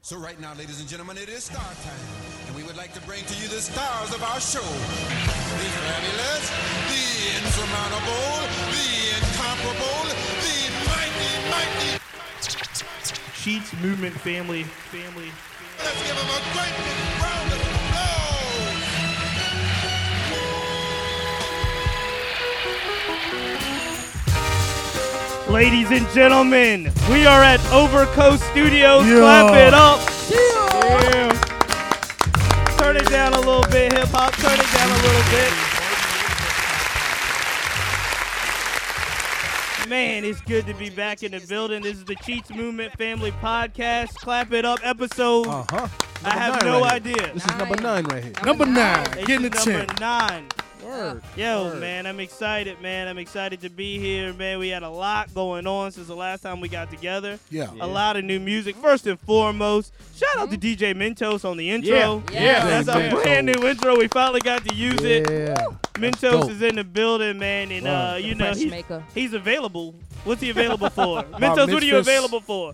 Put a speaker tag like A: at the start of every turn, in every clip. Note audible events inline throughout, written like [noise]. A: So right now, ladies and gentlemen, it is star time, and we would like to bring to you the stars of our show: the fabulous, the insurmountable, the incomparable, the mighty, mighty.
B: Sheets Movement Family Family.
A: Let's give them a great big round of applause.
B: Ladies and gentlemen, we are at Overcoast Studios.
C: Yeah.
B: Clap it up. Turn it down a little bit, hip hop. Turn it down a little bit. Man, it's good to be back in the building. This is the Cheats Movement Family Podcast. Clap it up, episode.
C: Uh-huh.
B: I have
C: nine
B: no
C: right
B: idea.
C: This is number nine right here.
D: Number nine,
B: This
D: getting the
B: is number
D: chin.
B: nine.
C: Word.
B: Yo, man, I'm excited, man. I'm excited to be here, man. We had a lot going on since the last time we got together.
C: Yeah.
B: A lot of new music. First and foremost, shout out to DJ Mentos on the intro.
D: Yeah. Yeah.
B: That's
C: Yeah.
B: our brand new intro. We finally got to use it. Mentos
C: dope.
B: is in the building, man, and uh,
C: Wow.
B: you know
E: Fresh
B: he's,
E: maker.
B: he's available. What's
C: [laughs]
B: he available for? Mentos, what are you
C: mitzvahs.
B: available for?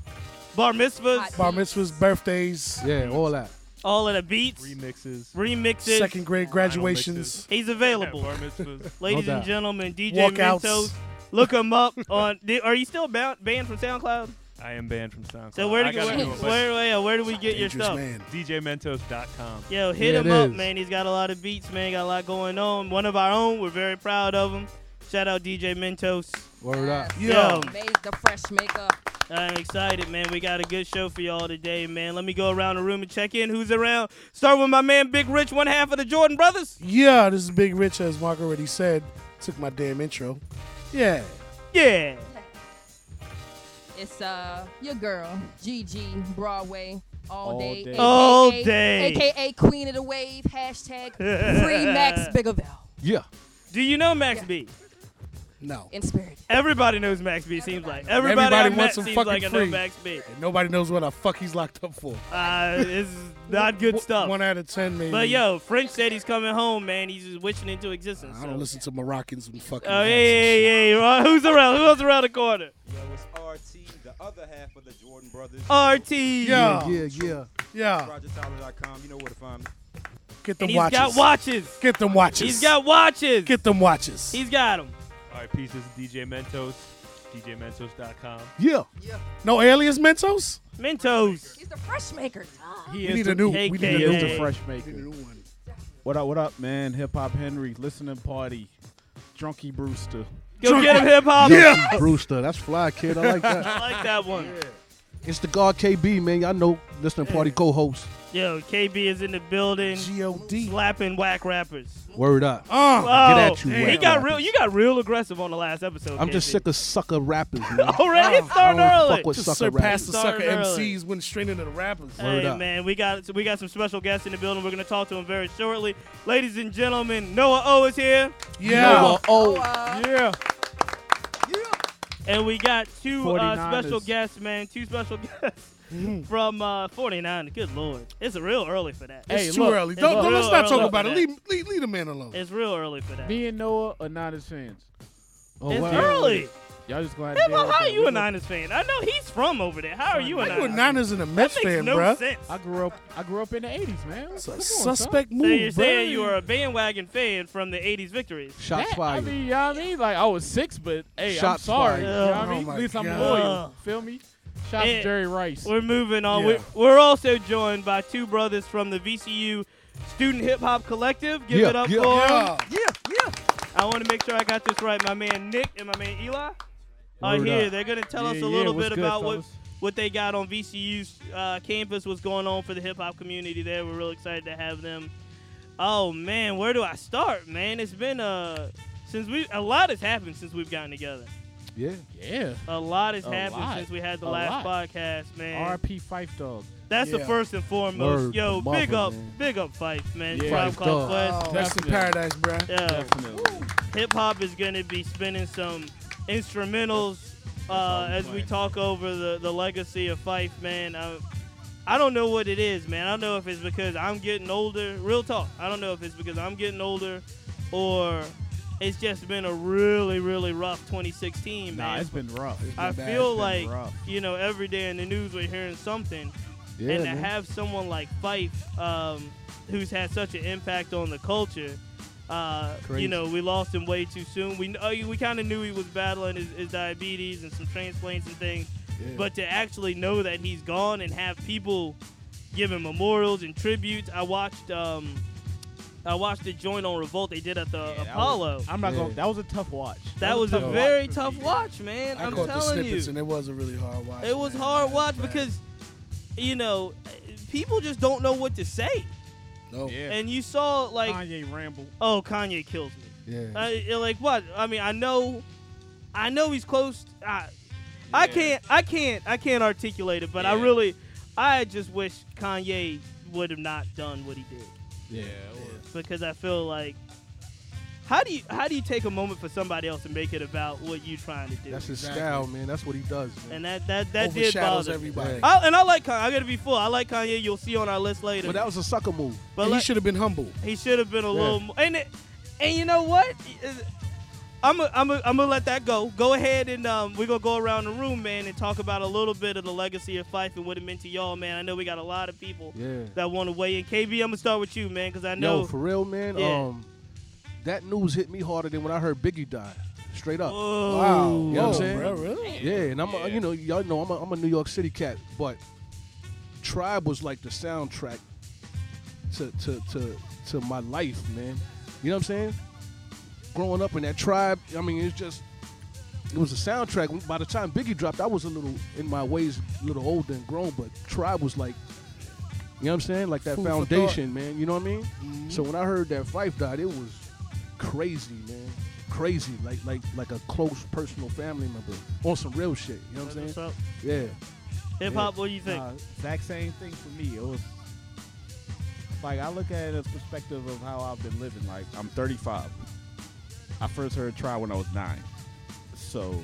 B: Bar mitzvahs,
E: Hot-
D: Bar mitzvahs, birthdays,
C: Yeah, all that.
B: all of the beats,
F: remixes,
B: remixes.
D: second grade graduations.
B: He's available. [laughs]
F: bar mitzvahs.
B: Ladies
C: No
B: and
C: doubt.
B: gentlemen, DJ
D: Walkouts.
B: Mentos. Look him up on. [laughs] di- Are you still ba- banned from SoundCloud?
F: I am banned from SoundCloud.
B: So where
F: I
B: do you,
F: gotta
B: where,
F: do it, but
B: where, where, where do we get your
D: Dangerous
B: stuff?
D: man.
F: DJmentos.com.
B: Yo, hit
C: Yeah,
B: him
C: it
B: up,
C: is.
B: man. He's got a lot of beats, man. Got a lot going on. One of our own. We're very proud of him. Shout out DJ Mentos.
C: Word up.
B: Yo.
E: Made the fresh makeup.
B: I'm excited, man. We got a good show for y'all today, man. Let me go around the room and check in. Who's around? Start with my man Big Rich, one half of the Jordan Brothers.
D: Yeah, this is Big Rich, as Mark already said. Took my damn intro. Yeah.
B: Yeah.
E: It's uh your girl, Gigi Broadway, all,
F: All
E: day,
F: day.
E: AKA,
B: All day.
E: aka Queen of the Wave. Hashtag free Max
D: [laughs]
B: [laughs]
E: Bigavell
C: Yeah.
B: Do you know Max B?
D: No.
E: in spirit.
B: Everybody knows Max B. Seems
E: Everybody.
B: like
D: Everybody
B: everybody, I
D: wants
B: met
D: him
B: seems
D: fucking
B: like I know
D: free.
B: Max B.
D: And nobody knows what the fuck he's locked up for.
B: Uh, it's not good
D: One-
B: stuff.
D: One out of ten, maybe.
B: But yo, French said he's coming home, man. He's just wishing into existence.
D: I
B: so.
D: don't listen to Moroccans and fucking.
B: Oh yeah, yeah, yeah. Uh, Who's around? Who else around the corner?
G: Yo, it's RT, the other half of the Jordan Brothers.
B: RT.
D: Yeah.
C: Yeah, yeah, yeah.
D: Yeah.
G: RogerTyler.com. You know where to find me.
D: Get them
B: And he's
D: watches.
B: got watches.
D: Get them watches.
B: He's got watches.
D: Get them watches.
B: He's got them.
F: All right, pieces. DJ Mentos. DJmentos.com.
C: Yeah.
D: no alias Mentos?
B: Mentos.
E: He's the fresh maker. duh.
F: He
D: We need a new.
B: Hey,
D: We need a
B: He
D: new.
B: is
D: one.
B: the fresh
D: We need a new one.
H: What up, what up, man? Hip Hop Henry, listening party, Drunky Brewster.
B: Go get him hip hop.
C: Yeah. Brewster, that's fly, kid. I like that.
B: I like that one.
C: It's the God KB, man. Y'all know listening party co-host.
B: Yo, KB is in the building,
D: G-O-D.
B: slapping whack rappers.
C: Word up.
D: Uh,
B: Oh,
C: Ah, at you,
B: he
C: whack
B: got
C: rappers.
B: real. You got real aggressive on the last episode.
C: I'm just
B: KB.
C: sick of sucker rappers,
B: [laughs]
C: man.
B: Already it's
C: I
B: Oh, starting
C: don't
B: early.
C: Oh, fuck with
D: just
C: sucker
D: surpassed
C: rappers.
D: the
B: Started
D: sucker
B: early.
D: MCs, went straight into the rappers.
C: Word
B: hey
C: up.
B: man, we got so we got some special guests in the building. We're gonna talk to them very shortly, ladies and gentlemen. Noah O is here,
D: Yeah.
E: Oh,
C: Oh,
E: uh,
H: Yeah.
B: and we got two uh,
H: 49ers.
B: special guests, man. Two special [laughs] guests
C: Hmm.
B: from uh, 49. Good lord, it's real early for that.
H: Hey,
D: It's too
H: look,
D: early.
B: it's
D: Don't,
B: real
D: don't- let's not
B: early
D: talk about
B: for
D: it.
B: that.
D: Leave, leave, leave the man alone.
B: It's real early for that.
H: Me and Noah are Niners fans.
C: oh,
B: it's
C: wow.
B: early.
H: Y'all just glad.
B: Hey, well, how are you a Niners fan? I know he's from over there. How are you a
D: Why you a
B: Niners?
D: Niners and a
B: That
D: Mets
B: makes
D: fan,
B: no
D: bruh?
B: sense.
H: I grew up. I grew up in the '80s, man.
D: It's
H: Come
D: a
H: on,
D: suspect
B: So
D: move,
B: you're saying
D: bruh.
B: you were a bandwagon fan from the 80s victories?
H: son.
C: Shots
H: That- I
C: fired.
H: mean, you know what I mean? Like I was six, but hey,
C: Shots
H: I'm sorry.
C: fired.
H: You know what
D: Oh
H: I mean?
D: my
H: At least I'm
D: God.
B: Ugh.
H: loyal. Feel me? Shout out
B: Yeah.
H: to Jerry Rice.
B: We're moving on.
D: Yeah.
B: We're, we're also joined by two brothers from the VCU Student Hip Hop Collective. Give
C: Yeah,
B: it up
C: yeah,
B: for 'em.
D: Yeah.
B: I want to make sure I got this right. My man Nick and my man Eli are
H: Word
B: here.
H: up.
B: They're going to tell
H: Yeah,
B: us a
H: yeah,
B: little
H: what's
B: bit
H: good,
B: about what,
H: fellas?
B: what they got on VCU's uh, campus, what's going on for the hip hop community there. We're real excited to have them. Oh, man, where do I start, man? It's been uh, since we a lot has happened since we've gotten together.
C: Yeah.
H: Yeah.
B: A lot has
H: A
B: happened
H: lot.
B: since we had the
H: A
B: last
H: lot.
B: podcast, man.
H: R.P. Fife Dog.
B: That's the
D: Yeah.
B: first and foremost.
C: Word
B: Yo,
C: to
B: big
C: mother,
B: up,
C: man.
B: big up Fife, man.
H: Yeah.
B: Tribe
C: Fife dog.
B: Called Quest.
D: Oh, That's in
H: Definitely.
D: paradise, bruh.
B: Yeah.
H: Definitely.
B: Hip hop is gonna be spinning some instrumentals uh, as we talk over the, the legacy of Fife, man. I, I don't know what it is, man. I don't know if it's because I'm getting older. Real talk. I don't know if it's because I'm getting older or it's just been a really, really rough 2016, man.
H: Nah, it's been rough.
B: I
D: been bad.
H: It's
B: feel
H: been
B: like
H: rough.
B: you know every day in the news we're hearing something,
C: Yeah,
B: and to
C: man.
B: have someone like Fife, um, who's had such an impact on the culture, uh, you
F: Crazy.
B: know, we lost him way too soon. We uh, we kind of knew he was battling his, his diabetes and some transplants and things, but to actually know that he's gone and have people give him memorials and tributes, I watched. Um, I watched the joint on Revolt they did at the
H: Yeah, that
B: Apollo.
H: was- I'm not
C: Yeah.
H: gonna. That was a tough watch.
B: That was a
H: tough
B: very
H: watch for
B: tough
H: me.
B: watch, man.
D: I
B: I'm
D: caught the
B: telling
D: snippets
B: you.
D: and it was a really hard watch.
B: It was
D: man.
B: hard
D: Yeah,
B: watch
D: man.
B: because, you know, people just don't know what to say.
C: Oh.
D: no, yeah,
H: Yeah.
B: And you saw, like,
H: Kanye ramble.
B: oh, Kanye kills me.
D: yeah.
B: I, like, what? I mean, I know, I know he's close. I,
H: Yeah.
B: I can't, I can't, I can't articulate it, but I
H: Yeah.
B: really, I just wish Kanye would have not done what he did
H: Yeah.
B: because I feel like, how do you, how do you take a moment for somebody else and make it about what you're trying to do?
C: That's his
H: Exactly.
C: style, man. That's what he does, man.
B: and that that that did
D: overshadows
B: bother. me.
D: everybody.
B: I, and I like Kanye. I gotta be full. I like Kanye. You'll see on our list later.
C: But that was a sucker move.
B: But
D: And he
B: like-
D: should have been humble.
B: he should have been a little more. And it, and you know what? I'm i I'm i I'm gonna let that go. Go ahead and um, we're gonna go around the room, man, and talk about a little bit of the legacy of Fife and what it meant to y'all, man. I know we got a lot of people
C: Yeah.
B: that want to weigh in. KB, I'm gonna start with you, man, because I
C: Yo,
B: know.
C: for real, man.
B: Yeah.
C: Um, that news hit me harder than when I heard Biggie die. Straight up.
B: Whoa.
C: You know what I'm saying?
D: bro, really?
C: Yeah, and I'm, a, you know, y'all know I'm a, I'm a New York City cat, but Tribe was like the soundtrack to to to to my life, man. You know what I'm saying? Growing up in that Tribe, I mean, it's just it was a soundtrack. By the time Biggie dropped, I was a little in my ways, a little older and grown, but Tribe was like, you know what I'm saying? Like that
D: Food for thought. Mm-hmm.
C: foundation, man. You know what I mean? So when I heard that Fife died, it was crazy, man. Crazy, like like like a close personal family member on some real shit. You know what I'm
B: What's
C: saying?
B: up?
C: Yeah.
B: Hip hop, what do you think?
H: Nah, exact same thing for me. It was like I look at it as perspective of how I've been living. Like I'm 35. I first heard Try when I was nine. So,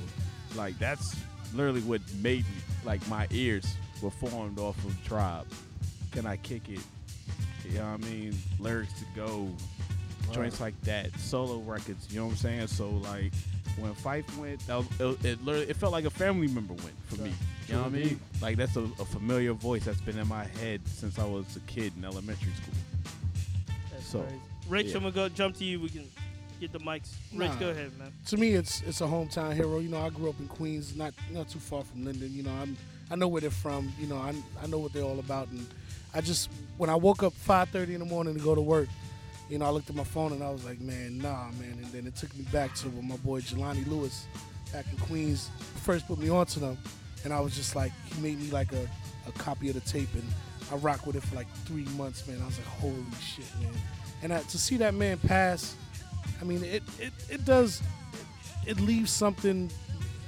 H: like that's literally what made me. Like my ears were formed off of Tribe. Can I kick it? You know what I mean? Lyrics to go, joints like that, solo records. You know what I'm saying? So like when Fife went, that was, it, it literally it felt like a family member went for me. You know what I mean? Like that's a, a familiar voice that's been in my head since I was a kid in elementary school. so-
B: crazy. Rich,
H: yeah.
B: I'm gonna go jump to you. We can get the mics. Rich,
D: Nah.
B: go ahead, man.
D: To me, it's it's a hometown hero. You know, I grew up in Queens, not not too far from Linden. You know, I'm I know where they're from. You know, I I know what they're all about. And I just when I woke up 5:30 in the morning to go to work, you know, I looked at my phone and I was like, man, nah, man. And then it took me back to when my boy Jelani Lewis back in Queens first put me onto them, and I was just like, he made me like a a copy of the tape, and I rocked with it for like three months, man. I was like, holy shit, man. And I, to see that man pass. I mean, it, it, it does, it leaves something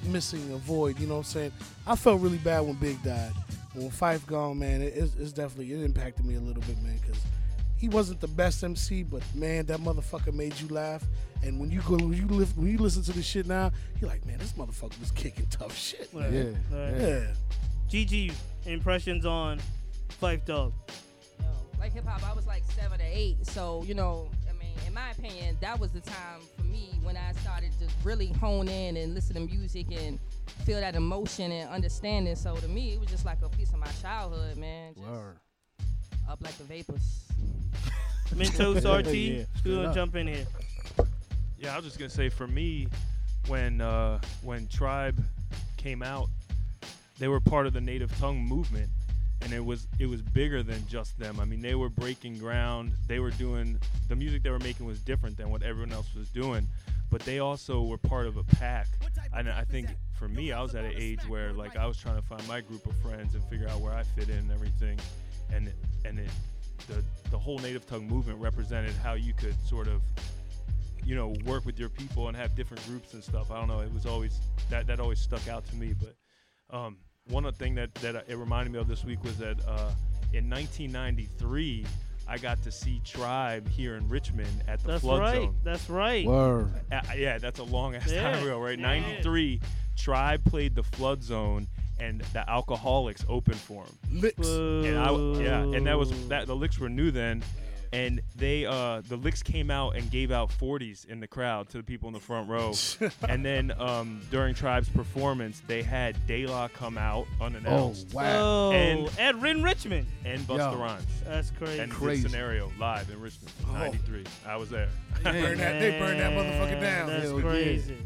D: missing, a void, you know what I'm saying? I felt really bad when Big died. When Fife gone, man, it, it's, it's definitely, it impacted me a little bit, man, because he wasn't the best MC, but man, that motherfucker made you laugh. And when you go, when you, lift, when you listen to this shit now, you're like, man, this motherfucker was kicking tough shit.
B: All right.
C: Yeah,
B: All right.
D: Yeah.
B: GG impressions on Fife Dog.
E: No. Like hip hop, I was like seven or eight. So, you know, I mean, in my opinion, that was the time for me when I started to really hone in and listen to music and feel that emotion and understanding. So to me, it was just like a piece of my childhood, man. Just up like the [laughs] vapors.
C: [laughs]
B: Mentos RT,
H: Yeah,
B: we're gonna
C: up.
B: jump in here.
F: Yeah, I was just gonna say for me, when uh, when Tribe came out, they were part of the native tongue movement, and it was it was bigger than just them. I mean, they were breaking ground. They were doing the music they were making was different than what everyone else was doing, but they also were part of a pack. And I think for me, I was at an age where like I was trying to find my group of friends and figure out where I fit in and everything, and and it. The, the whole native tongue movement represented how you could sort of you know work with your people and have different groups and stuff. I don't know. It was always that that always stuck out to me. But um, one other thing that that it reminded me of this week was that uh, in 1993. I got to see Tribe here in Richmond at the
B: That's
F: Flood
B: right.
F: Zone.
B: That's right.
C: Word.
F: Uh, yeah, that's a long ass
B: Yeah.
F: time ago, right?
B: Yeah.
F: 93, Tribe played the Flood Zone and the Alcoholics opened for him.
D: Licks.
F: And I,
B: Whoa.
F: yeah, and that was that the licks were new then. and they uh the licks came out and gave out 40s in the crowd to the people in the
D: [laughs]
F: front row and then um during tribe's performance they had de la come out
C: Oh
F: unannounced
C: wow!
B: Oh,
F: And-
B: at Rin Richmond.
F: and busta
C: Yo.
F: rhymes
B: That's crazy.
F: and
C: Crazy.
F: Did scenario live in richmond 93 i was there
D: Oh. They burned that, they burned that motherfucker
B: Man,
D: down.
B: That's
C: Hell yeah.
B: crazy.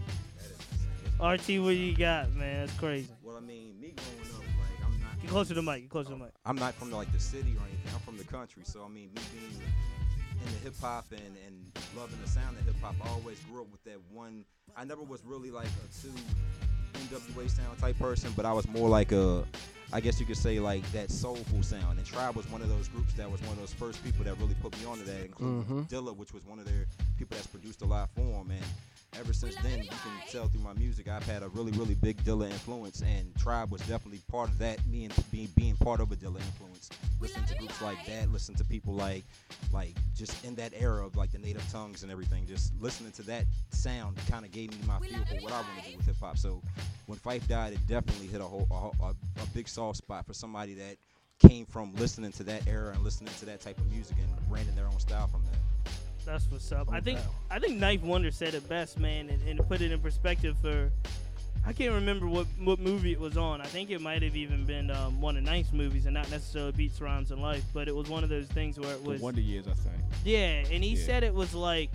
B: RT, what you got, man? That's crazy.
G: Well, I mean, me growing up, like I'm not.
B: Get closer to the mic. Get closer to the mic.
G: I'm not from like the city or anything. I'm from the country, so I mean, me being in the hip hop and, and loving the sound of hip hop, I always grew up with that one. I never was really like a two NWA sound type person, but I was more like a, I guess you could say [laughs] like that soulful sound. And Tribe was one of those groups that was one of those first people that really put me onto that, including Dilla, which was one of their people that's produced a lot for him. And ever since then, you can tell through my music, I've had a really, really big Dilla influence, and Tribe was definitely part of that. Me and being being part of a Dilla influence, listen to groups like that, listen to people like, like just in that era of like the native tongues and everything. Just listening to that sound kind of gave me my feel for what I want to do with hip hop. So when Fife died, it definitely hit a whole a, whole- a, a big soft spot for somebody that came from listening to that era and listening to that type of music and branding their own style from that.
B: That's what's up. I think I think Knife Wonder said it best, man, and, and to put it in perspective for I can't remember what what movie it was on. I think it might have even been um, one of Knife's movies, and not necessarily Beats Rhymes and Life, but it was one of those things where it
H: The
B: was
H: Wonder Years, I think.
B: yeah, and he
H: Yeah.
B: said it was like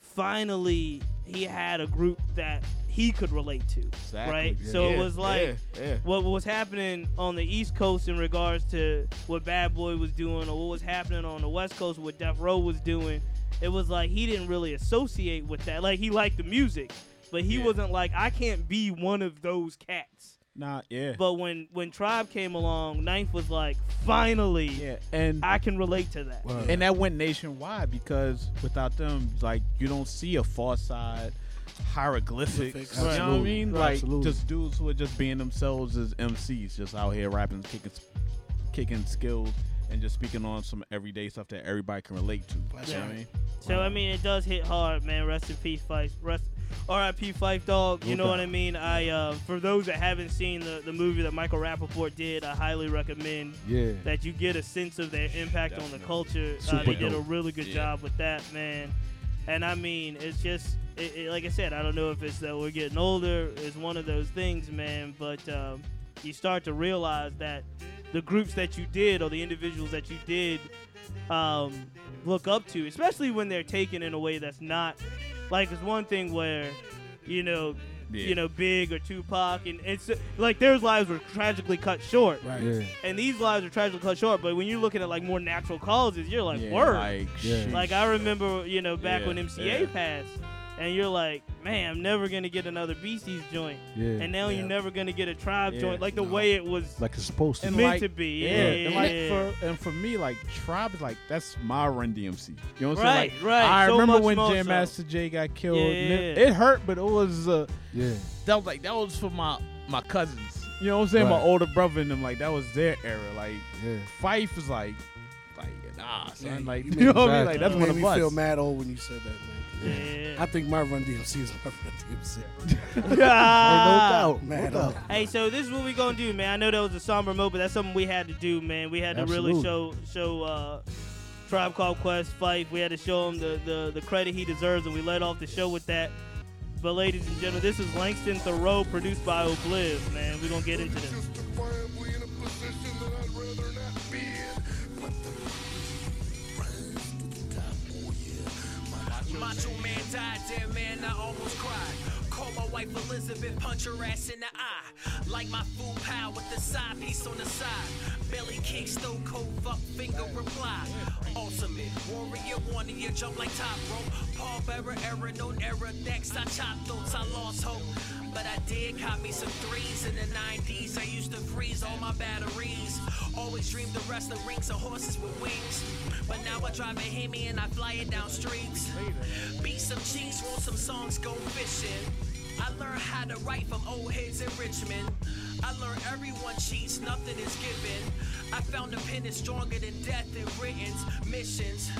B: finally he had a group that he could relate to,
H: Exactly.
B: right?
H: Yeah.
B: so it
H: Yeah,
B: was like
H: yeah, yeah.
B: what was happening on the East Coast in regards to what Bad Boy was doing, or what was happening on the West Coast, what Death Row was doing. It was like he didn't really associate with that. Like he liked the music, but he
H: Yeah.
B: wasn't like I can't be one of those cats.
H: Nah, yeah.
B: But when when Tribe came along, Ninth was like, finally,
H: yeah, and
B: I can relate to that.
H: and that went nationwide because without them, like you don't see a far side hieroglyphics. You know what I
C: Absolutely.
H: mean? Like
C: Absolutely.
H: just dudes who are just being themselves as MCs, just out here rapping, kicking, kicking skills, and just speaking on some everyday stuff that everybody can relate to. You know what I
B: right.
H: mean?
B: So I mean, it does hit hard, man. Rest in peace, Fife. Rest, R.I.P. Fife, dog. You know what I mean? I uh, for those that haven't seen the, the movie that Michael Rappaport did, I highly recommend
C: Yeah.
B: that you get a sense of their impact on the
H: Definitely.
B: culture. Uh,
C: Super
B: they did a
C: dope.
B: really good
H: Yeah.
B: job with that, man. And I mean, it's just it, it- like I said. I don't know if it's that we're getting older. It's one of those things, man. But um, you start to realize that the groups that you did or the individuals that you did um, look up to, especially when they're taken in a way that's not like it's one thing where you know.
H: Yeah.
B: You know, Big or Tupac, and it's like their lives were tragically cut short
C: Right. Yeah.
B: and these lives are tragically cut short. But when you're looking at like more natural causes, you're like,
H: Yeah,
B: word. Like,
H: Like,
C: Yeah.
H: shoot.
B: I remember, you know, back
H: Yeah,
B: when MCA
H: yeah.
B: passed, and you're like, man, I'm never gonna get another Beasties joint,
C: Yeah.
B: and now
D: Yeah.
B: you're never gonna get a Tribe
H: Yeah,
B: joint, like the
D: no.
B: way it was
C: like it's supposed to.
H: And
B: meant
H: like-
B: to be. Yeah,
H: and like for and for me, like Tribe is like that's my Run DMC. You know what I'm
B: Right,
H: saying? Like,
B: right,
H: I
B: so
H: remember
B: much
H: when
B: more
H: Jam
B: so.
H: Master Jay got killed.
B: Yeah.
H: and It, it hurt, but it was uh,
C: yeah.
H: that was like that was for my my cousins. You know what I'm saying? My
C: Right.
H: older brother and them, like that was their era. Like
C: Yeah.
H: Fife is like, like nah,
D: Yeah,
H: son. Like
D: you
H: [laughs] you,
D: made-
H: know what I mean? Like that's
D: You
H: one
D: made
H: of
D: me feel
H: us.
D: mad old when you said that, man. I
B: yeah.
D: think my Run DMC is my Run DMC.
B: [laughs]
C: Ain't no doubt.
D: Mad
C: no
D: old.
C: doubt.
B: Hey, so this is what we gonna do, man. I know that was a somber moment, but that's something we had to do, man. We had to really show show uh, Tribe Called Quest fight. We had to show him the, the the credit he deserves, and we let off the show with that. But ladies and gentlemen, this is Langston Thoreau, produced by Obliv, man. We gonna get into this.
I: Macho man died, dead man, I almost cried. Call my wife Elizabeth, punch her ass in the eye. Like my food pal with the side piece on the side. Belly kick, stone cold, fuck finger reply. Ultimate, warrior, warrior, jump like top rope. Paul Bearer, error, known error, next I chopped those, I lost hope. But I did cop me some threes in the 90s. I used to freeze all my batteries. Always dreamed of wrestling rings and horses with wings. But now I drive a Hemi and I fly it down streets. Beat some cheese, roll some songs, go fishing. I learned how to write from old heads in Richmond. I learned everyone cheats, nothing is given. I found a pen is stronger than death and written missions.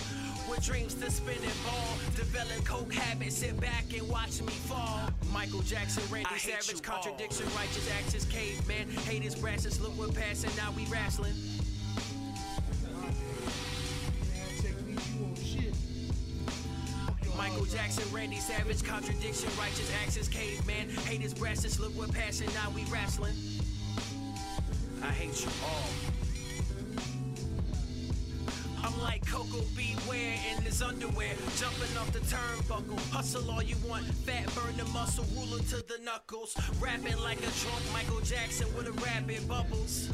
I: With dreams to spin and ball, develop coke habits, sit back and watch me fall. Michael Jackson, Randy Savage, contradiction, righteous actions, caveman, haters, brasses, look what passing, now we wrestling.
D: Take me, you
I: Michael Jackson, Randy Savage, contradiction, righteous actions, caveman, haters brasses, look with passion, now we wrestling. I hate you all. I'm like Coco Beware in his underwear, jumping off the turnbuckle. Hustle all you want, fat burn the muscle, ruler to the knuckles. Rapping like a drunk Michael Jackson with a rapid bubbles.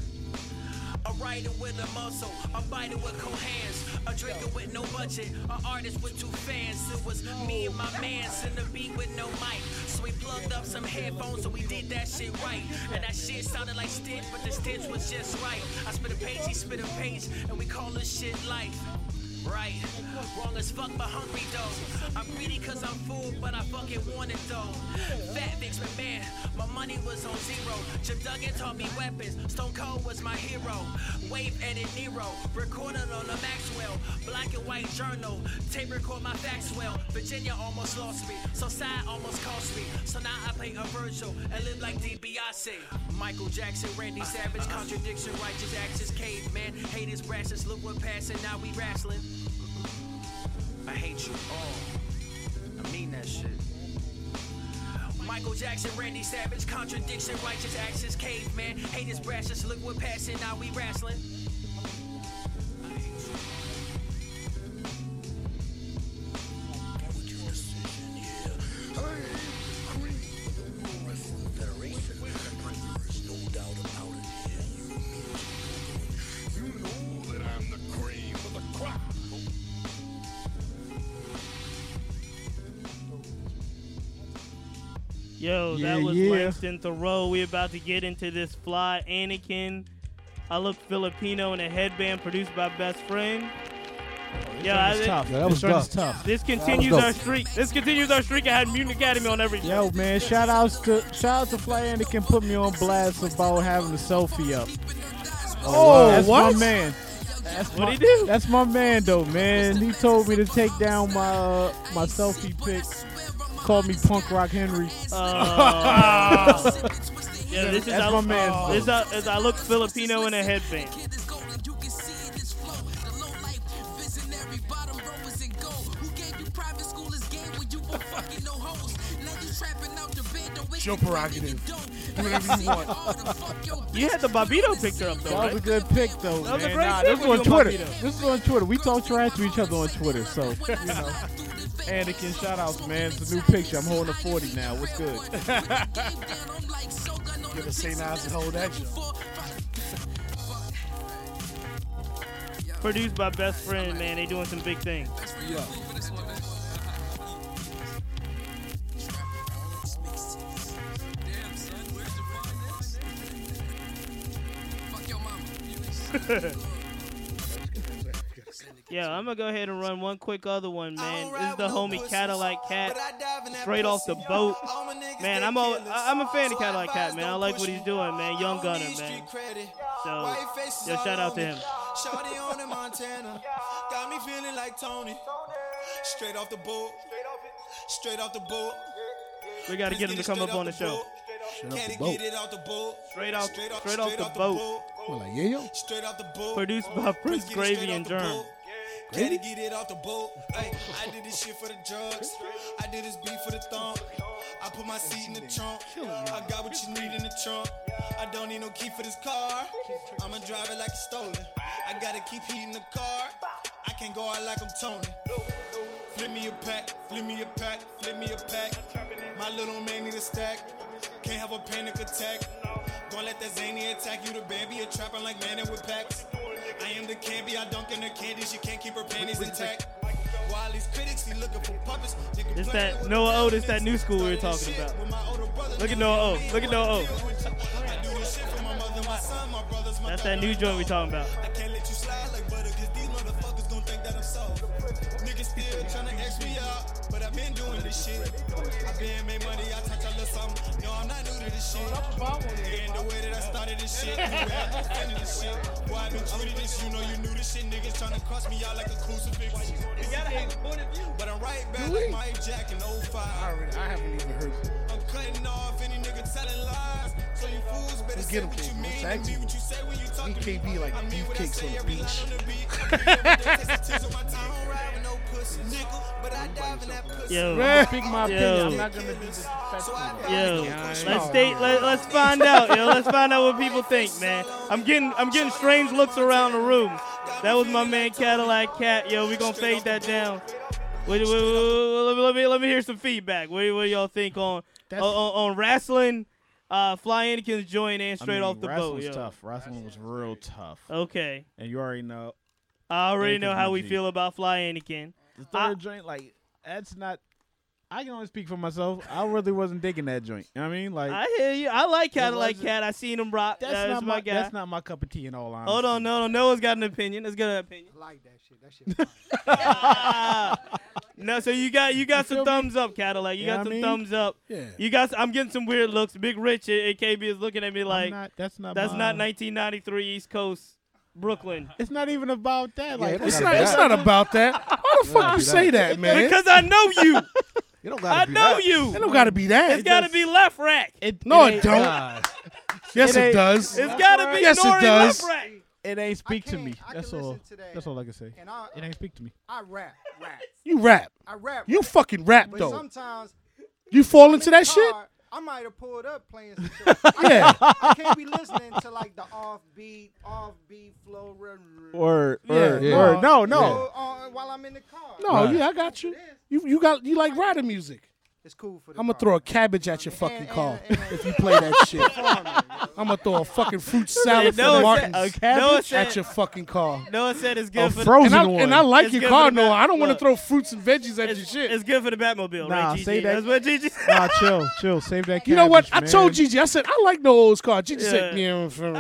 I: A writer with a muscle, a biter with cold hands, a drinker with no budget, an artist with two fans. It was me and my mans in the beat with no mic. So we plugged up some headphones, so we did that shit right. And that shit sounded like stitch, but the stitch was just right. I spit a page, he spit a page, and we call this shit life. Right, wrong as fuck, but hungry though. I'm greedy cause I'm full, but I fucking want it though. Fat Vic's my man, my money was on zero. Jim Duggan taught me weapons, Stone Cold was my hero. Wave and Nero, recorded on a Maxwell. Black and white journal, tape record my facts well. Virginia almost lost me, so side almost cost me. So now I play a Virgil and live like DiBiase. Michael Jackson, Randy Savage, contradiction, righteous actions, caveman. Haters, brasses, look what passing, now we wrestling. I hate you all. I mean that shit. Michael Jackson, Randy Savage, contradiction, righteous actions, caveman, haters, brashes, look what passing, now we wrestling.
B: Yo, that
C: Yeah,
B: was
C: yeah.
B: Langston Thoreau. We about to get into this fly Anakin. I look Filipino in a headband produced by Best Friend. Yo, I,
J: It's tough.
C: Yeah, that was
J: This joint is
C: tough.
J: tough.
B: this continues
C: dope.
B: our streak. This continues our streak. I had Mutant Academy on every show.
J: Yo, man, shout outs to shout out to Fly Anakin put me on blast about having a selfie up.
D: Oh,
J: that's
D: what?
J: my man. That's
B: What'd
J: my,
B: he do?
J: That's my man, though, man. He told me to take down my uh, my selfie pic. Called me Punk Rock Henry. [laughs]
B: Oh. yeah, this is
J: That's
B: I,
J: my man.
B: This is, I- is I look Filipino in a headband.
D: Your prerogative. Do whatever you want.
B: You had the Bobito picture up though,
J: That was a
B: right?
J: good pick, though.
B: That was a
J: man.
B: great
J: nah,
B: pick
J: This is
B: when
J: on
B: you were
J: Twitter.
B: Bobito.
J: This is on Twitter. We talk trash to each other on Twitter, so
B: [laughs]
J: you know. Anakin, shout outs, man. It's a new picture. I'm holding a 40 now. What's good?
D: Give us St. Ives and hold that joke.
B: Produced by Best Friend, man. They doing some big things.
D: Yeah.
B: [laughs] Yeah, I'm gonna go ahead and run one quick other one, man. This is the homie Cadillac Cat, straight off the boat. Man, I'm a I'm a fan of Cadillac Cat, man. I like what he's doing, man. Young Gunner, man. So, yo, shout out to him.
A: Shawty on in [laughs] Montana. Got me feeling like Tony. Straight off the boat. Straight off the boat.
B: We gotta get him to come up on the show.
A: Can't
C: boat.
A: get it off the boat.
B: Straight off, straight off the boat.
C: I'm like, yeah, yo.
A: Straight off the boat.
B: Produced by Prince
A: Let's get it
B: Gravy
A: straight
B: and
A: off the
B: Germ.
A: boat. Gotta get it off the boat. Ay, I did this shit for the drugs. I did this beat for the thump. I put my seat in the trunk. I got what you need in the trunk. I don't need no key for this car. I'ma drive it like it's stolen. I gotta keep heating the car. I can't go out like I'm Tony. Flip me a pack, flip me a pack, flip me a pack. My little man need a stack. Can't have a panic attack. Don't let that zany attack you. The baby a trapping like man with packs. I am the candy, I dunk in the candy. She can't keep her panties intact. While these critics, he looking for puppets. Nigga
B: It's
A: playing
B: that
A: with
B: Noah
A: the
B: O, this that
A: elements.
B: new school we were
A: Started
B: talking
A: shit
B: about.
A: with my older brother.
B: Look at
A: Now
B: Noah
A: he
B: O.
A: me
B: Look at
A: what I
B: Noah O.
A: do with you. I do this shit for my mother, my son, my brothers, my
B: That's that new joint we talking about.
A: I can't let you slide like butter, cause these motherfuckers gon' think that I'm soft. Niggas still tryna X me out, but I've been doing this shit. i been made money, I touch a little something. No, I'm not new to this shit. And the way that I started this shit, you had to finish this shit. Why I been treated this, you know you knew this shit. Niggas tryna cross me out like a crucifix. You gotta have a point of view. But I'm right back like Mike Jack in 05.
D: I already- I haven't even heard it.
A: I'm cutting off any nigga telling lies. So you fools better
D: Let's
A: say
D: get him,
A: what you
D: King.
A: mean.
D: Let's
A: and
D: act
A: mean
D: it.
A: what you say when you talk to me.
D: DKB like
A: I mean what I
D: beefcakes
A: say
D: on the
A: every
D: beach.
A: line on the beat. I be every day, taste the tears on my tongue, I don't ride with no pussies.
B: [laughs] Yo,
J: I'm gonna speak my opinion.
B: Yo.
J: I'm not gonna be disrespectful.
B: Yo,
J: Guys.
B: let's stay. Let, let's find out. Yo, let's find out what people think, man. I'm getting I'm getting strange looks around the room. That was my man Cadillac Cat. Yo, we gonna fade that down. Wait, wait, wait, wait, wait, let, me, let me let me hear some feedback. What, do- what do y'all think on on,
J: That's-
B: on, on wrestling? Uh, Fly Anakin's joint and
H: [laughs]
B: straight
H: I mean,
B: off the boat.
H: wrestling's
B: Yo.
H: tough. Wrestling was real tough,
B: Okay,
H: and you already know
B: I already know
H: Anakin's
B: how
H: my
B: we
H: G.
B: feel about Fly Anakin.
H: the third
B: I-
H: joint. Like that's not. I can only speak for myself. I really wasn't digging that joint. You know what I mean, like
B: I hear you. I like Cadillac
H: wasn't-
B: Cat. I seen him rock.
H: that's,
B: That's
H: not
B: my guy.
H: That's not my cup of tea. In all honesty,
B: Hold on, no, no, Noah's got an opinion. Let's get an opinion.
K: I like that shit. That shit. fire.
B: No, so you got you got some thumbs up, Cadillac. You
H: Yeah,
B: got
H: I
B: some
H: mean-
B: thumbs up.
D: Yeah.
B: You got. s- I'm getting some weird looks. Big Rich and KB is looking at me
H: I'm
B: like
H: not- that's not.
B: that's
H: my,
B: not 1993 East Coast Brooklyn.
H: It's not even about that. Like
D: It's not. It's not about that. Why the fuck you say
H: [laughs]
D: that, man?
B: Because I know you.
K: You don't gotta
B: I
K: be
B: know
K: that.
B: you.
D: it don't gotta be that.
B: It's got to be left rack.
H: It,
D: No, it
H: ain't-
D: don't.
H: nah,
D: yes,
H: it
D: it,
H: ain't-
D: does.
B: It's got to be
D: Yes, it
B: Nori
D: does.
B: left rack.
H: it ain't speak to
K: can't-
H: me.
K: I can
H: That's
K: listen
H: all.
K: to that.
H: That's all I can say.
K: And I,
H: It ain't speak to me.
K: I rap, rap.
D: [laughs] you rap.
K: I rap.
D: You fucking rap
K: but
D: though.
K: sometimes
D: You fall into
K: in the
D: that shit.
K: car, I might have pulled up playing
D: [laughs]
K: some shit. I,
D: Yeah.
K: I can't be listening to like the offbeat, offbeat flow. r- r-
H: Or
D: Yeah,
H: or
D: yeah.
H: or no no.
K: flow on- while I'm in the car.
D: No,
H: Right.
D: yeah, I got you. You you got you like rider music.
K: It's cool for the
D: I'm gonna
K: car.
D: throw a cabbage at your fucking
K: and-
D: car
K: and- and-
D: if you play that
K: [laughs]
D: shit.
K: Performing, yo.
D: I'm gonna throw a fucking fruit salad from
B: Noah said-
D: Martin's
B: a cabbage?
D: at your fucking car.
B: Noah said it's good for
D: And I, and I like
B: It's
D: your
B: good
D: car,
B: for the
D: Noah. I don't
B: back-
D: want to throw
B: look.
D: fruits and veggies at
B: the,
D: your
B: it's,
D: shit.
B: it's good for the Batmobile,
H: Nah,
B: right, Gigi?
H: say that-
B: That's what Gigi said.
H: Nah, chill, chill. Save that.
D: you know what? I
H: cabbage,
D: told
H: man.
D: Gigi. I said I like Noah's car. Gigi said,
B: Yeah.
D: "Yeah, from-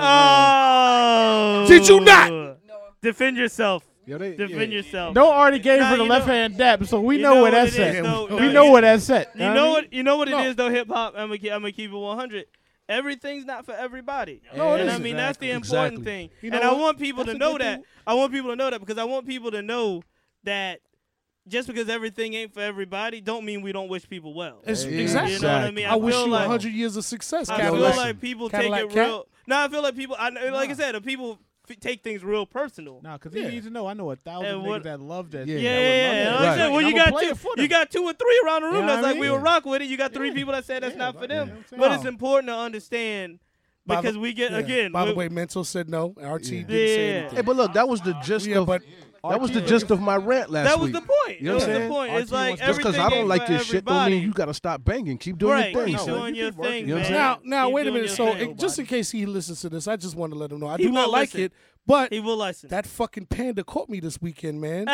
B: Oh.
D: Did you not?
B: Defend yourself.
C: Yo, they,
B: Defend
C: yeah.
B: yourself.
H: No already gave
B: Nah,
H: for the
B: you
H: left
B: know-
H: hand dap, so we
B: you
H: know, where
B: know what
H: that's
B: it is,
H: at.
B: though.
H: we
B: Oh, No,
H: know
B: you-
H: where that's at.
B: You know
H: what?
B: what? You know what
D: No.
B: it is though. Hip hop. I'm gonna I'm gonna keep it 100. Everything's not for everybody.
D: No, it
B: and I
D: isn't.
B: mean that's the
C: Exactly.
B: important thing.
D: You know
B: and I
D: what?
B: want people
D: That's
B: to
D: a
B: know
D: good
B: that.
D: thing.
B: I want people to know that because I want people to know that just because everything ain't for everybody, don't mean we don't wish people well.
D: It's-
C: Yeah,
D: exactly.
B: You know what I mean?
D: I, wish
B: feel
D: you
B: like,
D: 100 years of success.
B: I
D: Cat
B: feel
D: Lexus.
B: like people
D: Cadillac
B: take it
D: Cat?
B: real. No, I feel like people. I like I said, the people f- take things real personal.
H: Nah, because
D: Yeah.
H: you need to know. I know a thousand
B: And what-
H: niggas that love that.
C: Yeah.
H: shit,
B: Yeah,
H: that
B: yeah,
H: would love
B: yeah. yeah.
H: that
B: Like I
H: joint,
B: said,
H: and
B: well,
H: I'ma
B: you got
H: play it
B: two,
H: for
B: you
H: them.
B: got two or three around the room.
H: You know
B: that's
H: what I
B: like we
H: mean?
B: will rock with it. You got three
H: Yeah.
B: people that say that's
H: Yeah,
B: not for
H: like, you know
B: them.
H: what I'm saying?
B: But it's
D: Wow.
B: important to understand
D: By the-
B: because we get
D: Yeah.
B: again.
D: By the
B: we-
D: way, Mental said no. and RT didn't
B: Yeah.
D: say
C: Hey,
D: anything.
C: but look, that was the gist
D: Yeah,
C: of
D: but
C: that was the
H: RT
C: gist of my rant last
B: that was
C: week.
B: the point.
C: You know what I'm
B: that was
C: saying?
B: the point.
H: RT
B: It's like
H: wants-
C: Just because I
B: everything
C: don't
B: ain't
C: like
B: for
C: this shit, don't mean
B: everybody.
C: you gotta stop banging. Keep doing
B: right.
C: your thing.
B: Keep
C: son.
B: doing your thing,
C: You know what I'm
B: man.
D: now, now
B: Keep
D: wait a
B: doing
D: minute.
B: your
D: So,
B: thing. oh,
D: it- just in case he listens to this, I just wanted to let him know I
B: He
D: do not
B: won't
D: like
B: listen.
D: it, but
B: he will listen.
D: that fucking panda caught me this weekend, man.
B: ah,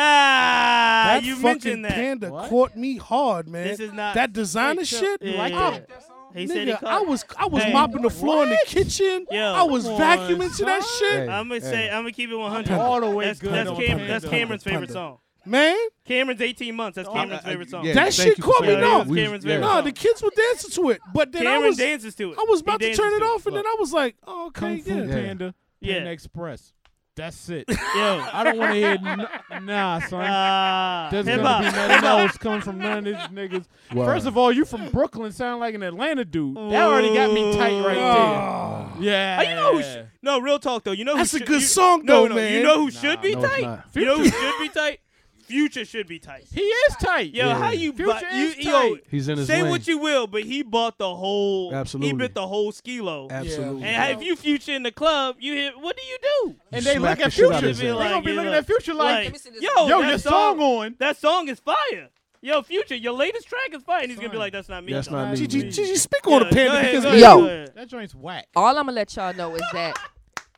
D: that
B: you
D: fucking
B: mentioned that.
D: panda
H: What?
D: caught me hard, man.
B: This is not-
D: that designer
H: Wait, chill.
D: shit.
B: Yeah,
D: like,
B: yeah,
D: I'm-
B: yeah. He said he
D: nigga,
B: caught.
D: I was I was
B: Hey.
D: mopping the floor in the
H: What?
D: kitchen.
B: Yo.
D: I was
H: Come on,
D: vacuuming to that
H: son.
D: shit,
B: I'm gonna say uh, I'm gonna keep it 100.
H: all the way
B: that's,
H: good
B: That's,
H: on
B: Cam-
H: Panda.
B: that's Cameron's favorite
D: Panda.
B: song.
D: man.
B: Cameron's 18 months. That's Cameron's
C: I- I-
B: favorite song.
C: yeah,
D: That
C: thank
D: shit
C: you for
D: caught me
C: saying that.
B: no.
C: We-
B: Cameron's
C: yeah.
B: favorite
D: No,
B: song.
D: the kids were dancing to it, but then I
B: Cameron
D: was
B: dances to it.
D: I was
B: He
D: about to
B: dances
D: turn it off, and
H: Look.
D: then I was like, oh, okay,
H: Kung Fu
D: yeah.
H: Panda,
B: Yeah.
H: Panda Express. That's it.
B: [laughs] Yo.
H: I don't want to hear n- nah, son.
B: Ah,
H: There's
B: hip
H: gonna be
B: hop.
H: nothing else coming from none of these niggas.
C: Wow.
H: First of all, you from Brooklyn, sound like an Atlanta dude. That already got me tight right
D: Oh.
H: there. Yeah,
B: Oh, you know who should, no, real talk though. You know who
D: That's a
B: should-
D: good
B: you-
D: song,
B: no,
D: though,
B: no,
D: man.
B: You know who should be
C: no, it's
B: tight?
C: not.
B: You know who should be tight? Future should be tight.
H: he is tight.
B: Yo, how you
H: Future
B: bu-
H: is
B: you,
H: tight.
B: yo,
C: He's in his
B: say
C: lane.
B: what you will, but he bought the whole.
C: Absolutely.
B: He bit the whole skilo.
C: Absolutely.
B: And if you future in the club, you hit. What do you do?
H: and
C: You
H: they look
C: smack
H: at
C: the shit
H: Future.
C: out of his
H: they
C: ass.
H: gonna be
B: you
H: looking
B: know,
H: at Future like,
B: like,
E: this
B: yo,
H: yo,
B: that
H: your song on.
B: That song is fire. Yo, future, your latest track is fire. And he's gonna be
H: Son.
B: like, that's not me.
C: That's
B: though.
C: not me.
D: Gigi,
C: man.
D: Gigi, speak
B: Yeah,
D: on the
B: go
D: panda
B: ahead,
D: because
B: go
D: we
B: ahead,
K: Yo.
B: go ahead.
H: That joint's whack.
E: All I'm gonna let y'all know is that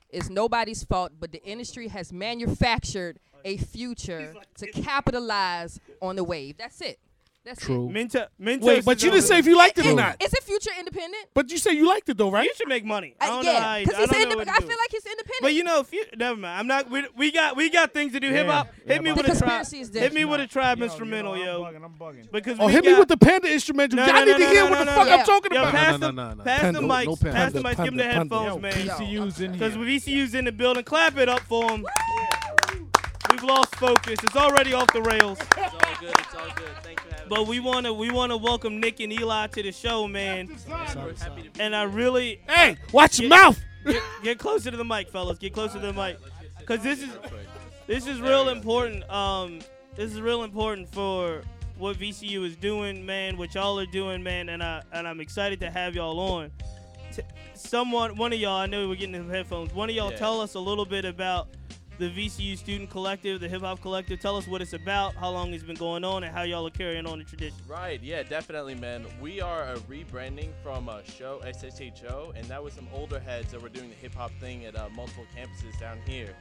E: it's nobody's fault, but the industry has manufactured a future to capitalize on the wave. That's it. That's
C: True.
B: Menta, Mentos
D: Wait, but
B: is
D: you
B: over.
D: didn't say if you liked
E: It.
D: it
E: It-
D: or not.
E: Is it future independent?
D: But you say you liked it though, right?
B: You should make money. I
E: Uh,
B: don't know.
E: yeah,
B: How, I,
E: he's
B: don't know what
E: independent.
B: to
E: I
B: do.
E: feel like he's independent.
B: But you know, if you, never mind. I'm not. We, we got we got things to do. Hip hop.
H: Yeah,
B: Hit me
H: yeah,
B: with
E: The
B: a tribe.
E: conspiracy is
B: Hit me
E: different.
B: with a tribe instrumental, yo.
H: I'm bugging.
B: Because
D: Oh,
B: we
D: hit me
B: got-
D: with the panda instrumental.
B: No,
D: Y'all
B: no,
D: need
B: no,
D: to
B: no,
D: hear
B: no,
D: what the
B: no,
D: fuck
E: no.
D: I'm talking
B: Yo,
D: about.
B: pass
C: no,
B: the
C: no, no.
B: pass the
C: Panda, no
B: mics.
C: panda.
B: Pass the mics.
D: Panda,
B: Give him the
D: panda, panda.
B: headphones, man.
H: TCU's in
B: Because
H: here.
B: VCU's in the building. Clap it up for him. We've lost focus. It's already off the rails.
I: It's all good. It's all good. Thanks for having me.
B: But we wanna we wanna welcome Nick and Eli to the show, man.
I: We're happy to be
B: And I really
D: Hey, watch your mouth.
B: get, get closer to the mic, fellas. Get closer to the mic, cause this is this is real important. Um, this is real important for what VCU is doing, man. What y'all are doing, man. And I and I'm excited to have y'all on. T- someone, one of y'all, I know we're getting some headphones. One of y'all,
L: Yeah.
B: tell us a little bit about the VCU Student Collective, the Hip Hop Collective. Tell us what it's about, how long it's been going on, and how y'all are carrying on the tradition.
L: Right, yeah, definitely, man. We are a rebranding from a show, SSHO, and that was some older heads that were doing the hip hop thing at uh, multiple campuses down here.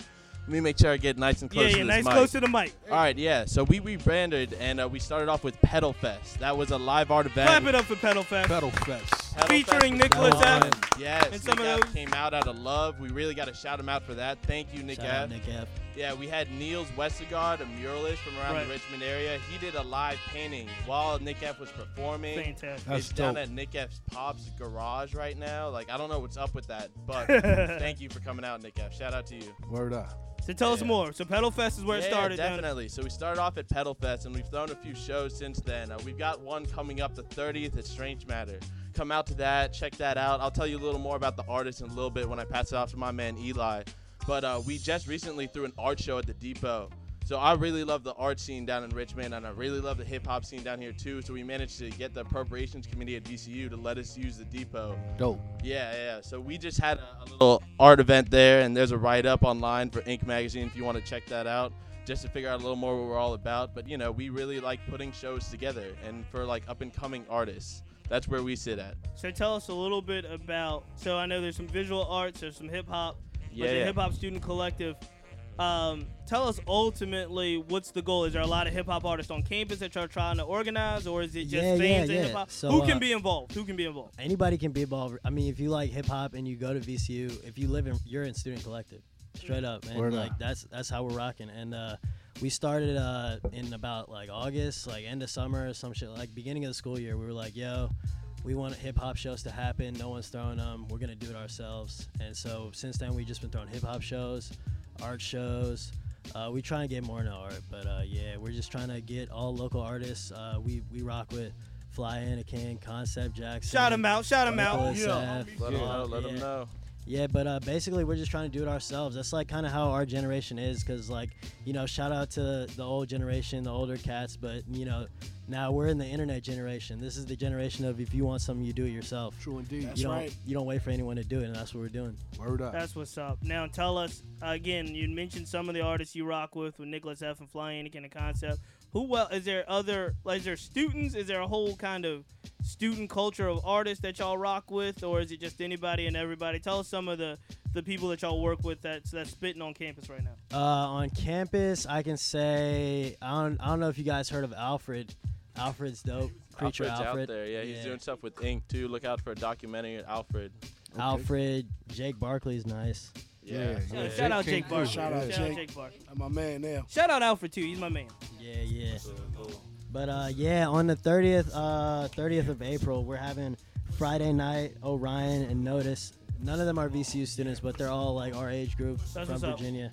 L: Let me make sure I get nice and
B: Yeah,
L: close
B: yeah,
L: to this
B: nice
L: mic.
B: close to the mic.
L: All right, yeah. So we rebranded, and uh, we started off with Pedal Fest. That was a live art event.
B: Clap it up for Pedal Fest. Pedal Fest.
L: Pedal Fest
B: Featuring
L: was
B: Nicholas
L: fun.
B: F.
L: Yes,
B: And some of
L: Nick F
B: those.
L: came out out of love. We really got to shout him out for that. Thank you, Nick
M: Shout
L: F.
M: out Nick F.
L: Yeah, we had Niels Westergaard, a muralist from around
M: Right.
L: the Richmond area. He did a live painting while Nick F was performing.
B: Fantastic.
M: That's
L: it's down
M: dope.
L: at Nick F's Pop's garage right now. Like, I don't know what's up with that,
B: [laughs]
L: but thank you for coming out, Nick F. Shout out to you.
C: Word up.
B: So tell us more. So Pedal Fest is where
L: Yeah,
B: it started. down-
L: Definitely. So we started off at Pedal Fest, and we've thrown a few shows since then. Uh, we've got one coming up the 30th at Strange Matter. Come out to that, check that out. I'll tell you a little more about the artist in a little bit when I pass it off to my man Eli. But uh, we just recently threw an art show at the Depot. So I really love the art scene down in Richmond, and I really love the hip hop scene down here too. So we managed to get the appropriations committee at VCU to let us use the Depot.
C: Dope.
L: Yeah, yeah. So we just had a, a little art event there, and there's a write up online for Ink Magazine if you want to check that out, just to figure out a little more what we're all about. But you know, we really like putting shows together, and for like up and coming artists, that's where we sit at.
B: So tell us a little bit about. So I know there's some visual arts, there's some hip hop,
L: Yeah,
B: there's a
L: yeah.
B: hip hop student collective. Um, tell us ultimately what's the goal? Is there a lot of hip hop artists on campus that y'all trying to organize, or is it just
M: Yeah, yeah,
B: fans
M: yeah.
B: and hip hop?
M: So,
B: Who
M: uh,
B: can be involved? Who can be involved?
M: Anybody can be involved. I mean, if you like hip hop and you go to VCU, if you live in, you're in student collective, straight up, man.
N: Word
M: like
N: up.
M: that's that's how we're rocking. And uh, we started uh, in about like August, like end of summer or some shit, like beginning of the school year. We were like, yo, we want hip hop shows to happen. No one's throwing them. We're gonna do it ourselves. And so since then, we've just been throwing hip hop shows, art shows. Uh, we try and get more into art, but uh, yeah, we're just trying to get all local artists. Uh, we we rock with Fly Anakin, Concept Jackson.
B: Shout 'em out, shout 'em out.
M: Nicholas
B: Yeah.
M: F,
L: Let 'em
M: uh,
L: know, let 'em
M: yeah.
L: know.
M: Yeah, but uh, basically we're just trying to do it ourselves. That's like kind of how our generation is, because like you know, shout out to the old generation, the older cats, but you know, now we're in the internet generation. This is the generation of if you want something, you do it yourself. True
C: indeed.
M: you
C: That's
M: don't,
C: right.
M: You don't wait for anyone to do it, and that's what we're doing.
C: Word up.
B: That's what's up. Now tell us again. You mentioned some of the artists you rock with, with Nicholas F. and Fly Anakin and Concept. Who well is there other? Like, is there students? Is there a whole kind of student culture of artists that y'all rock with, or is it just anybody and everybody? Tell us some of the the people that y'all work with that's that's spitting on campus right now.
M: Uh, on campus, I can say I don't, I don't know if you guys heard of Alfred. Alfred's dope. Creature
L: Alfred's out
M: Alfred.
L: there. Yeah, he's doing stuff with Ink too. Look out for a documentary at Alfred.
M: Alfred. Jake Barkley's nice.
L: Yeah. Yeah,
B: Yeah, shout out Jake Barker.
D: Shout out Jake.
B: Barker.
D: My man there.
B: Shout out Alfred too. He's my man.
M: Yeah, yeah. But uh, yeah, on the thirtieth, uh, thirtieth of April, we're having Friday night Orion and Notice. None of them are VCU students, but they're all like our age group
B: That's
M: from
B: what's up.
M: Virginia.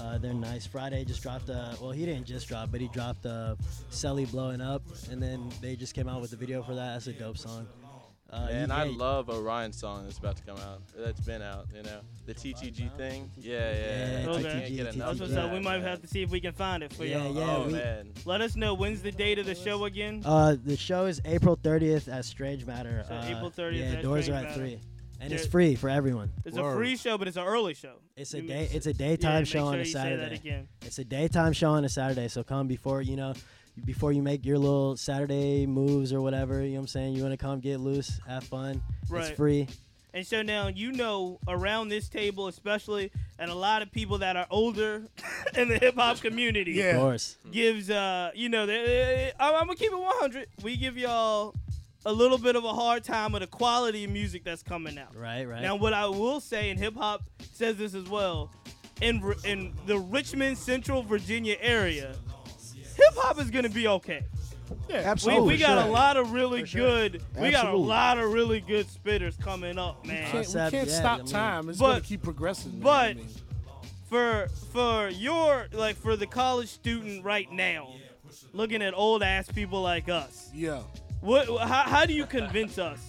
M: Uh, they're nice. Friday just dropped a well, he didn't just drop, but he dropped a Selly blowing up, and then they just came out with the video for that. That's a dope song. Uh,
L: and
M: you-
L: I
M: yeah,
L: love Orion's song that's about to come out. That's been out, you know. The TTG thing. Yeah, yeah. yeah. I can't
B: Okay.
L: get
B: That's
L: enough of
B: what's up. We
L: that.
B: might have to see if we can find it for
M: Yeah,
B: y'all.
M: yeah,
L: Oh, we-
M: man.
B: Let us know when's the date of the show again.
M: Uh, the show is April 30th at Strange Matter.
B: So
M: uh,
B: April 30th
M: Yeah,
B: at
M: doors
B: Strange
M: are at
B: Matter.
M: three, and it's
B: There-
M: free for everyone.
B: It's a free show, but it's an early show.
M: It's
B: You
M: a
B: mean-
M: day. It's a
B: Yeah,
M: daytime
B: make
M: show on
B: sure
M: a
B: you
M: Saturday.
B: Say that again.
M: It's a daytime show on a Saturday, so come before you know, before you make your little Saturday moves or whatever. You know what I'm saying? You want to come get loose, have fun. It's free.
B: And so now you know around this table, especially, and a lot of people that are older [laughs] in the hip hop community.
M: Yeah. Of course.
B: Gives uh, you know, they- I'm, I'm gonna keep it 100. We give y'all a little bit of a hard time of the quality of music that's coming out.
M: Right, right.
B: Now, what I will say, and hip hop says this as well, in Vir- in the Richmond, Central Virginia area, hip hop is gonna be okay.
D: Yeah,
B: We,
M: absolutely,
B: we got
M: sure.
B: a lot of really
M: For sure.
B: good. We got a
M: Absolutely.
B: lot of really good spitters coming up, man.
D: can't- we Concept, can't yeah, stop I mean- time. It's gonna keep progressing, man, I
B: But for for your like for the college student right now, looking at old ass people like us,
D: Yeah.
B: what how, how do you convince us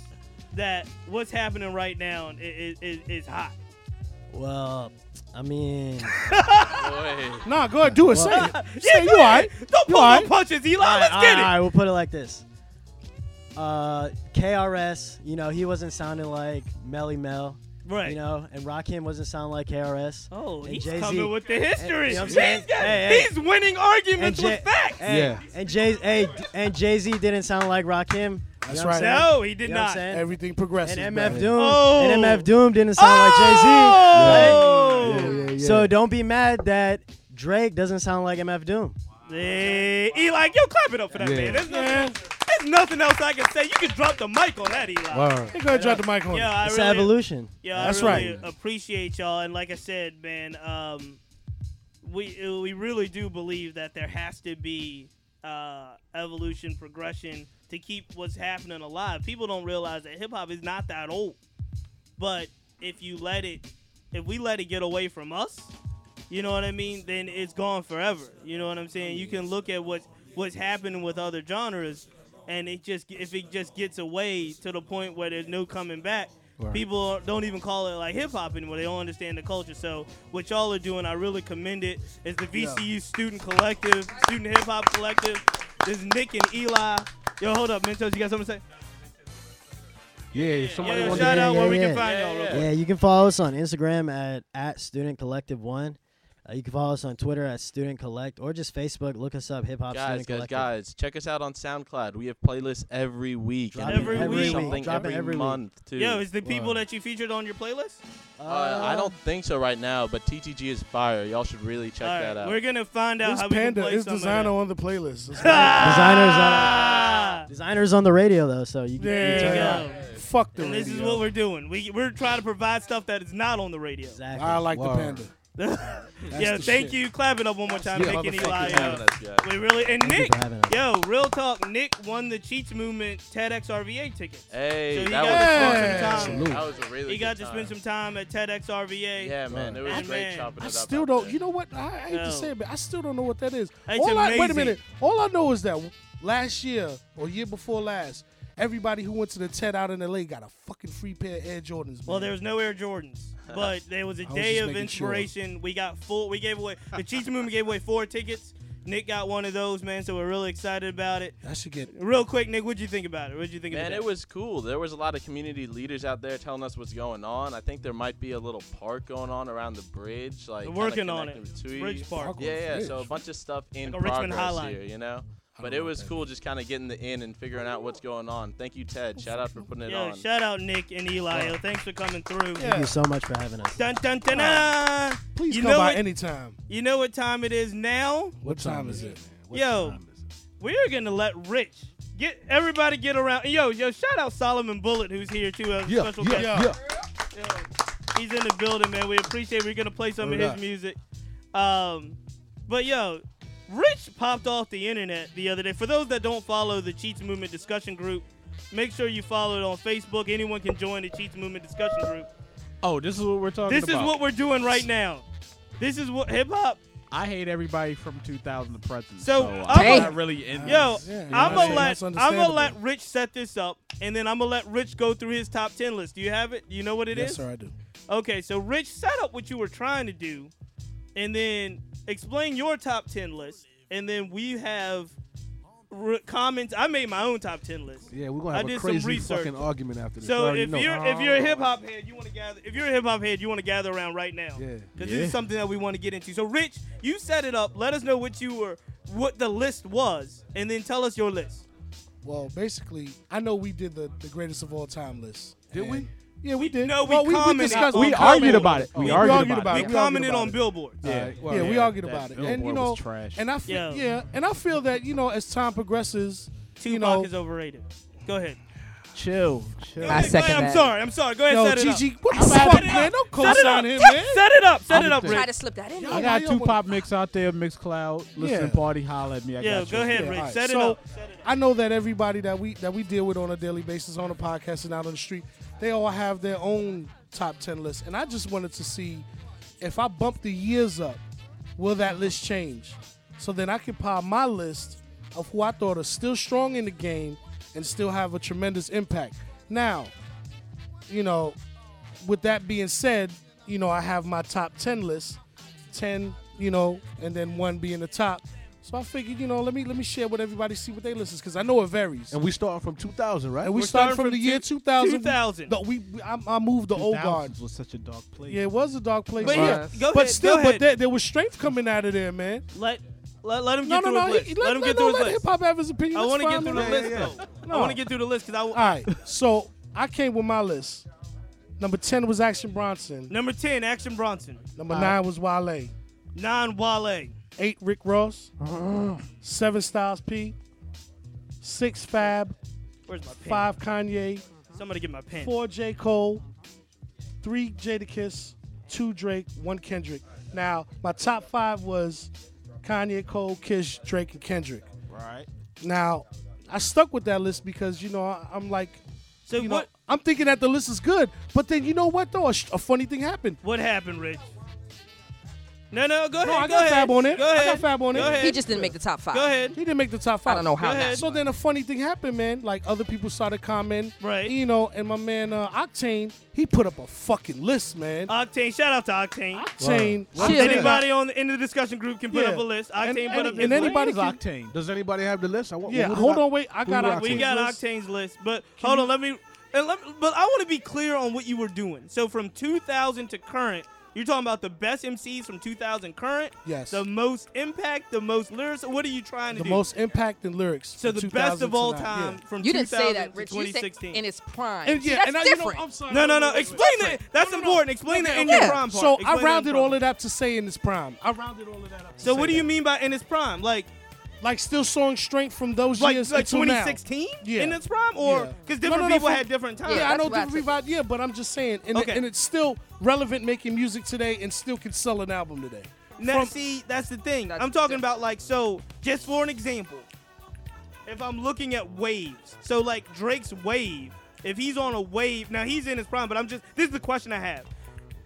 B: that what's happening right now is, is, is hot?
M: Well, I mean.
D: Nah, go ahead, do it. Say
M: [laughs]
D: it. Say it. You all right? You all right?
M: All right, all right, we'll put it like this. Uh, KRS, you know, he wasn't sounding like Melly Mel.
B: Right.
M: You know, and Rakim wasn't sounding like KRS.
B: Oh,
M: and
B: he's
M: Jay-Z-
B: coming with the
M: and-
B: history.
M: you know what I'm
B: He's
M: saying?
B: got- he's winning
M: And
B: arguments with facts.
M: hey,
B: Yeah.
M: And Jay, hey, and Jay Z didn't sound like Rakim.
D: That's
M: you know What
D: right.
M: I'm saying?
D: No, he did
M: You know what I'm
D: not.
M: saying?
D: Everything progresses,
M: And
D: man.
M: MF Doom.
D: Oh.
M: And MF Doom didn't sound
D: Oh.
M: like Jay Z.
D: Yeah, yeah, yeah.
M: So don't be mad that Drake doesn't sound like MF Doom.
B: Yeah, Eli, yo, clap it up for that
M: Yeah.
B: man. There's nothing, else, there's nothing else I can say. You can drop the mic on that, Eli.
M: Word. Hey, go ahead, drop the mic on
B: Yeah,
M: it.
B: I
M: It's
B: really,
M: evolution.
B: Yeah,
M: That's
B: I really
M: right.
B: Appreciate y'all, and like I said, man, um, we uh, we really do believe that there has to be uh, evolution, progression to keep what's happening alive. People don't realize that hip hop is not that old, but if you let it, if we let it get away from us, you know what I mean, then it's gone forever. You know what I'm saying? You can look at what's what's happening with other genres, and it just if it just gets away to the point where there's no coming back,
N: Right.
B: people don't even call it like hip hop anymore. They don't understand the culture. So what y'all are doing, I really commend it. It's the
N: Yeah.
B: VCU Student Collective, Student Hip Hop Collective. This is Nick and Eli. Yo, hold up, Mentos. You got something to say?
C: Yeah, somebody
B: yeah,
C: wants
B: shout
C: to
B: out
C: yeah,
B: where we
C: yeah.
B: can find y'all. Real quick.
M: Yeah, you can follow us on Instagram at, at Student Collective One. Uh, you can follow us on Twitter at Student Collect or just Facebook. Look us up, Hip Hop
L: Guys,
M: Student
L: guys,
M: Collective.
L: guys, check us out on SoundCloud. We have playlists every week.
M: Dropping
L: and we
M: every
L: do
M: week.
L: Something
M: Dropping
L: every,
M: every week.
L: month, too.
B: Yo, is the people that you featured on your playlist?
L: Uh, I don't think so right now, but TTG is fire. Y'all should really check
B: All right,
L: that out.
B: We're gonna find out
D: This
B: how we
D: panda
B: can play
D: is
B: some of
D: designer
B: that.
D: on the
B: [laughs]
D: playlist. That's
M: Designers
B: Ah!
M: on, designers on the radio though, so you can
B: There
M: check
B: you
M: it
B: go.
M: out.
D: Fuck the
B: Oh, And this is
D: radio.
B: what we're doing. We we're trying to provide stuff that is not on the radio.
M: Exactly.
D: I like the Word. panda. That's
B: [laughs] yeah,
D: the
B: thank
D: shit.
B: you. Clap it up one more time,
D: Yeah,
B: Nick and
D: motherfucker. Thank
B: Eli.
D: you for
B: yo.
D: having us, guys.
B: we really and
D: Thank you for having
B: Nick. Yo, real talk. Nick won the Cheats Movement TEDx RVA tickets.
L: Hey,
B: so he got
L: that was
B: to
L: fun.
B: spend some
L: Salute.
B: time.
L: That was a really
B: He got
L: good
B: to
L: time.
B: spend some time at TEDx RVA.
L: Yeah, man, it was
B: And
L: great
B: man,
L: chopping
D: I
L: it up.
D: still don't. You know what? I, I hate
B: No.
D: to say it, but I still don't know what that is.
B: It's
D: all I, wait a
B: amazing.
D: minute. All I know is that last year or year before last, everybody who went to the TED out in LA got a fucking free pair of Air Jordans. Man.
B: Well, there was no Air Jordans,
L: [laughs]
B: but there was a
D: I was
B: day
D: just
B: of
D: making sure.
B: inspiration. We got four. We gave away the Cheats Movement gave away four tickets. Nick got one of those, man. So we're really excited about it.
D: I should get
B: Real quick, Nick, what'd you think about it? What'd you think
L: Man,
B: about
L: it was cool. There was a lot of community leaders out there telling us what's going on. I think there might be a little park going on around the bridge, like kinda
B: working on
L: connecting
B: it.
L: the two.
B: Bridge park.
L: Yeah, yeah.
B: Bridge.
L: So a bunch of stuff in
B: Like a Richmond
L: progress
B: Highline.
L: here, you know. But it was cool just kind of getting the in and figuring out what's going on. Thank you, Ted. Shout out for putting
B: it?
L: it
B: Yo,
L: on.
B: shout out Nick and Eli. Yo, thanks for coming through.
M: Thank you so much for having us.
B: Dun dun dun. dun.
D: Please
B: you
D: come
B: know
D: by
B: what,
D: anytime.
B: You know what time it is now?
D: What time is it?
B: yo, we're gonna let Rich get everybody get around. Yo, yo, shout out Solomon Bullet who's here too as a
C: Yeah,
B: special
C: yeah,
B: guest. Yo, he's in the building, man. We appreciate. We're gonna play some
C: Word
B: of his
C: up.
B: music. Um, but yo, Rich popped off the internet the other day. For those that don't follow the Cheats Movement discussion group, make sure you follow it on Facebook. Anyone can join the Cheats Movement discussion group.
J: Oh, this is what we're talking
B: This
J: about.
B: is what we're doing right now. This is what hip hop.
J: I hate everybody from 2000 to present.
B: So,
J: So,
B: I'm
J: I'm
B: gonna-
J: not really in
B: Yo,
J: this. You know
B: I'm
J: what
B: gonna
J: saying?
B: let I'm gonna let Rich set this up, and then I'm gonna let Rich go through his top ten list. Do you have it? Do you know what it is?
D: Yes, sir, I do.
B: Okay, so Rich, set up what you were trying to do, and then explain your top ten list, and then we have r- comments. I made my own top ten list.
C: Yeah, we're gonna
B: I
C: have
B: did
C: a
B: some
C: crazy
B: research.
C: fucking argument after this.
B: So
C: I already
B: if
C: know.
B: you're if you're a hip hop head, you want to gather. If you're a hip hop head, you want to gather around right now.
C: Yeah.
B: Because
C: Yeah.
B: this is something that we want to get into. So Rich, you set it up. Let us know what you were, what the list was, and then tell us your list.
D: Well, basically, I know we did the, the greatest of all time list.
B: Did
D: And- Yeah, we did.
B: No, we
D: Well, we,
B: commented
D: discussed.
B: on
D: we
B: Billboard.
D: argued about it.
B: We
D: We
B: argued
D: argued
B: about
D: about
B: it.
D: it.
B: We
D: argued
B: commented
D: about
B: on
D: it.
B: Billboard. Yeah.
D: Yeah,
B: Well,
D: yeah, we
B: yeah,
D: argued
B: that
D: about it. And you
B: Billboard
D: know,
B: was trash.
D: and I feel,
B: Yeah.
D: yeah. and I feel that you know, as time progresses, you
B: Tupac
D: know,
B: is overrated. Go ahead.
J: Chill, chill.
B: Go ahead, go ahead. I'm sorry. I'm sorry. Go ahead.
D: Yo,
B: set it
D: Gigi,
B: up.
D: what the
B: Set
D: fuck,
B: it up.
D: man? Don't
B: Set it
D: co-sign
B: up.
D: him, man.
B: [laughs] Set it up. Set it up,
J: Try
B: Rich.
J: to
E: slip that
J: I got two pop mix out there, mix cloud. Listen,
D: Yeah.
J: party, holla at me. I
B: Yeah,
J: got
B: go
J: you.
B: ahead, Rich.
D: alright.
B: Set it
D: so,
B: up.
D: I know that everybody that we that we deal with on a daily basis on the podcast and out on the street, they all have their own top ten list. And I just wanted to see if I bump the years up, will that list change? So then I can pile my list of who I thought are still strong in the game and still have a tremendous impact. Now, you know, with that being said, you know, I have my top 10 list, 10, you know, and then one being the top. So I figured, you know, let me let me share with everybody, see what they listen, because I know it varies.
C: And we starting from 2000, right?
D: And we started from, the year 2000.
B: 2000.
D: No, we, we- I, I moved the old guard.
J: was such a dark place.
D: Yeah, it was a dark place.
B: But
D: yeah,
B: yeah, go
D: but
B: ahead,
D: still,
B: go
D: but
B: ahead.
D: there, there was strength coming out of there, man.
B: Let let, let him
D: No,
B: get
D: no,
B: through
D: no.
B: his
D: he-
B: list.
D: let,
B: let him get
D: no,
B: through
D: no,
B: his
D: let
B: list.
D: hip hop have his opinion.
B: I
D: That's
B: want to get
D: fine,
B: through the
D: man.
B: list though. I want to get through the list because I.
D: All right, so I came with my list. Number ten was Action Bronson.
B: Number ten, Action Bronson.
D: Number nine was Wale.
B: Nine Wale.
D: Eight Rick Ross. Seven Styles P. Six Fab.
B: Where's my pen?
D: Five Kanye.
B: Somebody get my pen.
D: Four J Cole. Three Jadakiss. Two Drake. One Kendrick. Now my top five was Kanye, Cole, Kish, Drake, and Kendrick.
H: Right.
D: Now, I stuck with that list because you know I, I'm like,
B: so
D: you Know, I'm thinking that the list is good, but then you know what though? A, sh- a funny thing happened.
B: What happened, Rich? No, no, go ahead.
D: No, I
B: go
D: got
B: ahead.
D: Fab on it.
B: Go
D: I
B: ahead.
D: got Fab on
B: go
D: it.
B: Ahead.
E: He just didn't make the top five.
B: Go ahead.
D: He didn't make the top five.
E: don't know how Go that ahead.
D: So then a funny thing happened, man. Like other people started commenting, right? You know, and my man uh, Octane, he put up a fucking list, man.
B: Octane, shout out to Octane.
D: Octane, Wow. shit.
B: Anybody on the, in the discussion group can put
D: Yeah.
B: up a list. Octane
D: And-
B: put
D: and-
B: up his
D: and
B: list.
D: anybody Where is
C: Octane. Does anybody have the list? I want.
D: Yeah,
C: who did
D: hold on, wait. I
C: who
D: got
C: did
B: We got Octane's list, but hold on. Let me. And let, but I want to be clear on what you were doing. So from 2000 to current, you're talking about the best MCs from 2000 current.
D: Yes.
B: The most impact, the most lyrics. What are you trying to
D: the
B: do?
D: most impact and lyrics.
B: So
D: from
B: the best of
D: 2000
B: all
D: to now.
B: time
D: Yeah.
B: from
E: You didn't say
B: 2000
E: that,
B: to
E: Rich. You said
B: 2016.
E: in its prime.
D: And
E: See,
D: yeah,
E: that's
D: and I, you know,
E: different.
D: I'm sorry.
B: No, no, no. Explain it. That's important. Explain that in your prime part.
D: So
B: Explain
D: I
B: that
D: rounded
B: in
D: all of that to say in his prime. I rounded all of that up.
B: So what do you
D: mean?
B: mean by in its prime? Like,
D: like still showing strength from those
B: like,
D: years
B: like
D: until now.
B: 2016
D: Yeah.
B: in its prime, or
D: Yeah.
B: because
D: No,
B: different
D: no, no,
B: people
D: from-
B: had different times.
D: Yeah, I know
E: that's what I
D: different people. Yeah, but I'm just saying, and, it-
B: Okay.
D: and it's still relevant, making music today, and still can sell an album today.
B: Now,
D: From-
B: see, that's the thing. I'm talking about like so. Just for an example, if I'm looking at waves, so like Drake's wave, if he's on a wave, now he's in his prime, but I'm just this is the question I have.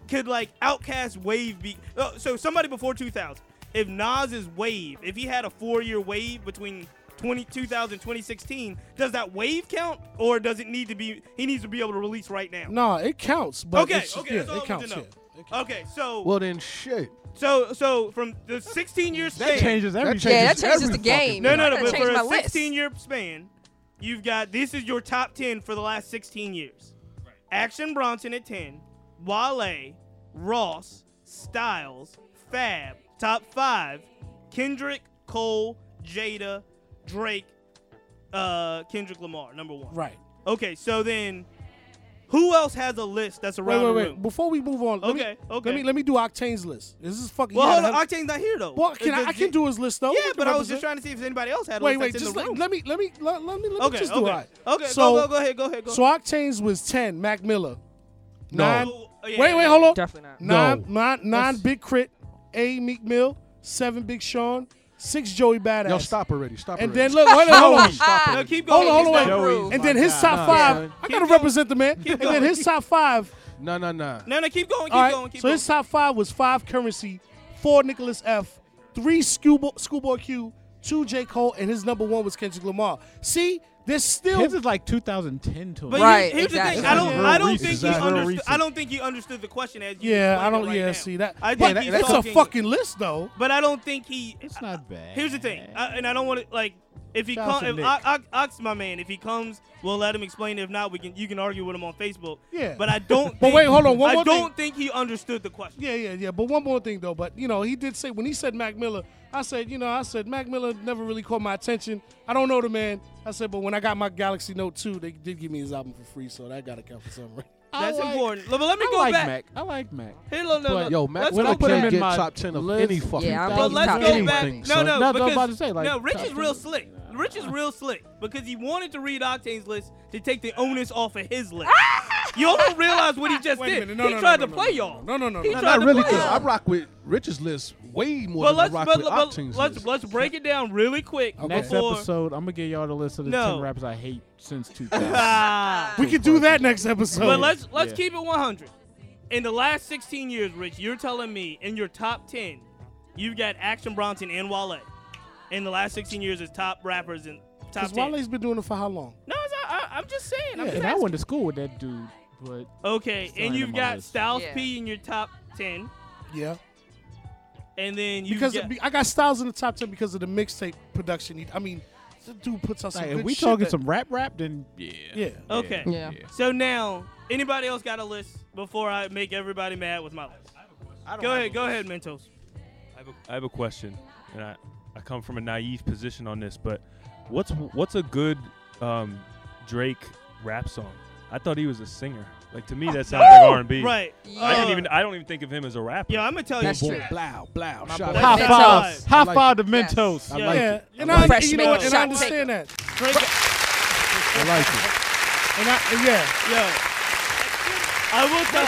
B: Could like Outcast wave be? Uh, so somebody before 2000, if Nas's wave, if he had a four-year wave between 20, 2000 and 2016, does that wave count, or does it need to be? He needs to be able to release right now.
D: Nah, it counts. But
B: okay,
D: it's-
B: okay,
D: yeah,
B: that's all
D: it
B: I want
D: counts.
B: to know.
D: yeah.
B: Okay, so
C: Well then, shit.
B: so so from the 16 year span,
J: changes That everything.
E: yeah, that changes the game.
B: No,
E: man.
B: no,
E: I
B: no.
E: gotta
B: But
E: change
B: for
E: my
B: a
E: list.
B: 16 year span, you've got this is your top 10 for the last 16 years. Action Bronson at 10, Wale, Ross, Styles, Fab, top five, Kendrick, Cole, Jada, Drake, uh, Kendrick Lamar, number one.
D: Right.
B: Okay, so then who else has a list that's around
D: Wait, wait,
B: the
D: wait.
B: room?
D: Before we move on, let me-
B: Okay, okay.
D: Let me let me do Octane's list. This is fucking.
B: Well,
D: you
B: hold
D: gotta
B: on.
D: have-
B: Octane's not here though.
D: Well, can I, I can do his list though.
B: Yeah,
D: We can
B: but I was
D: represent.
B: just trying to see if anybody else had a
D: Wait,
B: list
D: wait,
B: that's in
D: just
B: the
D: let,
B: room.
D: let me let me let, let me let
B: Okay,
D: me just do
B: okay.
D: it. All right.
B: Okay, go,
D: so,
B: go, go ahead, go ahead, go
D: So Octane's was ten. Mac Miller,
C: No.
D: nine.
B: Oh, yeah,
D: wait,
B: yeah,
D: wait,
B: yeah.
D: hold on.
E: Definitely not.
D: Nine,
C: No.
D: nine, nine Big Crit, A Meek Mill, seven Big Sean, six Joey Badass.
C: Yo, stop already. Stop
D: And then
C: already.
D: look, wait, wait, hold on.
C: Stop
B: No,
C: already.
B: keep
D: Hold
B: going.
D: on, hold
B: It's
D: on,
B: not
D: wait.
B: rude.
D: And then his top five. I gotta represent the man. And then his top five.
C: No, no, no.
B: No, no, keep going, keep
D: All right.
B: going, keep
D: so
B: going.
D: his top five was five Currency, four Nicholas F, three Schoolboy, Schoolboy Q, two J Cole, and his number one was Kendrick Lamar. See, there's still
J: His is like 2010 to
B: But
J: him.
E: Right,
B: here's, here's
E: exactly.
B: the thing. I don't.
J: Real
B: I don't
J: recent.
B: think
J: Exactly.
B: you
J: Real
B: understood. I
J: recent.
B: don't think you understood the question as you.
D: yeah,
B: explained
D: I don't.
B: It right
D: yeah,
B: now.
D: see that.
B: I
D: but
B: think he's
D: that's
B: talking,
D: a fucking list though.
B: But I don't think he.
J: It's not bad.
B: Here's the thing, I, and I don't want to like. If he
J: Shout out
B: comes,
J: to
B: if
J: Nick.
B: I, I, Ox, my man, if he comes, we'll let him explain. If not, we can. You can argue with him on Facebook.
D: Yeah.
B: But I don't.
D: But
B: think-
D: wait, hold on, one
B: I
D: more
B: don't think he understood the question.
D: Yeah, yeah, yeah. But one more thing though. But you know, he did say when he said Mac Miller, I said, you know, I said Mac Miller never really caught my attention. I don't know the man. I said, but when I got my Galaxy Note 2, they did give me his album for free, so that gotta count for something. Right?
B: That's
J: I like-
B: important. But let me
J: I
B: go
J: like
B: back.
J: Mac. I like Mac.
B: Here, no, no,
J: But-
B: no.
C: Yo, Mac
B: Let's
J: when I
C: Miller
B: go
J: put him
C: can't
J: in
C: get
J: my
C: top ten of
J: list-
C: any fucking.
E: Yeah, I'm
B: But
E: But
B: let's
E: top
B: go
E: ten.
B: back.
C: Anything,
B: no,
C: son.
B: no,
J: No, I was
B: because
J: about to say, like,
B: no, Rich
J: top
B: is
J: ten.
B: real slick. Rich is real slick because he wanted to read Octane's list to take the onus off of his list.
D: [laughs]
B: y'all don't realize what he just
D: Wait a
B: did.
D: minute, no,
B: he
D: no,
B: tried
D: no,
B: to
D: no,
B: play
D: no,
B: y'all.
D: no, no, no,
B: He
D: no.
C: Nah,
B: tried
C: not
B: to
C: really,
B: play
C: because I
B: y'all.
C: rock with Rich's list way more
B: But
C: than I
B: let's
C: rock
B: but,
C: with
B: but
C: Octane's
B: let's
C: list.
B: let's break it down really quick
J: Next
B: before. [laughs]
J: episode, I'm gonna get y'all the list of the
B: No.
J: 10 rappers I hate
B: [laughs]
J: since 2000.
B: Ah.
D: We could do that next episode.
B: But let's let's
J: Yeah.
B: keep it 100. In the last 16 years, Rich, you're telling me in your top 10, you've got Action Bronson and Wale. In the last 16 years, as top rappers and top
D: Because
B: 10.
D: Wale's been doing it for how long?
B: No, it's, I, I, I'm just saying. I'm
J: Yeah,
B: just
J: and I
B: asking.
J: went to school with that dude but
B: Okay,
J: still
B: and
J: ain't
B: you've
J: in my
B: got
J: list.
B: Styles
D: Yeah.
B: P in your top ten,
D: Yeah.
B: and then you
D: Because
B: got,
D: of- I got Styles in the top ten because of the mixtape production. He, I mean, the dude puts
B: Oh,
D: out some
J: Like,
D: good
J: if we
D: shit
J: talking
D: that-
J: some rap rap, then yeah.
B: Okay. So now, anybody else got a list before I make everybody mad with my list? Go ahead, go ahead, Mentos.
F: I have a question, and I, I come from a naive position on this, but what's what's a good um, Drake rap song? I thought he was a singer. Like to me, that sounds like R and B.
B: Oh, Right.
F: I didn't
B: Yeah.
F: even. I don't even think of him as a rapper.
B: Yeah, I'm gonna tell you.
C: Blow, blow,
F: My
C: shout
F: boy
C: out.
F: High five.
C: I like
F: High
C: it.
F: five to Mentos.
C: I
F: Yeah.
C: like
D: yeah,
C: it.
D: and
C: I
D: I,
C: like
D: and
C: it.
D: you know what, and I understand that.
C: I like it.
D: And I, and yeah,
B: yo, I will tell.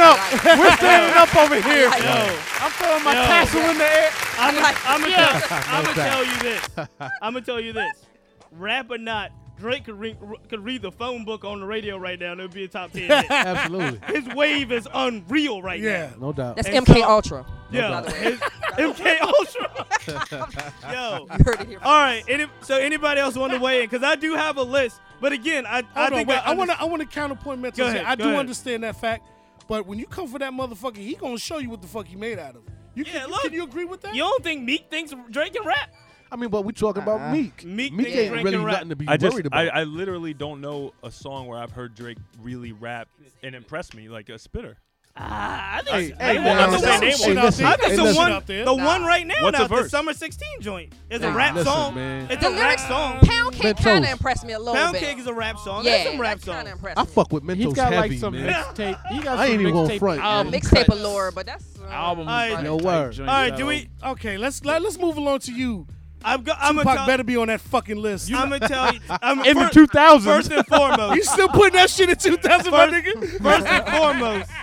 B: [laughs]
J: up. We're standing up over here.
B: Yo.
J: I'm throwing my castle in the air.
B: I'm gonna I'm gonna tell,
J: [laughs]
B: I'm gonna
J: Like that.
B: tell you this. I'm gonna tell you this. Rap or not, Drake could, re- could read the phone book on the radio right now. and It would be a top ten.
J: [laughs]
B: hit.
C: Absolutely.
B: His wave is unreal right
C: Yeah.
B: now.
C: No doubt. That's
E: MK Ultra,
B: Yeah.
E: by the way.
B: his- MK
J: [laughs]
B: Ultra. [laughs] Yo.
E: You heard it here.
B: All right. Any, so anybody else want to weigh in? Because I do have a list. But again, I, I
D: Hold on,
B: think
D: wait,
B: I,
D: I want to I want to counterpoint Mentos.
B: Go
D: here.
B: ahead,
D: I
B: go
D: do
B: ahead.
D: understand that fact, but when you come for that motherfucker, he gonna show you what the fuck he made out of. You can, you- can you agree with that?
B: You don't think Meek thinks Drake and rap?
C: I mean, but we talking about Meek.
B: Meek thinks
C: ain't
B: Drake
C: really
B: can rap.
C: nothing to be
F: I just,
C: worried about.
F: I, I literally don't know a song where I've heard Drake really rap and impress me like a spitter.
B: Ah, I
F: Hey,
B: think
F: hey,
B: I-
F: man,
B: I'm
F: listen,
B: saying
F: hey,
B: name one.
F: listen,
B: I think
F: hey,
B: the
F: listen.
B: one,
F: Out there.
B: the
F: Nah.
B: one right now,
F: What's a
B: now the
F: verse?
B: summer '16 joint is a
C: Nah.
B: rap
C: Listen,
B: song.
C: man.
B: It's
E: The
B: a rap
E: lyrics-
B: song.
E: Pound Cake
C: Mentos.
E: kind of impressed me a little
B: Pound
E: bit.
B: Cake is a rap song.
E: Yeah,
B: There's some rap
E: that kind
B: songs.
E: of impressed
C: I
E: me.
C: fuck with Mentos
J: He's got
C: heavy,
J: like some
B: [laughs]
C: man.
J: mixtape. He got
C: I
J: some
C: ain't even gonna
J: mixtape
C: front, man.
J: album
E: Uh, Mixtape
J: cuts.
E: allure, but that's uh,
J: Album.
B: All right.
J: cut
C: No
J: type
C: word.
J: joint,
B: All right,
J: so-
B: do we?
D: Okay, let's let, let's move along to you.
B: I'm go, I'm gonna
D: Tupac
B: tell.
D: better be on that fucking list.
B: I'm gonna tell
D: [laughs]
B: you. I'm,
J: In the
B: fir-
J: 2000s.
B: First and foremost.
D: you still putting that shit in 2000, my [laughs]
B: First-
D: nigga?
B: First and foremost. [laughs]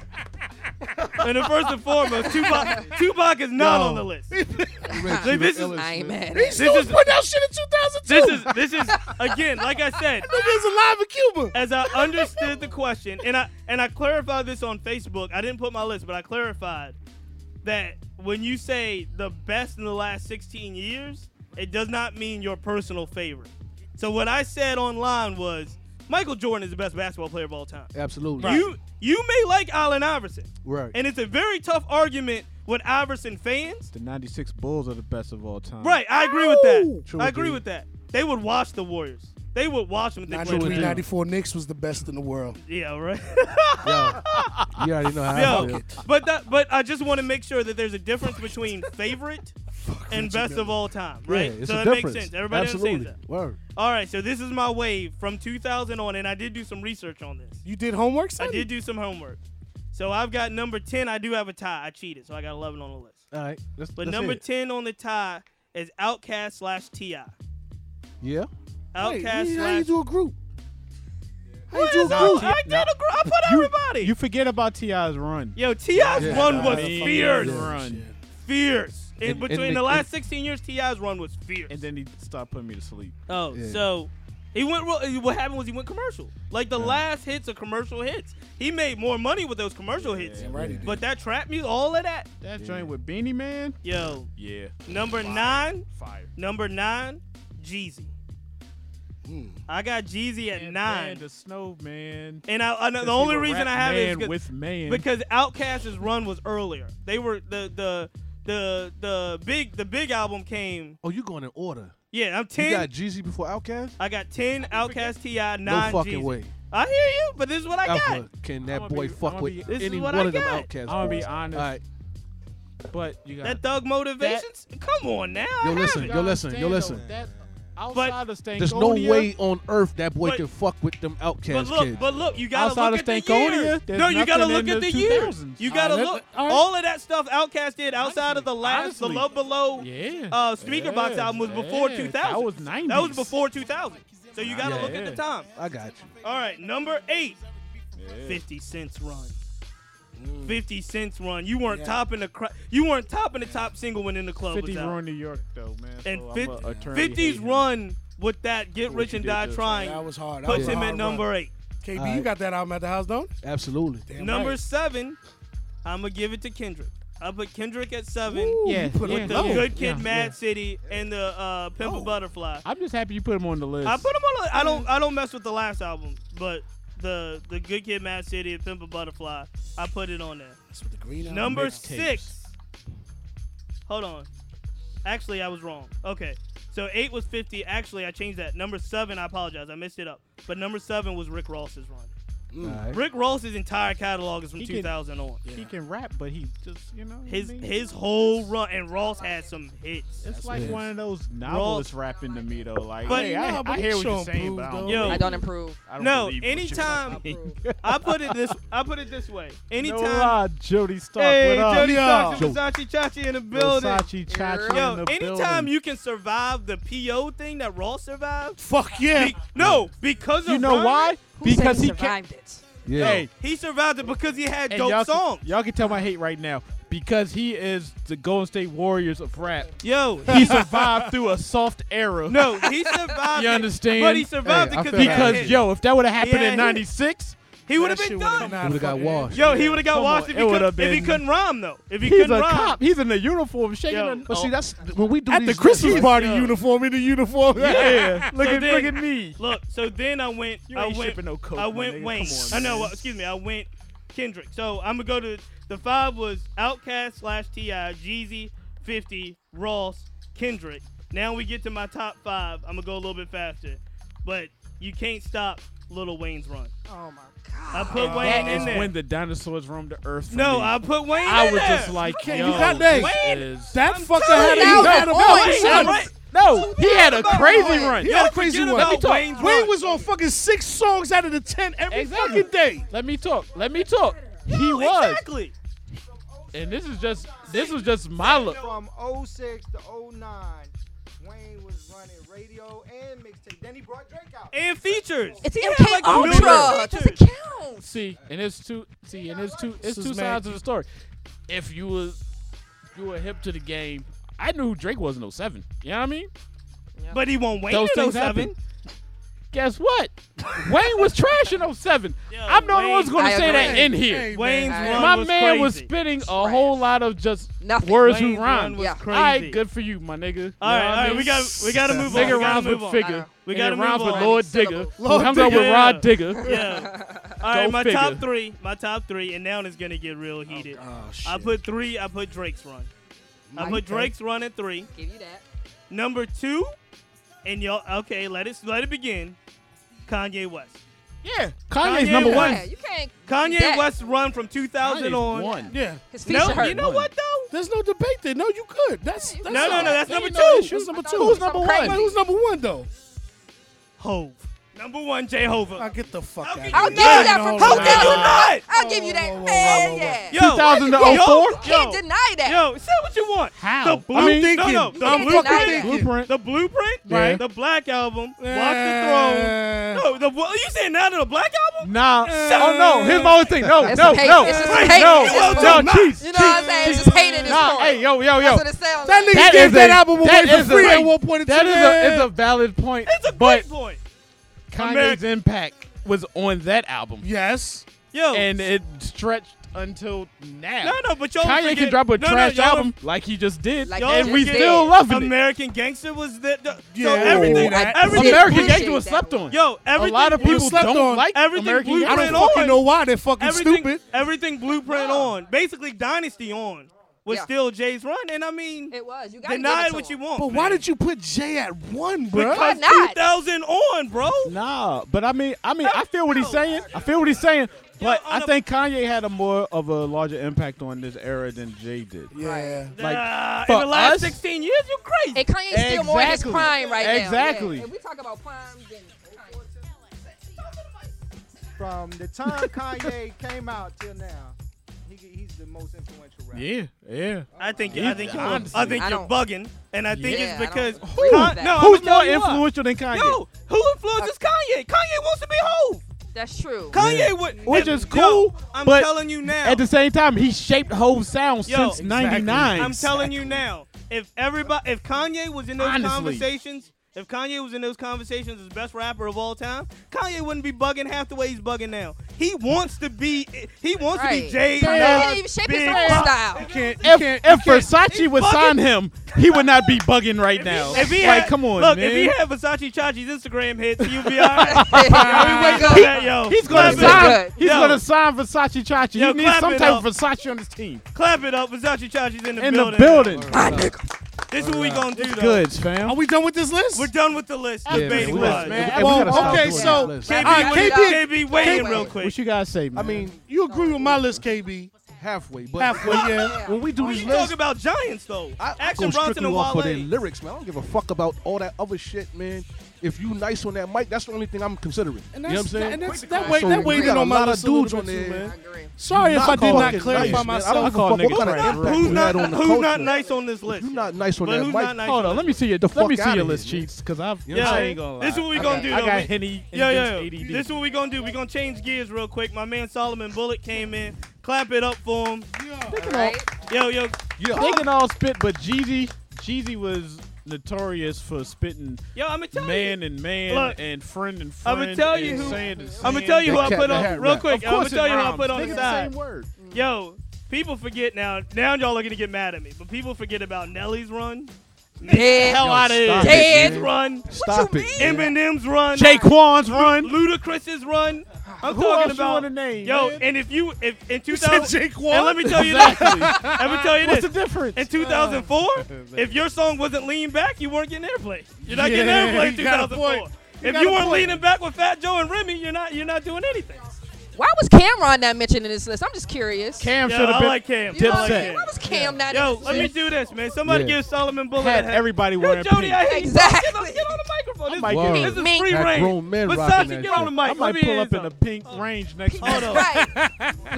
B: And the first and foremost, Tupac,
F: [laughs]
B: Tupac is not on the list. Like, this is
E: I ain't mad.
D: He
E: At
D: still
B: is-
D: putting that shit in 2002.
B: this is this is
D: [laughs]
B: again, like I said,
D: Nigga's alive in Cuba.
B: as I understood the question, and I and I clarified this on Facebook. I didn't put my list, but I clarified that when you say the best in the last 16 years, it does not mean your personal favorite. So what I said online was Michael Jordan is the best basketball player of all time.
C: Absolutely.
B: You you may like Allen Iverson,
C: right.
B: and it's a very tough arguement with Iverson fans.
J: The '96 Bulls are the best of all
H: Um,
J: time.
B: Right, I agree with that.
C: True
B: I agree
C: indeed.
B: with that. They would watch the Warriors. They would watch them if they played.
D: 93,
B: with them.
D: 94 Knicks was the best in the world.
B: Yeah,
C: [laughs]
B: right.
C: you already know how I
B: Yeah,
C: feel.
B: but that, but I just want to make sure that there's a difference between favorite and best of all time, right?
C: Yeah, it's
B: so
C: a
B: it
C: difference.
B: makes sense. Everybody
C: Absolutely.
B: understands that.
C: Word.
B: All right, so this is my wave from 2000 on, and I did do some research on this.
D: You did homework,
B: I
D: son?
B: did do some homework. So I've got number 10. I do have a tie. I cheated, so I got 11 on the list.
C: All right. Let's,
B: But
C: let's
B: number
C: hit it.
B: 10 on the tie is Outcast slash Ti.
C: Yeah. Wait,
B: Outcast
C: you- how you
B: slash.
C: do a group? How you
B: What
C: do a
B: is that?
C: group?
B: I did a group. I put
J: You,
B: everybody.
J: you forget about Ti's run.
B: Yo, Ti's
C: Yeah.
B: run was
J: I mean,
B: fierce.
J: his Run.
B: fierce. In,
C: And- and
B: between
C: the-
B: the last
C: and-
B: 16 years, Ti's run was fierce.
J: And then he stopped putting me to sleep.
B: oh,
C: Yeah.
B: so he went. real- What happened was he went commercial. Like the last hits are commercial hits. He made more money with those commercial hits.
D: right he did.
B: But that trap music, all of that.
J: That joint with Beanie Man.
B: Yo,
J: Yeah.
B: number nine,
J: Fire.
B: number nine, Jeezy. I got Jeezy at nine.
J: Man, the Snowman.
B: And I, I know
J: Since
B: the
J: he
B: only
J: would
B: reason
J: rap
B: I have it
J: man
B: is 'cause-
J: with man.
B: because Outkast's run was earlier. They were the the the the big the big album came.
C: Oh, you going in order?
B: Yeah, I'm
C: You
B: ten.
C: got Jeezy before Outkast?
B: I got ten Outkast Ti nine.
C: No fucking
B: Jeezy.
C: way.
B: I hear you, but this is what I got.
C: Alpha, can
J: I'ma
C: that boy
J: be-
C: fuck
J: I'ma
C: with
J: be-
B: This is
C: any
B: what
C: one
B: I
C: of them
B: got.
C: Outkast
J: I'ma be
C: boys?
J: honest.
C: All right.
J: but you got
B: That thug motivations. Come on now. I
C: Yo,
B: have
C: listen,
B: it.
C: yo, listen, yo, listen.
J: That
B: outside
J: outside of Stankonia,
C: There's no way on earth that boy
B: But-
C: can fuck with them Outkast
B: But look,
C: kids.
B: but look, you gotta
J: Outside
B: look
J: of
B: at the
J: Stankonia,
B: years.
J: there's
B: No, you gotta
J: nothing
B: look
J: in
B: at the
J: the
B: years.
J: 2000s.
B: You gotta
J: Alright,
B: look.
J: let- alright.
B: All of that stuff Outkast did outside of the last, the
J: honestly.
B: Love Below,
J: Yeah.
B: uh, Speaker Box
J: Yeah,
B: album was before
J: yeah.
B: 2000.
J: That was 90s.
B: That was before 2000. So you gotta
J: Yeah.
B: look at the time.
C: I got you.
B: All right, number eight. 50 Cent's run. 50 Cent's run. You weren't
D: Mm. Yeah.
B: topping the cr- you weren't topping the top single when in the club
J: 50
B: was out.
J: ruined New York though, man.
B: and
J: so I'm a attorney
B: 50's
J: hating.
B: run with that Get
J: what
B: Rich
J: you
B: and
J: did
B: Die
J: just-
B: Trying
D: That was hard. That
B: puts
D: was a
B: him at
D: hard
B: number
D: run.
B: eight.
D: KB,
C: All
D: you
C: right.
D: got that album at the house, don't? you?
C: Absolutely.
D: Damn
B: number
D: right.
B: seven, I'm gonna give it to Kendrick. I put Kendrick at seven
J: Yeah,
D: put Oh.
J: yeah,
B: with the
J: yeah,
B: Good Kid,
J: yeah,
B: Mad
J: yeah.
B: City, and the uh, Pimple Butterfly.
J: I'm just happy you put him on the list.
B: I put him on. A, I don't. I don't mess with the last album, but the the Good Kid, Mad City, and Pimp a Butterfly. I put it on there. That's
D: with the green album
B: Number
D: mixtapes.
B: six. Hold on. Actually, I was wrong. Okay, so eight was fifty. Actually, I changed that. Number seven. I apologize. I missed it up. But number seven was Rick Ross's run.
H: Alright.
B: Rick Ross's entire catalog is from
H: Mm. He can-
B: 2000 on.
H: He can rap, but he just you know what I
B: His
H: mean?
B: his whole run and Ross had some hits.
H: It's like one of those novelists rapping to me though. Like,
B: But-
H: hey, I,
B: Nah, but
H: I
B: he
H: hear what
B: sure
H: you're saying, but I
B: improved,
H: don't,
B: though. Yo. I don't
E: improve.
H: I don't
B: no,
H: believe what you're
B: anytime
H: saying.
B: [laughs] I put it this I put it this way.
H: [laughs]
B: Anytime
H: No lie, Jody Stark.
B: Hey,
H: what up?
B: Jody Stark and Versace Chachi in the building.
H: Versace Chachi
B: Yo,
H: in the
B: anytime
H: building.
B: you can survive the PO thing that Ross survived.
H: Fuck yeah.
B: Be- no, because of
H: You know
B: Ron,
H: why? Because he
E: survived it.
H: Yeah. Hey,
B: He survived it because he had
H: and
B: dope
H: y'all
B: songs.
H: Can, y'all can tell my hate right now because he is the Golden State Warriors of rap.
B: Yo,
H: he survived through a soft era.
B: No, he survived.
H: You
B: it,
H: understand?
B: But he survived
H: Hey, I
B: it
H: feel
B: he
H: that.
B: had
H: Because,
B: hit.
H: yo, if that would've
B: He
H: happened in
B: had hit.
H: 96,
B: he would have been done.
C: He would've got washed.
B: Yo, he would have got
H: Come
B: washed
H: on,
B: if
H: it
B: he, could,
H: would've
B: if he
H: been-
B: couldn't rhyme though. If he
H: he's
B: couldn't
H: a
B: rhyme,
H: cop. He's in the uniform shaking.
B: Yo.
H: the-
C: But see, that's when we do
H: at
C: these
H: the Christmas
C: lists,
H: party
C: yo,
H: uniform in the uniform. Yeah, [laughs] look
B: So
H: at
B: then-
H: look at me.
B: Look, so then I went.
H: You
B: I
H: ain't
B: went.
H: shipping no coke,
B: I
H: my
B: went
H: nigga. Come
B: Wayne.
H: on,
B: I know.
H: man.
B: uh, excuse me. I went Kendrick. So I'm gonna go to the five was Outkast slash Ti, Jeezy, Fifty, Ross, Kendrick. Now we get to my top five. I'm gonna go a little bit faster, but you can't stop Little Wayne's run.
E: Oh my
B: I put
H: That
B: Wayne
H: is
B: in there.
H: when the dinosaurs roamed the earth. for
B: No,
H: me.
B: I put Wayne
H: I
B: in
H: was
B: there.
H: just like,
B: You
H: yo,
B: got
H: this
B: Wayne?
H: is
D: That fucker had
B: telling
D: a
B: you,
D: he had
B: no,
D: a
B: Wayne
D: bad
B: had
D: shot.
B: right-
H: No, he had a
B: about
H: crazy
B: Wayne.
H: run.
B: You
H: He had a
B: don't
H: crazy
B: forget
H: run.
B: about
H: Let me talk.
B: Wayne's run. Wayne was
H: on fucking six songs out of the ten every fucking day. Let me talk. Let me talk. he was,
B: Exactly.
H: and this is just this was just my look.
K: From 06 to 09, Wayne was running radio and mixtape. Then he brought Drake out.
B: And features.
E: It's
B: He had
E: MK
B: a million
E: Ultra.
B: features.
E: Doesn't count.
H: See, and it's two. See, and it's two. It's
D: This
H: two
D: is mad
H: sides of the story. If you was you were hip to the game, I knew who Drake was in 07. You know what I mean?
B: But he won't Wayne
H: Those
B: in
H: things
B: 07.
H: happen. Guess what? Wayne was trash in
B: [laughs]
H: 07. I'm the only one's gonna
B: I
H: say that
B: agree.
H: in here.
B: Hey, Wayne's man. run
H: My
B: was
H: man was
B: crazy.
H: spitting a whole lot of just
E: Nothing.
H: words
B: Wayne's
H: who
B: run
H: rhyme.
B: was Yeah. crazy.
H: All right, good for you, my nigga.
B: All right, all right, we got we got to move on.
H: Nigga
B: we gotta
H: rhymes
B: move
H: with
B: on.
H: figure.
B: We
H: Nigga
B: got to move
H: rhymes
B: on.
H: with Lord Digger. Who comes up with Rod Digger. [laughs]
B: Yeah. All right,
H: Go
B: my
H: figure.
B: top three, my top three, and now it's gonna get real heated.
E: Oh,
B: I put three. I put Drake's run. I
E: Mike,
B: put
E: okay.
B: Drake's run at three.
E: Give you that.
B: Number two, and y'all okay. Let it let it begin. Kanye West.
H: Yeah,
B: Kanye's
H: Kanye's
B: Kanye
H: number
B: number one.
H: one.
E: Yeah, you can't.
B: Kanye
E: that.
B: West's run from 2000
H: Kanye's
B: on.
H: one.
D: Yeah.
E: His feet
B: No,
E: hurt.
B: you know what though?
D: There's no debate there. No, you could. That's, that's
B: No, no, no, that's number
D: no
B: two.
D: issue. That's number
E: I
D: two.
E: thought it was something crazy.
D: But who's number one though?
B: Hove. Number one, Jehovah.
D: I get the fuck out. of
E: I'll
D: here.
E: give you that
D: No,
E: from
D: no,
B: How
D: no.
B: can you not?
E: I'll give you
D: Whoa, whoa, whoa,
E: that.
D: whoa,
E: Hell
D: whoa.
E: yeah.
B: Yo,
H: 2004?
B: yo,
E: Can't deny that.
B: Yo, say what you want.
H: How?
B: The
H: I
B: blue,
H: mean,
B: no, no,
H: thinking.
B: the
E: I'm
B: blueprint,
E: thinking.
H: Blueprint.
B: the blueprint,
H: Yeah.
B: right? The Black Album,
D: Eh.
B: Watch the Throne. No, the are you saying now to the Black Album?
H: Nah.
B: Uh,
H: oh no, here's my other thing. No,
E: It's
H: no,
E: some hate.
H: no,
E: It's just
H: Wait,
E: hate.
H: no,
E: It's just
H: no,
E: some-
H: cheese.
E: You know what I'm saying? It's just hate at this
H: Nah,
E: point.
H: hey, yo, yo, yo.
E: That's what it sounds
D: That
E: like.
D: nigga
H: That
D: gave
H: is
D: that
H: a-
D: album away
H: that
D: for
H: is a-
D: free at one point in
H: That
D: time.
H: is a it's a valid point.
B: It's a
H: but
B: great point.
H: Kanye's
B: America-
H: impact was on that album,
D: yes.
B: Yo,
H: and it stretched until now.
B: no, no, but y'all
H: Kanye
B: forget,
H: can drop a
B: no, no,
H: trash
B: y'all
H: album like he just did,
E: Like
B: he
H: and we
B: just
H: still
E: did.
H: loving it.
B: American Gangster was that. The,
D: Yeah,
B: so everything,
E: I-
B: everything,
E: Ameri-
H: American
E: appreciate
H: Gangster was
E: that
H: slept
E: one.
H: on.
B: yo,
H: a
B: everything,
H: lot of
D: was
H: people
D: slept
H: don't
D: on.
H: like
B: Everything
H: American
B: Blue
H: Gangster.
D: I don't
B: Blueprint on.
D: fucking know why they're fucking
B: everything,
D: stupid.
B: everything Blueprint on, basically Dynasty on, was
E: Yeah.
B: still Jay's run, and I mean,
E: It was. You got
B: deny it what you want.
D: But why did you put Jay at one, bro?
B: Because
E: Why not?
B: 2000 on, bro.
H: Nah, but I mean, I mean, I feel what he's saying. I feel what he's saying. But
B: on
H: I
B: a-
H: think Kanye had a more of a larger impact on this era than Jay did.
D: yeah.
H: Like,
B: Nah, Uh, in
H: for
B: the last
H: us-
B: 16 years, you crazy.
E: And Kanye's still more in his
H: Exactly.
E: prime right now.
H: Exactly.
E: Yeah. If we talk about prime, then Kanye.
K: From the [laughs] time Kanye came out till now, he, he's the most influential rapper.
H: Yeah, yeah.
B: I think I
H: Yeah,
B: think you're,
H: honestly.
B: I think
E: I
B: you're
E: don't-
B: bugging, and I think
E: Yeah, I
B: it's because
E: don't agree with that.
B: no, I'ma
H: Who's
B: tell
H: more
B: you why.
H: influential than Kanye?
B: Yo, who influences Kanye? Kanye wants to be Hov.
E: That's true.
B: Kanye would,
H: Which is
B: if- yo,
H: cool,
B: I'm
H: but
B: telling you now.
H: At the same time, he shaped Hove's sound
B: Yo,
H: since
B: Exactly.
H: '99.
B: I'm telling you now. If everybody, if Kanye was in those
H: Honestly.
B: conversations, If Kanye was in those conversations as best rapper of all time, Kanye wouldn't be bugging half the way he's bugging now. He wants to be. He wants to
E: Right.
B: be Jay.
E: He can't even shape his
B: Big
E: own
B: Pop.
E: style.
B: You
N: can't- you
H: If,
N: can't-
H: if
N: you can't-
H: Versace would
B: Fucking-
H: sign him, he would not be bugging right now.
B: If he
H: like,
B: had,
H: come on,
B: look,
H: man.
B: if he had Versace Chachi's Instagram hits, you'd
E: [laughs]
B: be all right. Yo, we waiting on
H: He-
B: that, yo.
H: He's gonna
B: Clap it.
H: sign. He's
B: Yo,
H: gonna sign Versace Chachi.
B: Yo,
H: he needs
B: clap
H: some
B: it
H: type
B: up.
H: of Versaci on his team.
B: clap it up. Versace Chachi's in the
H: In the
B: building.
H: building.
B: My nigga. This is what we gonna do, though.
H: Goods, fam.
N: Are we done with this list?
B: We're done with the list.
H: Yeah,
B: the
H: man,
B: baiting
H: we gotta-
B: wise.
H: man,
B: Yeah,
H: we
B: well,
H: gotta stop
B: okay,
H: doing
B: so
H: this list.
B: KB,
H: All right,
B: wait-
H: KB,
B: KB, wait in
H: KB,
B: real quick.
H: What you guys say, man?
C: I mean,
N: You agree with my list, KB?
C: halfway, but
N: [laughs] Halfway, yeah.
C: when we do
B: We
C: these
B: can
C: lists,
B: talk about Giants though.
C: I go
B: Action Bronson
C: strictly
B: and
C: off
B: Wale.
C: of their lyrics, man. I don't give a fuck about all that other shit, man. If you nice on that mic, that's the only thing I'm considering. you know
N: And
C: what I'm
N: that's-
C: saying?
N: and that's- that
C: So
N: weighed- that
C: we
N: weighed
C: got
N: in
C: a
N: on my
C: lot of
N: list a little
C: dudes
N: bit
C: on
N: too,
C: there.
N: man. Sorry if I did not
C: fucking
N: clarify
C: nice, man. I
N: myself.
C: don't
H: call
C: give a
H: niggas
C: fuck about
H: trash.
C: all that
B: Who's not
C: bad on the
B: who's not
C: culture.
B: nice on this list?
C: You not nice on
B: But
C: that
B: who's
C: mic.
B: not nice
H: Hold
B: on
H: on, let me see your
C: fuck
H: let me see
C: outta
H: your
C: here,
H: list,
C: man.
H: Chiefs, because I've
C: You know
B: Yeah,
H: I ain't gonna lie.
B: this is what we
H: I
B: gonna
H: got-
B: do.
H: I
B: though.
H: got
B: We-
H: Henny. and
B: Yeah, yeah.
H: Vince
B: yeah.
H: ADD.
B: This is what we gonna do. We gonna change gears real quick. My man Solomon Bullet came in. Clap it up for him. Yo, yo.
H: They can all spit, but Jeezy, Jeezy was notorious for spitting
B: Yo, I'ma tell
H: man and man
B: Look,
H: and friend and
B: I'ma
H: friend.
B: tell you
H: and
B: who-
H: Sand and
B: I'ma
H: sand.
B: tell you who I
C: That
B: put
C: cat
B: on
C: that
B: real
C: rap.
B: quick.
H: Of
B: I'ma
H: course it
B: tell you who I
H: rhymes. Mm.
B: put on
H: Nigga,
B: the
H: the
B: side.
H: same word.
B: Yo, people forget now. Now y'all are gonna get mad at me, but people forget about Nelly's run.
E: Dead.
H: Hell out of
C: stop
H: here.
C: it.
E: Dead.
B: His run.
C: Stop it. man.
B: Eminem's run.
H: Jaquan's run.
B: Ludacris's run. I'm
H: Who
B: talking
H: else you
B: about
H: wanna name,
B: Yo,
H: man?
B: and if you if in
N: said
B: 2000
N: Jake
B: and let
N: Wall.
B: me tell you this. [laughs] Let me tell you
H: What's the
B: this.
H: difference? [laughs]
B: In 2004, if your song wasn't lean back, you weren't getting airplay. You're not getting
N: Yeah,
H: [laughs]
B: airplay in
N: you got a
B: 2004.
N: point. You
B: If
N: got
B: you
N: a
B: weren't
N: point.
B: leaning back with Fat Joe and Remy, you're not you're not doing anything.
E: Why was Cameron not mentioned in this list? I'm just curious.
H: Cam
B: Yo,
H: should have
B: I
H: been
B: like Cam.
E: You
B: I
E: know
B: like
E: what I'm saying?
B: Cam.
E: Why was Cam not in
B: Yo,
E: this
B: let me
E: list?
B: do this, man. Somebody
C: Yeah.
B: give Solomon Bullet
H: had
B: a hat.
H: everybody
B: Yo,
H: wearing
B: Jody,
H: pink.
B: I hate you. Get on-
E: Exactly.
B: Get on the microphone.
H: might
C: get-
B: This, is- this is
E: Mink.
B: free
C: That
B: range.
C: grown men
B: Versace,
C: rocking that
B: get on
C: shit.
B: the mic.
H: I might
B: Let me
H: pull
B: hear
H: up in a
B: something. Oh.
H: pink range next
E: That's
H: month.
E: right.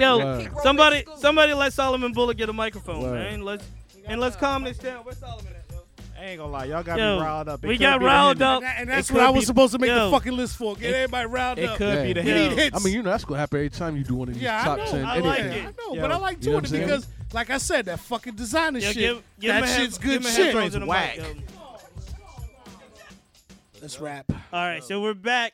H: [laughs]
B: Yo,
C: Word.
B: somebody,
E: Roll in school.
B: somebody, let Solomon Bullet get a microphone,
C: Word.
B: man. Let's and let's calm this down. Where's Solomon at? yo?
H: I ain't gonna lie, y'all got
B: Yo,
H: me riled up. It
B: we
H: could
B: got
H: be the
B: riled
H: Henny.
B: up.
N: And, that- and that's
B: It
N: what
B: could
N: I was
B: be-
N: supposed to make
B: Yo.
N: the fucking list for. Get everybody riled
H: It
N: up.
H: could be the
C: Yeah.
N: We
H: Henny.
N: need hits.
C: I mean, you know that's gonna happen every time you do one of these
N: Yeah, I
C: top
N: know.
C: ten.
B: I like
C: anything.
B: it.
N: I know, but I
H: Yo.
N: like
C: You know
N: doing
C: what
N: it
C: I'm saying?
N: because, like I said, that fucking designer
B: Yo,
N: shit.
B: give, give him
N: that
B: a head-
N: shit's good
B: give him a
N: shit.
B: headphones and a mic,
H: whack.
B: yo.
N: Let's rap.
B: All right, so we're back.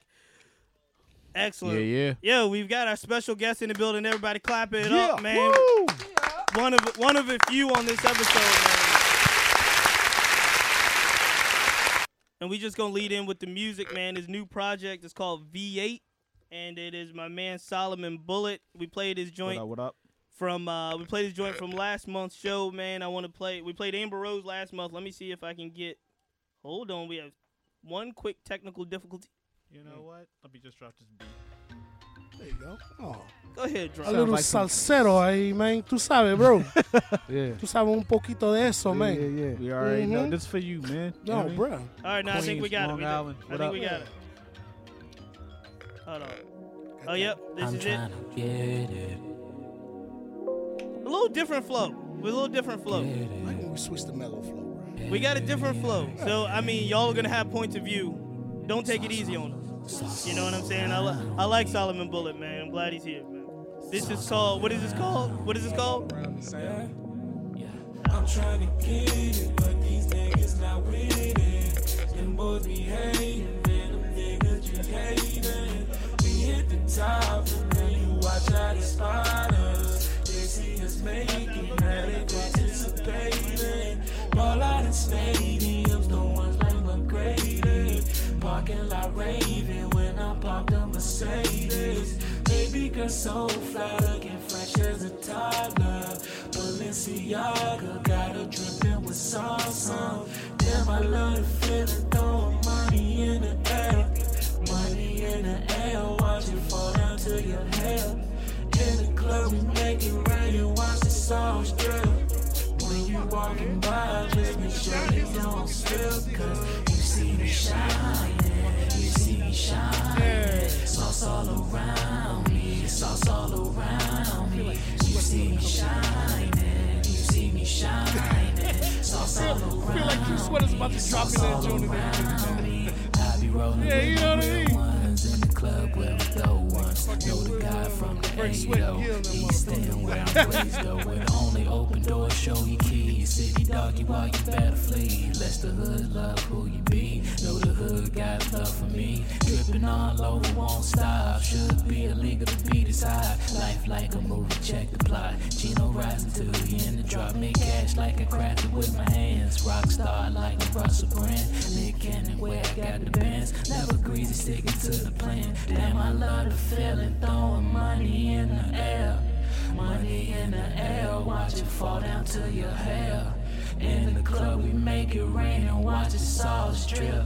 H: Yeah,
B: Excellent.
H: yeah.
B: Yo, we've got our special guest in the building. Everybody, clap it up,
C: Yeah.
B: man.
C: Woo.
B: One of one of the few on this episode, man. And we just gonna lead in with the music, man. His new project is called V8, and it is my man Solomon Bullet. We played his
H: What
B: joint
H: up? What up?
B: from uh we played his joint from last month's show, man. I want to play. We played Amber Rose last month. Let me see if I can get. Hold on, we have one quick technical difficulty.
H: You know what? Let me just drop this beat.
N: There you go. Oh,
B: Go ahead,
N: a
B: drop.
N: little
C: like some-
N: salsero ahí, man. Tú sabes, bro.
C: Yeah.
N: Tú sabes un poquito de eso,
C: Yeah,
N: man.
C: yeah, yeah.
H: We already know
N: Mhm.
H: this for you, man. You know
N: No,
H: what I mean?
N: bro.
B: All right, now I think we
H: Queens,
B: got it.
H: Long
B: We got,
H: Island.
B: I
H: What
B: think
H: up?
B: we got it. Hold on. Oh, yep. This
H: I'm
B: is it.
H: tryna
B: A little different flow. With a little different flow.
N: Like when we switched to mellow flow, bro.
B: We got a different flow. So, I mean, y'all are going to have points of view. Don't take it easy on us. You know what I'm saying? I, li- I like Solomon Bullet, man. I'm glad he's here, man. This is called, what is this called? What is this called?
N: I feel like Q Sweater's about to drop in that joint. in there. Yeah, you know what I mean? know the guy from the A-O. East End where I'm raised though. Where the only open door show your key. City doggy while you better flee. Lets the hood love who you be. Know the hood got love for me. Dripping all over, won't stop. Should be illegal to be this high. Life like a movie, check the plot. Gino rising to the end to drop. Make cash like I crafted with my hands. Rockstar like a Russell Brand. Nick Cannon where I got the bands. Never greasy, sticking to the plan. Damn, I love the feeling. Throwing money in the air. Money in the air. Watch it fall down to your hair. In the club, we make it rain and watch the sauce drip.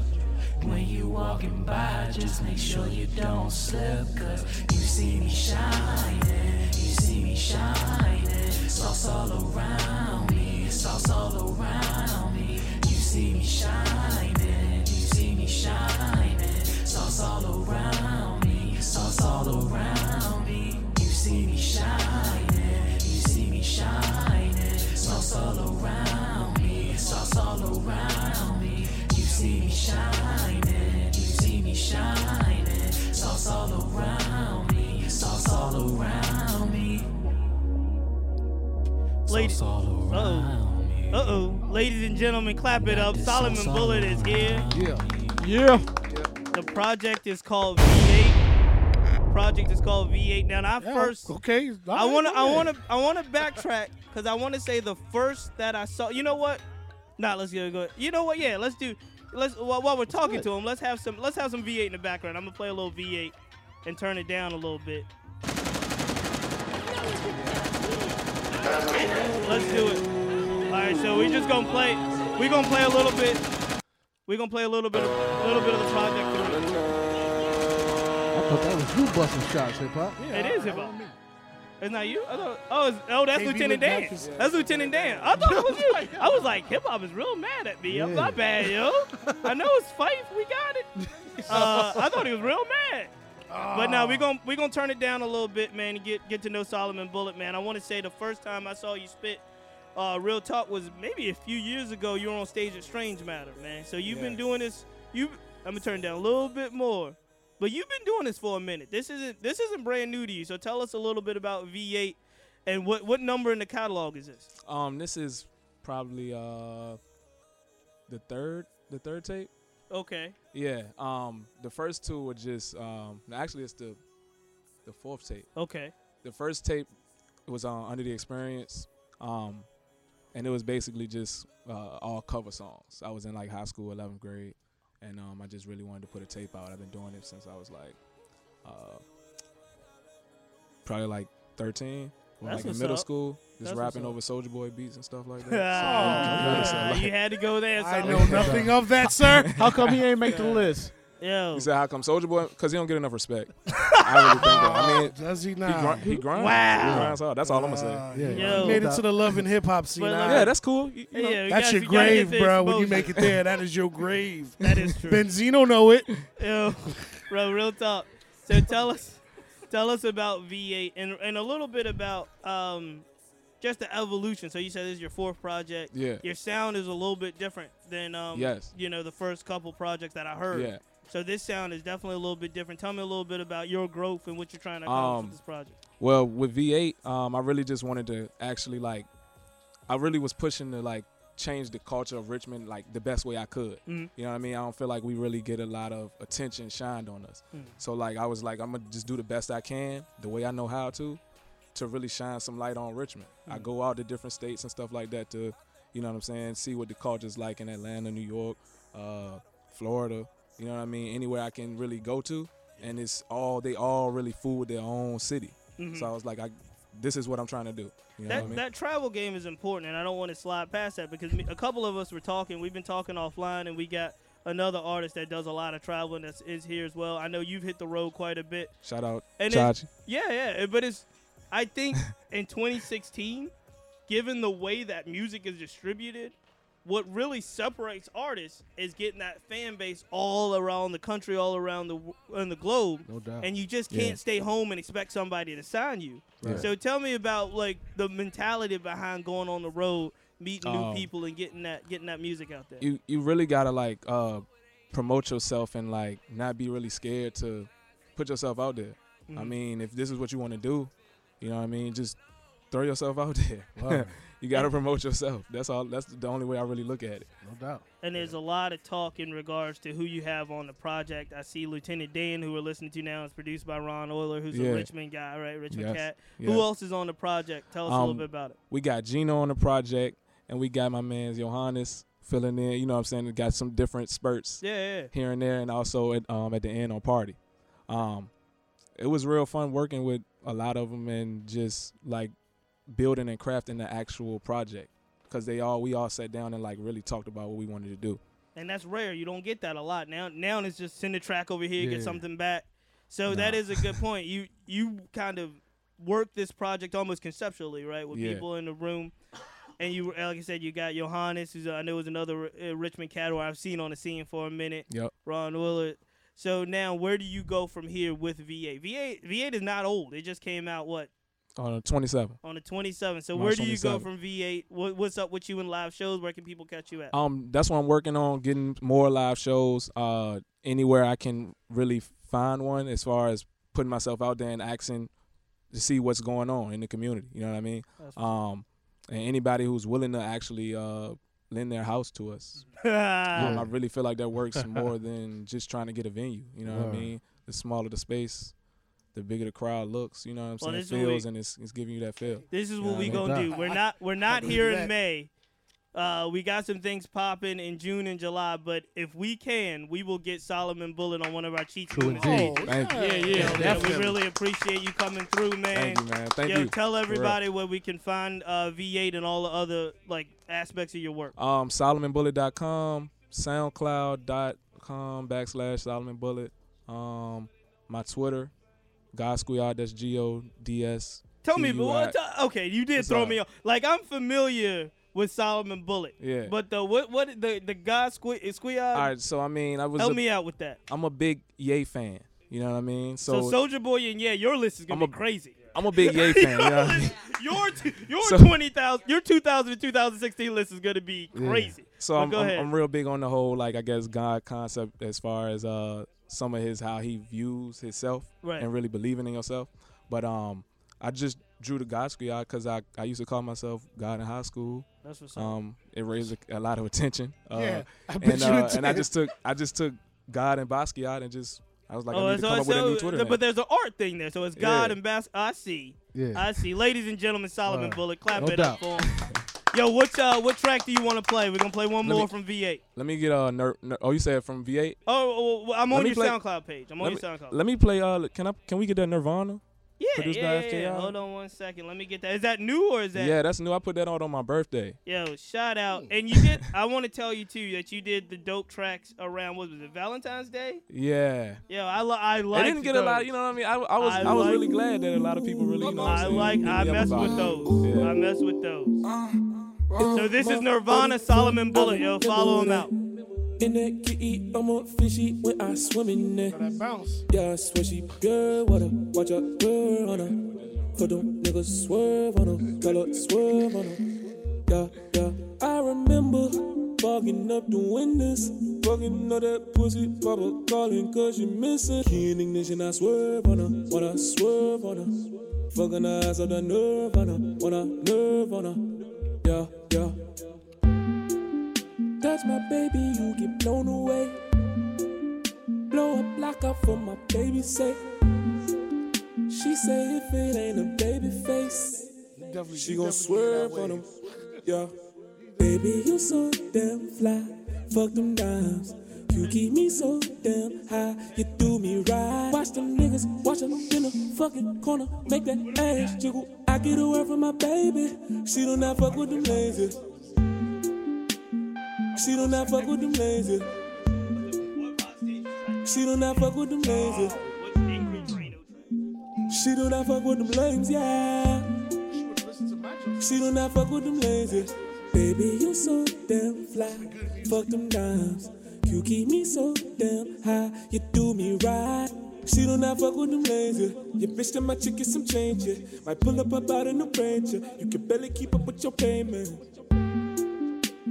N: When you walking by, just make sure you don't slip. Cause you see me shining, you see me shining. Sauce all around me, sauce all around me. You see me shining, you see me shining. Sauce all around me, sauce all around me. You see me shining, you see me shining. Sauce all around me, sauce all around me. You see me shining, you see me shining. Sauce all around me, sauce all around me.
B: Ladies, uh oh, uh oh, ladies and gentlemen, clap it up. Solomon Bullet is here.
C: Yeah,
B: yeah. The project is called V8. Project is called V8. Now, I first
D: okay.
B: I
D: right,
B: want to
D: go
B: I
D: ahead.
B: want to I want to backtrack because I want to say the first that I saw. You know what? Nah, let's go. go. You know what? Yeah, let's do. Let's while, while we're talking to him, let's have some let's have some V8 in the background. I'm gonna play a little V8 and turn it down a little bit. Let's do it. All right, so we just gonna play. We gonna play a little bit. We gonna play a little bit, of, little bit of the project.
C: I thought that was you busting shots, hip hop.
B: it is hip hop. It's not you. I thought, oh, it's, oh, that's
C: KB
B: Lieutenant Dan.
C: looked back and-
B: That's Lieutenant Dan. I thought it was you. I was like, hip hop is real mad at me. I'm
C: Yeah.
B: My bad, yo. I know it's Fife. We got it. Uh, I thought he was real mad. But now we're gonna we're gonna turn it down a little bit, man, and get get to know Solomon Bullet, man. I want to say the first time I saw you spit, uh, real talk was maybe a few years ago. You were on stage at Strange Matter, man. So you've been
O: Yes.
B: doing this. You I'm gonna turn it down a little bit more, but you've been doing this for a minute. This isn't this isn't brand new to you. So tell us a little bit about V8 and what what number in the catalog is this?
O: Um, this is probably uh the third the third tape.
B: Okay.
O: Yeah. Um, the first two were just um no, actually it's the the fourth tape.
B: Okay.
O: The first tape was on Under the Experience, um, and it was basically just uh, all cover songs. I was in like high school, eleventh grade, and um, I just really wanted to put a tape out. I've been doing it since I was like uh, probably like thirteen. When,
B: That's
O: like in
B: what's
O: middle
B: up.
O: school, just
B: That's what's
O: rapping
B: up.
O: over Soldier Boy beats and
B: [laughs]
O: stuff like that. So,
B: Ah,
O: um,
B: you had to go there.
O: I
B: Solomon.
O: know nothing of that, sir. How come he ain't make the
B: list? Yo.
O: He said, "How come Soldier Boy? Because he don't get enough respect." I really think that. I [laughs] mean,
D: Does he
O: He,
D: now?
O: gr- he grinds.
D: Wow.
O: He grinds hard. That's all I'm gonna say.
D: Yeah. You made it to the love and hip hop scene.
O: But,
D: huh?
O: like, Yeah, that's cool. You- you know. Yeah, you
D: that's
O: gotta-
D: your
O: you gotta get
D: grave,
O: the
D: bro. When you
O: exposure.
D: make it there, that [laughs] is your grave.
B: [laughs] That is true.
D: Benzino know it.
B: Yo, bro, real talk. So tell us, tell us about V8 and and a little bit about um, just the evolution. So you said this is your fourth project.
O: Yeah.
B: Your sound is a little bit different than um,
O: Yes.
B: you know the first couple projects that I heard.
O: Yeah.
B: So this sound is definitely a little bit different. Tell me a little bit about your growth and what you're trying to accomplish with this project.
O: Um, Well, with V8, um, I really just wanted to actually like, I really was pushing to like change the culture of Richmond like the best way I could.
B: Mhm.
O: You know what I mean? I don't feel like we really get a lot of attention shined on us.
B: Mm.
O: So like, I was like, I'm gonna just do the best I can, the way I know how to, to really shine some light on Richmond. I
B: Mm.
O: go out to different states and stuff like that to, you know what I'm saying, see what the culture's like in Atlanta, New York, uh, Florida. You know what I mean? Anywhere I can really go to, and it's all they all really fool with their own city.
B: Mhm.
O: So I was like, I, this is what I'm trying to do. You know
B: that
O: what I mean?
B: that travel game is important, and I don't want to slide past that because me, a couple of us were talking. We've been talking offline, and we got another artist that does a lot of traveling that is here as well. I know you've hit the road quite a bit.
O: Shout out
B: And it's-
O: Chachi.
B: yeah, yeah, it- but it's I
O: [laughs]
B: think in 2016, given the way that music is distributed, what really separates artists is getting that fan base all around the country, all around the w- on the globe.
C: No doubt.
B: And you just
C: Yeah.
B: can't stay home and expect somebody to sign you.
C: Right.
B: So tell me about like the mentality behind going on the road, meeting
O: Um,
B: new people, and getting that getting that music out there.
O: you you really gotta like uh promote yourself and like not be really scared to put yourself out there. I
F: Mhm.
O: mean, if this is what you want to do, you know what I mean, just throw yourself out [laughs] there.
F: Wow.
O: you got to promote yourself. That's all. That's the only way I really look at it.
C: No doubt.
B: and there's a lot of talk in regards to who you have on the project. I see Lieutenant Dan, who we're listening to now, is produced by Ron Euler, who's
O: Yeah.
B: a Richmond guy, right? Richmond
O: Yes,
B: cat.
O: yes.
B: Who else is on the project? Tell us a little
O: Um,
B: bit about it.
O: We got Gino on the project, and we got my man Johannes filling in. You know what I'm saying? Got some different spurts
B: Yeah, yeah, yeah.
O: here and there, and also at, um, at the end on Party. Um, it was real fun working with a lot of them and just like building and crafting the actual project because they all we all sat down and like really talked about what we wanted to do.
B: And that's rare. You don't get that a lot. Now now it's just send a track over here,
O: Yeah.
B: get something back. So that
O: Nah.
B: is a
O: [laughs]
B: good point. You you kind of work this project almost conceptually, right? With
O: Yeah.
B: people in the room. And you, like I said, you got Johannes, who's uh, I know is another uh, Richmond cat who I've seen on the scene for a minute.
O: Yep.
B: Ron Willard. So now, where do you go from here with VA? VA V8 is not old. It just came out what
O: On 27.
B: on the 27th. So
O: March
B: where do you go
O: 27th.
B: from V8? What, what's up with you in live shows? Where can people catch you at?
O: Um, that's what I'm working on getting more live shows. Uh, anywhere I can really find one, as far as putting myself out there and asking to see what's going on in the community. You know what I mean?
B: That's
O: Um, and anybody who's willing to actually uh lend their house to us,
B: [laughs]
O: um,
B: Yeah.
O: I really feel like that works more than just trying to get a venue. You know what I
B: Right.
O: mean? The smaller the space, the bigger the crowd looks. You know what
B: Well,
O: I'm saying?
B: this is what we-
O: Feels and it's it's giving you that feel.
B: This is
O: You know
B: what we
O: I mean?
B: gonna
O: [laughs]
B: do. We're not we're not
O: believe
B: here
O: that.
B: in May. Uh, we got some things popping in June and July, but if we can, we will get Solomon Bullet on one of our cheats.
O: True indeed. Thank you.
B: Yeah, yeah,
O: Yeah,
B: yeah. We
O: definitely.
B: really appreciate you coming through, man.
O: Thank you, man. Thank
B: Yo,
O: you.
B: tell
O: For real.
B: everybody where we can find uh, V8 and all the other like aspects of your work.
O: Um, SolomonBullet.com, SoundCloud.com backslash SolomonBullet. Um, my Twitter, Godsquad. That's G O D S.
B: Tell me, but what? ti- okay, you did
O: What's
B: throw
O: up?
B: me off. Like I'm familiar with Solomon Bullet.
O: Yeah.
B: But the what what the the guy squid squid.
O: All right, so I mean, I was.
B: Help
O: a-
B: me out with that.
O: I'm a big Ye fan. You know what I mean?
B: So,
O: So,
B: Soldier Boy and yeah, your list is gonna
O: I'm
B: be
O: a-
B: crazy.
O: I'm a
B: [laughs]
O: big Ye fan. you know what I mean?
B: Your t- your
O: So-
B: twenty thousand your two thousand to two thousand sixteen list is gonna be
O: Yeah.
B: crazy.
O: So
B: But
O: I'm,
B: go
O: I'm,
B: ahead.
O: I'm real big on the whole, like I guess God concept as far as uh some of his how he views himself
B: Right.
O: and really believing in yourself. But um, I just drew the God school out because I I used to call myself God in high school.
B: That's what's up.
O: um, it raised a, a lot of attention. Uh,
B: Yeah, I bet
O: and,
B: you
O: uh,
B: it
O: and I
B: did.
O: just took I just took God and Basquiat and just I was like I need to
B: Oh, so-
O: come up with a new
B: so-
O: Twitter.
B: th-
O: name.
B: but there's an art thing there. So it's God
O: Yeah.
B: and Bass. I see.
O: Yeah.
B: I see. Ladies and gentlemen, Solomon
O: Wow.
B: Bullet, clap
O: No
B: it up for him. Yo, what uh, what track do you want to play? We're gonna play one
O: Let
B: more
O: me-
B: from V8.
O: Let me get a uh, ner- ner- oh you said from V8.
B: Oh, well, well, I'm
O: Let
B: on
O: me
B: your
O: play-
B: SoundCloud page. I'm on
O: let
B: your
O: me-
B: SoundCloud.
O: Let me play. Uh, can I? Can we get that Nirvana?
B: yeah,
O: Produced by
B: yeah, yeah,
O: FTI?
B: yeah. Hold on one second. Let me get that. Is that new or is that?
O: Yeah, that's new. I put that out on my birthday.
B: Yo, shout out. And you did. I want to tell you too that you did the dope tracks around what was it Valentine's Day?
O: Yeah.
B: Yo, I lo- I
O: I
B: like.
O: didn't get a lot. You know what I mean? I, I was I,
B: I
O: was
B: like-
O: really glad that a lot of people really. You know what I'm
B: I
O: saying,
B: like.
O: hit me
B: I
O: up
B: mess
O: about
B: with
O: it.
B: those.
O: Yeah.
B: I mess with those. So this is Nirvana, Solomon Bullet. Yo, follow him out.
J: In that kitty, I'm a fishy when I swim in there. That bounce. Yeah, I swear she good water. Watch out, girl on her. For them niggas swerve on her. Tell her swerve on her. Yeah, yeah. I remember fogging up the windows. Fucking up that pussy, papa calling cause you missing. Key in ignition, I swerve on her. When I swerve on her. Fucking her eyes out the nerve on her. When I nerve on her. Yeah, yeah. That's my baby, you get blown away. Blow a block up for my baby's sake. She say if it ain't a baby face, she gon' swerve on him. Yeah. Baby, you so damn fly. Fuck them dimes. You keep me so damn high. You do me right. Watch them niggas, watch them in the fucking corner. Make that ass jiggle. I get away from my baby. She do not fuck with them lazy. She do not fuck with them lazy. She do not fuck with them lazy. She do not fuck with them lames, yeah. She do not fuck with them lazy. Baby, you so damn fly. Fuck them dimes. You keep me so damn high. You do me right. She do not fuck with them lazy. You bitch that my chick get some change, yeah. Might pull up up out in the range, yeah. You can barely keep up with your payment.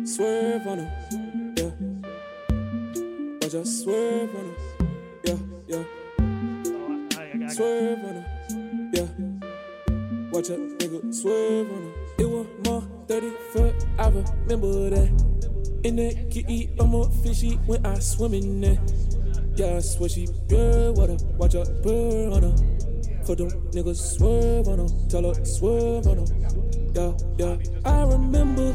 J: Swerve on her, yeah. Watch her swerve on her, yeah, yeah.
B: I, I, I
J: swerve on him. Yeah. Watch a nigga swerve on him. It was my 31st, I remember that. In that kitty, I'm a fishy when I swim in that. Yeah, I swear she pure water. Watch out, pure on her. For them niggas swerve on her. Tell her swerve on her. Yeah, yeah. I remember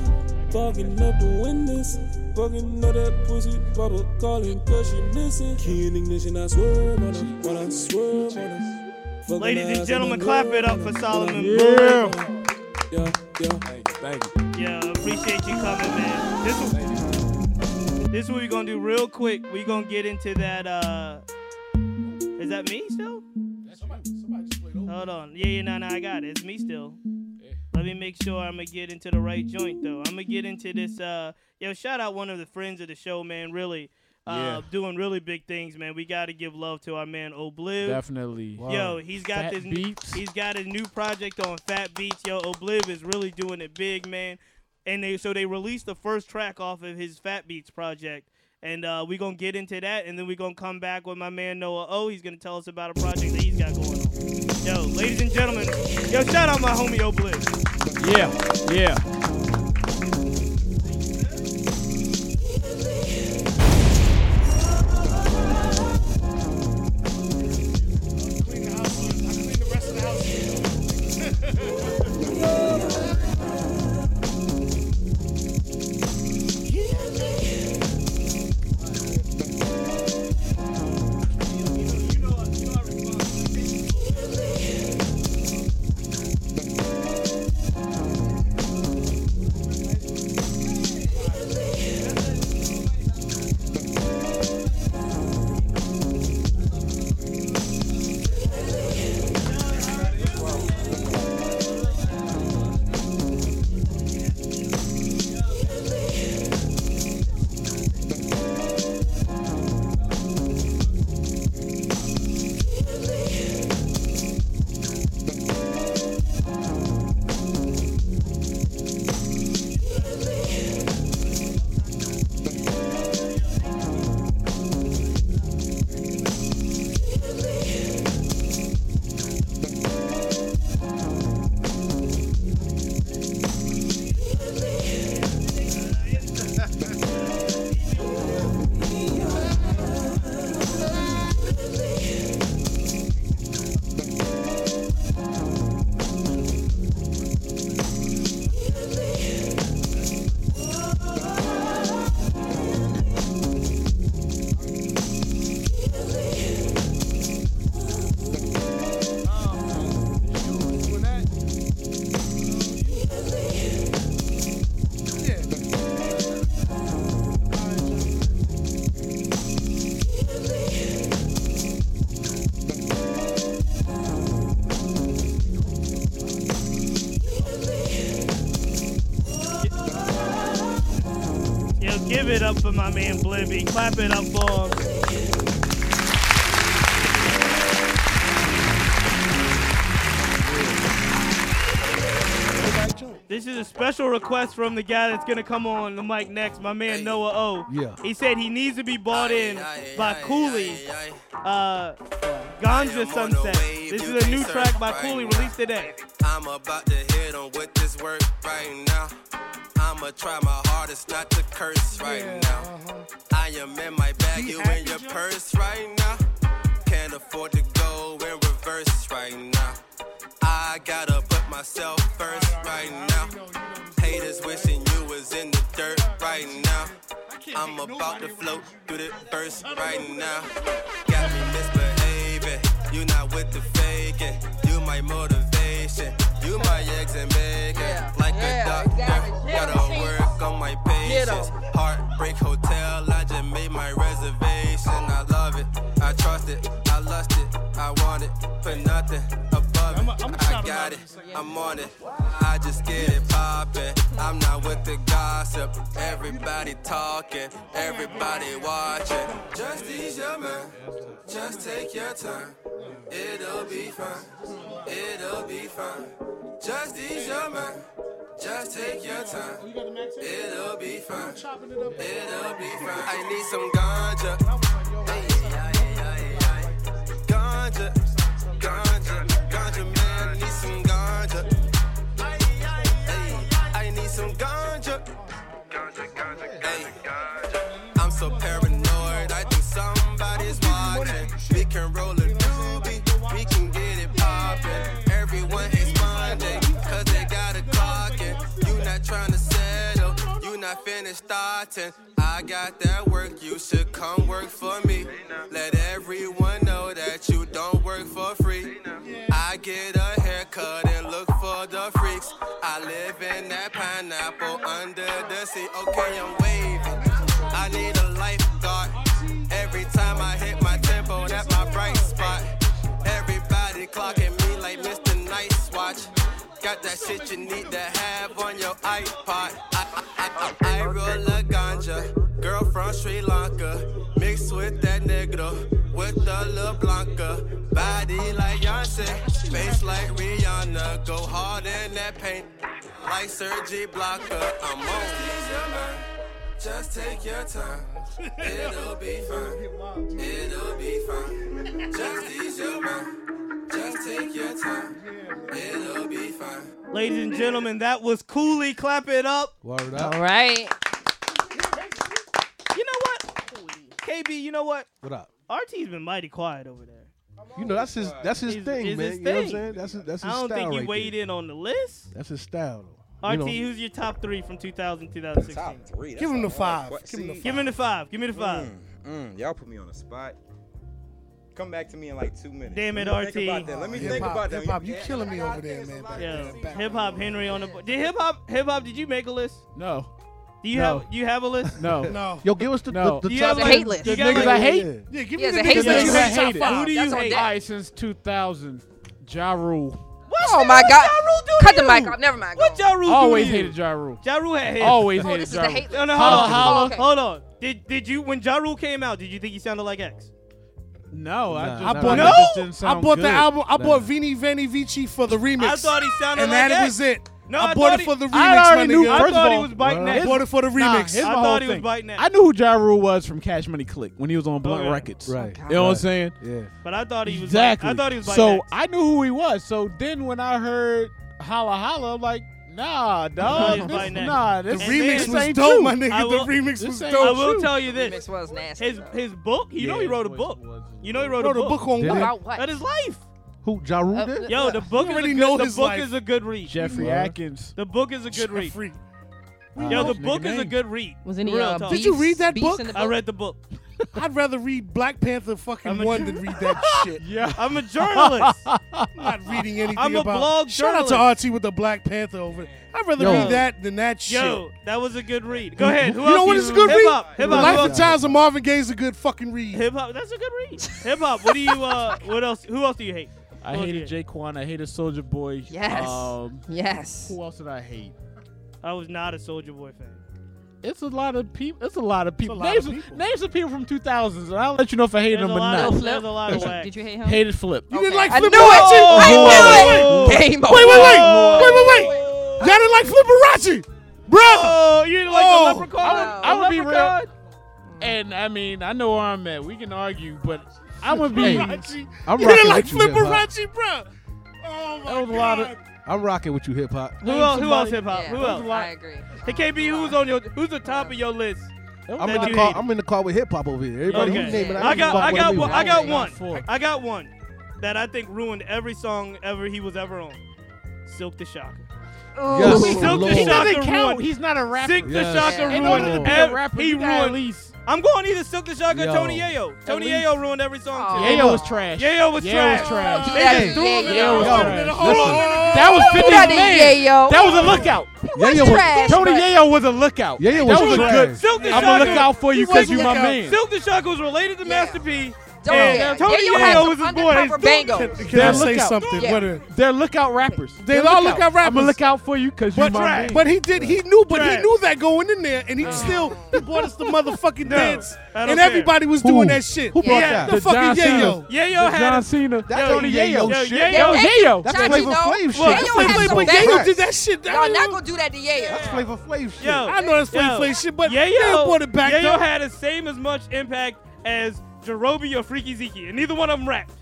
J: fogging up the windows. Fucking up that pussy, papa calling cause she missing. Key in ignition, I swerve on her. When I swerve on her. Fucking
B: Ladies
J: eyes on
B: and gentlemen,
J: the
B: clap
J: girl
B: it up
J: on
B: for
J: her.
B: Solomon
J: Yeah.
B: Boone.
J: Yeah, yeah.
O: Thank you.
B: Yeah, appreciate you coming, man. This is this is what we're gonna do real quick. We're gonna get into that. uh Is that me still? Hold on. Yeah, yeah, no, no, I got it. It's me still. Let me make sure I'm gonna get into the right joint though. I'm gonna get into this. uh Yo, shout out one of the friends of the show, man. Really.
P: Yeah.
B: Uh, doing really big things, man. We got to give love to our man Obliv.
P: Definitely.
B: Yo,
P: Wow.
B: he's got
P: Fat
B: this. He's got his new project on Fat Beats. Yo, Obliv is really doing it big, man. And they so they released the first track off of his Fat Beats project, and uh, we gonna get into that, and then we gonna come back with my man Noah O. He's gonna tell us about a project that he's got going on. Yo, ladies and gentlemen, yo, shout out my homie Obliv.
P: Yeah, yeah.
B: [laughs] Yo, give it up for my man Blibby. Clap it up for him. This is a special request from the guy that's gonna come on the mic next, my man Noah O.
C: Yeah.
B: He said he needs to be bought in by Cooley. Uh, Ganja Sunset. This is a new track by Cooley released today.
Q: I'm about to hit on with this work right now. I'ma try my hardest not to curse right now. I am in my bag, you in your purse right now. Can't afford to go in reverse right now. I gotta put myself first right now. Haters wishing you was in the dirt right now. I'm about to float through the verse right now. Got me misbehaving. You not with the faking. You my motivation. You my exit maker. Like a doctor. Gotta work on my patience. Heartbreak hotel. I just made my reservation. I love it. I trust it. I lust it. I want it. Put nothing above it. I got it. I'm on it. I just get it poppin'. I'm not with the gossip. Everybody talking, everybody watching. Just these young men, just take your time. It'll be fine. It'll be fine. Just these young men, just take your time. It'll be fine. It'll be fine. I need some ganja. Ganja, ganja. can roll a doobie. We can get it poppin'. Everyone responding, cause they got a clock in. You not tryna settle, you not finished starting. I got that work, you should come work for me. Let everyone know that you don't work for free. I get a haircut and look for the freaks. I live in that pineapple under the sea. Okay, I'm waving. I need a lifeguard. Every time I hit my tempo, that's my bright spot. Everybody clocking me like Mr. Nice Watch. Got that shit you need to have on your iPod. I, I, I, I roll a ganja, girl from Sri Lanka. Mixed with that negro, with the La Blanca. Body like Beyonce, face like Rihanna. Go hard in that paint, like Sergi Blocker. I'm on. Just take your time. It'll be fine. It'll be fine. Just ease your mind. Just take your time. It'll be fine.
B: Ladies and gentlemen, that was Cooley. Clap it up.
C: Word
B: up.
E: All right.
B: You know what? KB, you know what?
C: What up?
B: RT's been mighty quiet over there.
C: You know that's his that's his
B: It's-
C: thing,
B: it's
C: man.
B: his
C: you know what I'm
B: thing.
C: saying? That's his that's his
B: I don't
C: style
B: think you
C: right
B: weighed in on the list.
C: there. That's his style though.
B: RT,
C: You know,
B: who's your top three from 2000 2016? Top
G: three.
B: Give him the five.
G: Give him the
B: Give him the five. Give me the five.
G: Mm, mm, y'all put me on the spot. Come back to me in like two minutes.
B: Damn it,
G: Let me think
B: RT.
G: about that. Let me think
D: Hip-hop,
G: about that.
D: hip-hop, you killing me over there, man. back
B: Yeah.
D: there, back
B: Hip hop Henry on the. bo- Did hip hop hip hop? Did you make a list?
C: No.
B: Do you
C: No.
B: have do you have a list?
C: No.
D: No.
C: Yo, give us the
B: No.
C: the, the
B: You
C: top
B: have
C: ten-
B: a hate list.
C: the
B: You got
C: niggas
B: like-
C: I hate.
B: Yeah.
D: Yeah, give
B: He
D: me
B: has
D: the
B: a hate
D: niggas that
B: list.
D: you
B: He
D: hate.
B: has a
D: Top
B: hate
D: five.
B: list.
H: Who do
B: That's
H: you
B: on
H: hate?
B: deck.
H: All right, since 2000, Ja Rule.
E: Oh my God! Cut the mic off. Never mind.
B: What Ja Rule do
H: Always
B: to you?
H: hated Ja Rule.
B: Ja Rule had hate.
H: Always Oh, hated this is Ja the Rule. hate
B: No, no,
H: list.
B: hold
H: Holla,
B: on,
H: holla.
B: hold on, hold on. Did did you when Ja Rule came out? Did you think he sounded like X?
H: No,
D: I
H: I just
D: bought,
H: no.
D: I bought the album. I bought Vini Veni Vici for the remix.
B: I thought he sounded
D: and
B: like
D: that
B: X.
D: was it.
B: No,
D: I,
B: I
D: bought
B: thought
D: it
B: he-
D: for the remix.
H: I already
D: my
H: knew.
D: nigga.
H: First of all,
D: I bought it for the
H: Nah,
D: remix.
H: here's my whole thing. I knew who Ja Rule was from Cash Money Click when he was on Blunt
C: Okay.
H: Records.
C: Right.
H: You know what I'm
C: Right.
H: saying?
C: Yeah.
B: Oh, But I thought he was
H: exactly.
B: Like, I thought he was like
H: so
B: X.
H: I knew who he was. So then when I heard Holla Holla, I'm like, Nah,
B: he
H: dog.
B: was
H: This,
B: Black Knight.
H: nah, this
B: And
H: this
B: then-
H: ain't you.
B: I will- I will tell you this.
E: Remix was nasty.
B: His his book. You know he
E: Yeah,
B: wrote a
E: his
B: book. You know he wrote,
C: Wrote
B: a
C: a
B: book.
C: book on Did what?
E: About what?
B: That is life.
C: who Ja Rule did?
B: Yo, the book, is a,
D: already
B: good,
D: know
B: the
D: his
B: book
D: life.
B: is a good read.
H: Jeffrey
B: Word.
H: Atkins.
B: The book is a good
D: Jeffrey.
B: read.
D: We
B: Yo,
D: know
B: the
D: his
B: book
D: nigga
B: is a
D: name.
B: good read.
E: Was any,
B: Real
E: uh,
B: talk.
D: Did you read that book?
B: I read the book.
D: [laughs] I'd rather read Black Panther fucking
B: I'm a
D: one
B: ju-
D: than read
B: [laughs]
D: that shit.
H: Yeah,
D: [laughs]
B: I'm a journalist.
D: I'm not reading anything
B: I'm a
D: about.
B: blog
D: Shout out
B: journalist.
D: to RT with the Black Panther over. there. I'd rather
B: Yo.
D: read that than that
B: Yo,
D: shit.
B: that was a good read. Go ahead. Who
D: you know
B: else
D: what
B: you-
D: is a good
B: hip
D: read?
B: Hop, hip hop.
D: Life and Times of Marvin Gaye is a good fucking read.
B: Hip hop. That's a good read. Hip hop. What do you? Uh, what else? Who else do you hate?
H: I
B: Who else do you
H: hated Jaquan. I hated Soldier Boy.
B: Yes.
H: Um,
E: yes.
H: Who else did I hate?
B: I was not a Soldier Boy fan.
H: It's a lot of people. It's a lot of people.
B: lot
H: Names,
B: of
H: names of people from 2000s, and I'll let you know if I hated
B: There's
H: them
B: a
H: or
B: lot
H: not.
B: of- there's a lot of whack.
E: Did you hate him?
H: Hated Flip. Oh,
D: You didn't like
E: I
D: Flip
E: knew it! I knew it! Game
D: wait, wait, wait, [laughs]
E: over.
D: wait, wait, wait. Y'all didn't like Flipperacci, bro.
B: Oh, you didn't like the leprechaun?
H: I would, I
B: The
H: would be
B: leprechaun?
H: real.
B: oh,
H: And I mean, I know where I'm at. We can argue, but I would be.
C: Hey,
H: I
C: I'm
D: you didn't
C: rocking
D: like
C: with you, hip hop.
D: Flipperacci, bro. Oh my
H: was a lot
D: god.
H: of-
C: I'm rocking with you, hip hop.
B: Who else? Who
H: somebody-
B: else? Hip hop.
E: Yeah,
B: who else?
E: I agree.
B: Hey KB, who's on your? Who's the top of your list?
C: I'm
B: that
C: in the
B: you
C: car.
B: hated?
C: I'm in the car with hip hop over here. Everybody who's naming, give
B: I
C: a
B: got,
C: fuck
B: I
C: what
B: got,
C: they
B: one,
C: were.
B: I got one. I got one that I think ruined every song ever he was ever on. Silk the Shocker.
C: Yes,
B: Silk
C: Lord.
B: the
C: He doesn't
B: Shocker
H: Oh, count.
B: ruined.
H: He's not a rapper.
B: Silk the
H: Yes.
B: Shocker
H: Ain't no
B: ruined.
H: one to be a
B: Every,
H: rapper.
B: He
H: You gotta at
B: ruined.
H: least-
B: I'm going either Silk the Shocker
H: Yo.
B: or Tony Yayo. Tony
H: least-
B: Yayo ruined every song. too.
H: Yayo was trash.
B: Yayo was
H: Yayo
B: trash.
H: was trash.
B: They
H: Hey,
B: just threw him in
H: Yayo
B: the
H: was
B: hole.
H: trash.
B: Throw him in the
H: Listen.
B: hole.
H: That was 50
B: Not a
H: man.
B: Yayo.
H: That was a lookout.
C: was Yayo was- trash,
H: Tony
C: but-
H: Yayo was a lookout.
C: Yayo was
H: that was
C: trash.
H: a good.
B: Silk the
H: I'm gonna
B: Shocker-
H: look out for you
B: Silk
H: because
B: the
H: you my
B: Shocker-
H: man.
B: Silk the Shocker was related to Master P.
E: Don't
B: and
E: care.
B: Tony
E: Yayo had
B: Yayo
E: some
B: was his boy. He's
E: undercover
B: doing
E: bangles.
B: it.
D: Can I say something?
E: Yeah.
D: What a-
H: They're lookout rappers.
D: They all lookout rappers.
H: I'm gonna look out for you because you
D: But,
H: my man.
D: but he did. He knew. But
B: Trash.
D: he knew that going in there, and he still he brought us the motherfucking dance,
B: I
D: and
B: don't care.
D: everybody was
C: Who?
D: doing that shit.
C: Who brought
D: yeah,
C: that?
D: The fucking yayo.
B: Yayo
H: the
B: had
H: John
B: a-
H: Cena.
C: That's
B: Yo,
C: only
H: Yayo.
C: Yayo
B: Yo,
C: shit.
B: Yayo-
H: Yayo.
C: That's
E: Johnny,
C: Flavor
E: no.
C: Flav
E: Well,
C: shit.
E: Yayo had
D: Wait,
E: some
D: but
E: bangers.
D: Yayo did that shit. I
E: Y'all
D: don't
E: not
D: know.
E: gonna do that to Yayo.
C: That's Flavor Flav shit.
B: Yo,
D: I know that's [laughs]
B: yo,
D: Flav Flav shit, but
B: Yayo,
D: they brought it back,
B: Yayo
D: though.
B: had the same as much impact as Jerobi or Freaky Zeke, and neither one of them rapped.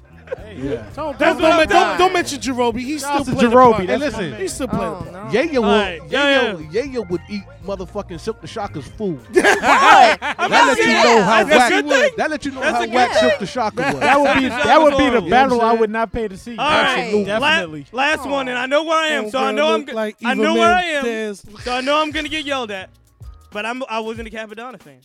C: Yeah.
D: Don't, don't,
B: That's what I'm
D: don't, don't,
B: dying.
D: don't mention Jerobi. He's
H: Shout
D: still
H: out to
D: playing
H: Jerobi.
D: the
C: That's
D: part.
C: my man.
D: He's still playing. the part.
C: Oh,
E: no.
C: Yayo,
B: All right,
C: will, Yayo, Yayo would eat motherfucking Silk the Shocker's food.
B: I
C: That
P: I'm
C: let
P: not
C: you
P: saying-
C: know how
P: That's a
C: whack.
P: good thing.
C: That let you know
P: That's a
C: how
P: good
C: whack
P: thing.
C: Silk
H: [laughs]
C: the Shocker was.
P: That would
C: [laughs]
P: be that would be the
C: You know
P: battle
C: what I'm
P: I
C: saying?
P: would not pay to see.
B: All right,
P: definitely.
B: last, last one, and I know where I am, so I know I'm.
D: look like
B: I
D: Eva
B: know where I am,
D: Mendes.
B: so I know I'm gonna get yelled at. But I'm. I wasn't a Capadonna fan.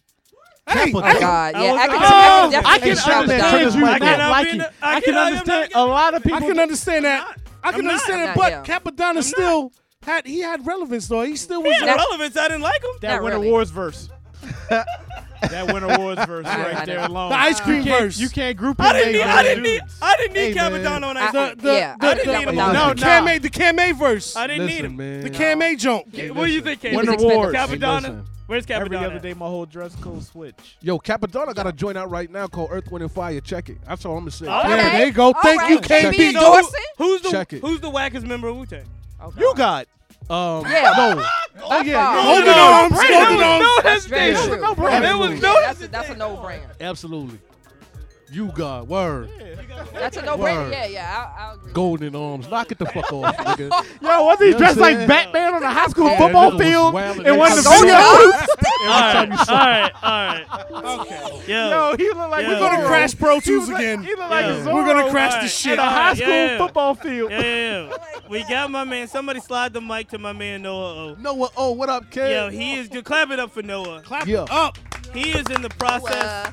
C: Hey,
B: Capadonna.
E: God, yeah, I can-
B: I can
P: I
B: definitely
P: can
B: see Shop Dog.
P: understand you
B: I
P: not
B: cannot
P: liking.
B: be in a- I
P: I can
B: cannot- I'm
P: understand a lot of people.
D: I can understand that. I can
B: I'm not.
D: understand
B: I'm
D: it,
B: not,
D: but Capadonna still had he had relevance though. He still was
B: He had relevance. I didn't like him.
P: That Winter Wars verse. that
E: [laughs]
P: Winter Wars verse right there alone.
D: The ice cream
P: You can't-
D: verse.
P: You can't group. them
B: I didn't need.
P: together,
B: I
P: dude.
B: didn't need. I didn't need
P: Hey, man.
B: Capadonna on
P: I-
B: Ice
D: The
B: Cream.
D: the, the,
B: I didn't need him. on
D: no,
B: Ice
D: the
B: Cream.
D: Kame, the Kame verse.
B: I didn't need him.
D: The Kame jump.
B: What do you think? Kame?
P: Winter Wars.
B: Capadonna. Where's
P: Every other
B: Capadonna?
P: day, my whole dress code switch.
C: Yo, Capadonna got a joint out right now called Earth, Wind, and Fire. Check it. That's all I'm gonna say.
B: All There right.
D: they go. All Thank you, right. KB.
C: Check it.
D: So who-
B: Who's the
C: Check it.
B: Who's the wackest member of Wu Tang?
P: You got.
C: Um, no.
B: Yeah.
E: Oh
C: yeah,
B: No,
C: Hold
B: no,
C: it on,
B: no,
C: hold
B: no,
C: it on.
B: no
C: That's very
B: hesitation.
C: true.
B: There was no
E: Yeah, that's, a, that's a no-brainer.
C: Absolutely. You got word.
E: That's a no-brainer.
C: Word.
E: Yeah, yeah. I'll, I'll agree.
C: Golden arms. Knock it the fuck off,
P: Yo,
C: nigga.
P: was he
C: You know what I'm
P: dressed like
C: saying?
P: Batman on a high school
C: Yeah,
P: football
C: that was
P: field
C: wild.
P: in one of the
C: Golden
P: videos?
B: All right, all right, all right. Okay.
P: Yo, he looked like
B: Yo.
P: Zorro.
B: We're gonna
D: crash Pro
P: He was
D: Tools
P: like-
D: again.
P: He looked like
B: Yeah.
P: Zorro.
D: We're gonna crash
B: Alright,
D: the shit.
B: alright,
P: a high school
B: yeah.
P: football field.
B: Yeah,
P: [laughs]
B: yeah, yeah. We got my man. Somebody slide the mic to my man Noah O.
C: Noah O, what up, kid?
B: Yo, he is good. Clap it up for Noah. Clap
C: Yeah.
B: up. He is in the process.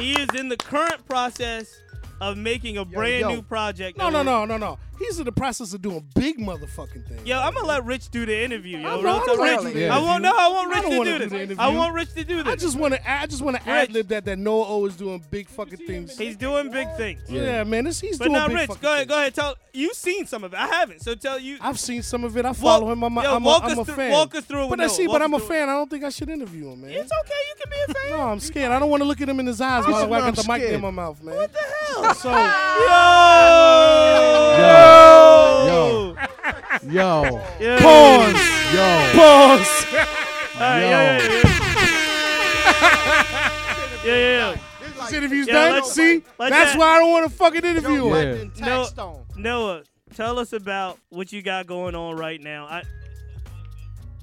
B: He is in the current process of making a brand
D: yo.
B: new project.
D: No, no, no, no, no. He's in the process of doing big motherfucking things.
B: Yo, I'm gonna let Rich do the interview. Yo,
D: I'm
B: Roll
D: not
B: to
D: gonna
B: Rich.
D: do the
B: I want no.
D: interview.
B: I want Rich
D: don't
B: to
D: wanna
B: do
D: the
B: this. I
D: interview.
B: want Rich to do this.
D: I just want to. I just want to ad lib that that Noah O is doing big fucking things.
B: He's doing big things.
D: Yeah, man, this he's
B: but
D: doing
B: now,
D: big
B: Rich,
D: fucking
B: go ahead. Go ahead. Tell you seen some of it. I haven't. So tell you.
D: I've seen some of it. I follow him. I'm a,
B: yo,
D: I'm
B: walk
D: a, I'm
B: us
D: a
B: through-
D: fan.
B: walk us through it with
D: But I
B: Noah.
D: see,
B: Walk
D: but I'm a
B: us through
D: fan. I don't think I should interview him, man.
B: It's okay. You can be a
D: [laughs]
B: fan.
D: no, I'm scared. I don't want to look at him in his eyes while I
C: Reason why
D: whack
C: I'm
D: at the mic
C: scared.
D: in my mouth, man. What [laughs]
B: the
D: So,
C: Yo. Yo. Yo.
B: [laughs] Yeah.
D: Pause.
C: Yo.
D: Pause.
B: All right, [laughs] yeah, yeah, yeah. yeah, yeah,
D: This interview's
B: Yeah,
D: done.
B: let's-
D: See,
B: let's
D: that's
B: not-
D: why I don't want to fucking interview him.
C: Yeah.
B: yeah. Noah, Noah, tell us about what you got going on right now. I.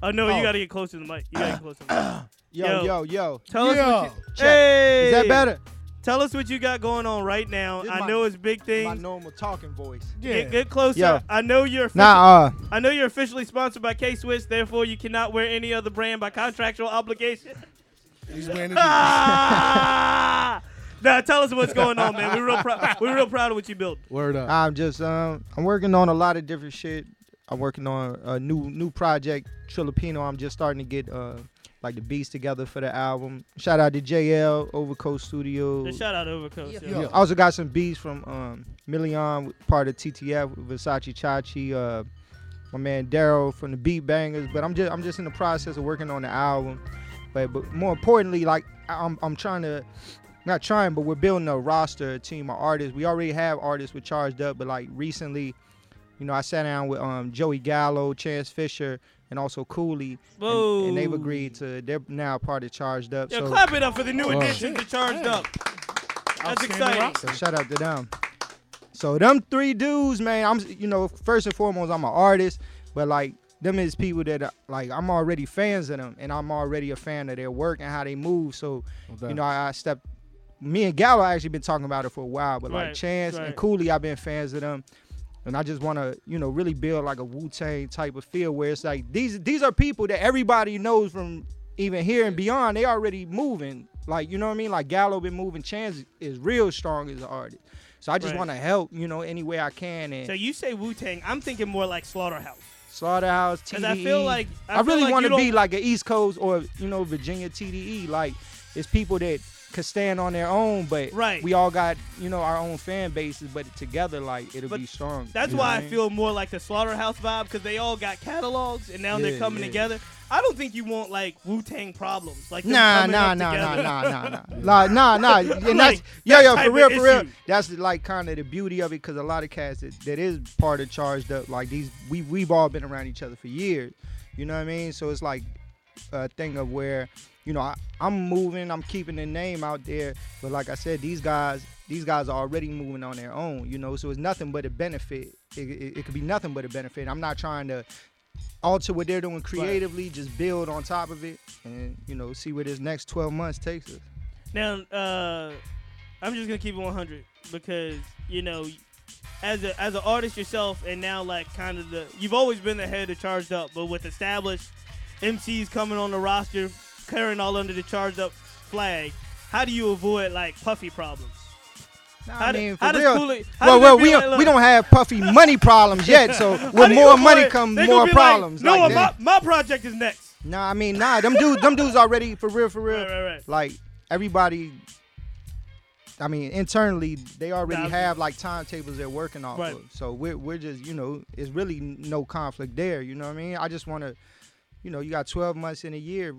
B: Oh no, you
K: Oh.
B: gotta get closer to the mic. You gotta get closer. To the mic.
K: [clears throat] Yo, yo, yo.
B: Tell
K: Yo.
B: us. What you,
K: Check.
B: hey,
K: Is that better?
B: Tell us what you got going on right now.
K: This
B: I
K: my-
B: know it's big
K: My
B: things.
K: normal talking voice.
B: Get, get closer.
K: Yo.
B: I know you're. Official,
K: Nah, uh.
B: I know you're officially sponsored by K Swiss. Therefore, you cannot wear any other brand by contractual obligation.
D: He's
B: [laughs]
D: wearing
B: Ah! Now tell us what's going on, man. We're real proud. We're real proud of what you built.
C: Word up.
K: I'm just um I'm working on a lot of different shit. I'm working on a new new project, Trilipino. I'm just starting to get uh like the beats together for the album. Shout out to JL Overcoat Studio.
B: Just shout out Overcoat. yo.
K: I also got some beats from um Million, part of TTF, Versace Chachi, uh my man Daryl from the Beat Bangers. But I'm just I'm just in the process of working on the album. But but more importantly, like I- I'm I'm trying to not trying, but we're building a roster, a team of artists. We already have artists with charged up, but like recently, you know, I sat down with um Joey Gallo, Chance Fisher, and also Cooley. And, and they've
B: Whoa.
K: agreed to they're now part of charged up.
B: Yo,
K: so
B: clap it up for the new
K: Oh,
B: addition to Charged Up. That's exciting.
K: so shout out to them. So them three dudes, man. I'm you know first and foremost I'm an artist, but like them is people that uh, like I'm already fans of them, and I'm already a fan of their work and how they move. So you know I, I stepped. Me and Gallo actually been talking about it for a while, but
B: Right,
K: like Chance
B: right.
K: and Cooley, I've been fans of them. And I just want to, you know, really build like a Wu Tang type of feel where it's like these these are people that everybody knows from even here and beyond. They already moving, like you know what I mean. Like Gallo been moving. Chance is real strong as an artist. So I just
B: Right.
K: want to help, you know, any way I can. And
B: So you say Wu Tang? I'm thinking more like Slaughterhouse.
K: Slaughterhouse, TDE.
B: 'Cause I feel like- I
K: I,
B: feel
K: really
B: like
K: want
B: you
K: to be
B: don't-
K: like an East Coast or you know Virginia TDE. Like it's people that could stand on their own, but
B: Right.
K: we all got you know our own fan bases, but together like it'll be strong.
B: That's
K: You know
B: why
K: what
B: I
K: mean?
B: feel more like the Slaughterhouse vibe because they all got catalogs and now they're
K: Yeah,
B: coming
K: yeah.
B: together. I don't think you want like Wu Tang problems. Like them
K: Nah,
B: coming
K: nah,
B: up
K: nah, nah,
B: together.
K: nah, nah,
B: [laughs]
K: nah, nah, nah, nah.
B: Like,
K: And that's yo,
B: that
K: yo,
B: type
K: for
B: of
K: real, for real.
B: issue.
K: That's like kind of the beauty of it, because a lot of cats that, that is part of charged up. Like these, we we've all been around each other for years. You know what I mean? So it's like a uh, thing of where, you know, I, I'm moving, I'm keeping the name out there, but like I said, these guys, these guys are already moving on their own. You know, so it's nothing but a benefit. It, it, it could be nothing but a benefit. I'm not trying to alter what they're doing creatively, just build on top of it, and you know, see where this next 12 months takes us.
B: Now, uh, I'm just gonna keep it 100 because you know, as a as an artist yourself, and now like kind of the you've always been the head of Charged Up, but with established MCs coming on the roster, carrying all under the Charged Up flag, how do you avoid like puffy problems?
K: Nah,
B: How
K: I
B: do-
K: mean,
B: how
K: for
B: does
K: real.
B: Kool-Aid- how
K: well,
B: does
K: well,
B: it
K: we
B: feel
K: don't,
B: like-
K: we don't have puffy money problems yet. So
B: [laughs] How
K: with
B: do you
K: more money
B: avoid-
K: come
B: they gonna
K: more
B: be like,
K: problems.
B: no,
K: like
B: my,
K: that.
B: my project is [laughs] next.
K: Nah, I mean, nah, them dudes, them dudes already for real, for real. Like everybody, I mean, internally they already
B: Nah, I'm-
K: have like timetables they're working off
B: Right.
K: of. So we're we're just you know, it's really n- no conflict there. You know what I mean? I just want to, you know, you got 12 months in a year.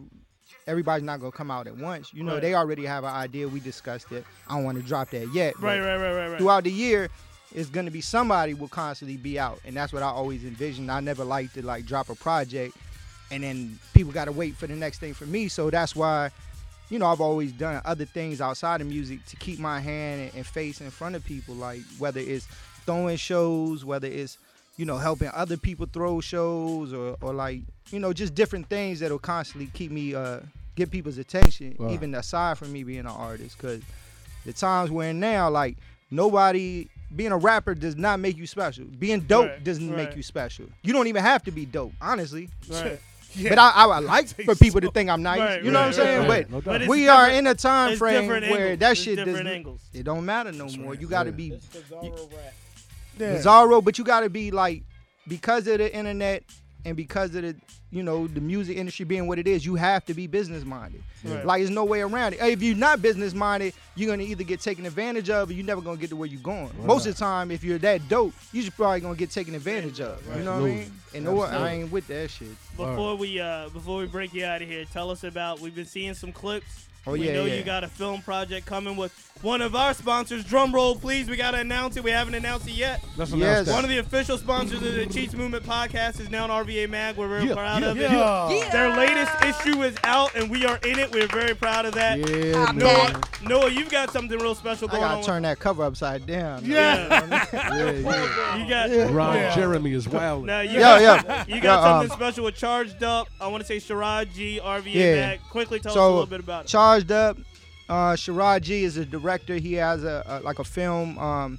K: Everybody's not gonna come out at once. You know,
B: Right.
K: they already have an idea. We discussed it. I don't want to drop that yet. but
B: Right, right, right, right, right.
K: Throughout the year, it's gonna be somebody will constantly be out, and that's what I always envisioned. I never liked to like drop a project, and then people gotta wait for the next thing for me. So that's why, you know, I've always done other things outside of music to keep my hand and- and face in front of people, like whether it's throwing shows, whether it's you know helping other people throw shows, or or like you know just different things that'll constantly keep me uh get people's attention,
H: Right.
K: even aside from me being an artist, because the times we're in now, like nobody being a rapper does not make you special. Being dope
H: Right,
K: doesn't
H: right.
K: make you special. You don't even have to be dope, honestly.
H: Right. [laughs]
K: But I, I would like for people to think I'm nice.
H: Right,
K: you know
H: right,
K: what I'm saying?
H: right, right.
K: but
H: No doubt. But
K: we
H: it's
K: are in
H: different-
K: a time
H: it's
K: frame where
H: different angles.
K: that
H: It's
K: shit does
H: different
K: n-
H: angles.
K: It don't matter no more. You got to
H: yeah.
K: be
D: Yeah.
K: Bizarro, but you got to be like because of the internet and because of the you know the music industry being what it is, you have to be business minded.
H: Right.
K: Like there's no way around it. If you're not business minded, you're gonna either get taken advantage of, or you're never gonna get to where you're going. Most of the time, if you're that dope, you're just probably gonna get taken advantage of. You know what I mean? And no, I ain't with that shit.
B: Before we uh before we break you out of here, tell us about we've been seeing some clips.
K: Oh,
B: we
K: yeah,
B: know
K: yeah.
B: you got a film project coming with one of our sponsors. Drum roll, please. We gotta announce it. We haven't announced it yet.
P: Let's announce Yes. that.
B: One of the official sponsors of the Chiefs Movement podcast is now on RVA Mag. We're very
P: Yeah,
B: proud
P: yeah,
B: of it.
P: yeah. Yeah.
B: Their latest issue is out, and we are in it. We're very proud of that.
K: Yeah,
B: Noah, Noah, you've got something real special
K: I
B: going on.
K: gotta turn that cover upside down.
B: Yeah.
K: yeah, yeah.
B: You got
C: Ron Jeremy is wild.
B: Now you
K: Yeah,
B: got,
K: yeah.
B: You
K: Yeah,
B: got something
K: um,
B: special with Charged Up. I want to say Sharad G, RVA Mag. Quickly tell
K: So,
B: us a little bit about it.
K: Charged Up. Uh, Sharad G is a director. He has a, a like a film um,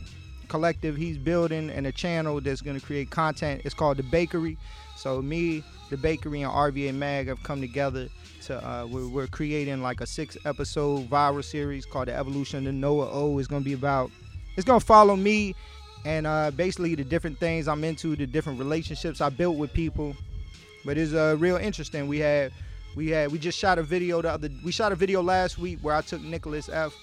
K: collective he's building and a channel that's going to create content. It's called The Bakery. So me, The Bakery, and RVA Mag have come together to uh, we're, we're creating like a six episode viral series called The Evolution of the Noah O. It's going to be about it's going to follow me and uh, basically the different things I'm into, the different relationships I built with people. But it's uh, real interesting. We had we had we just shot a video the other we shot a video last week where I took Nicholas F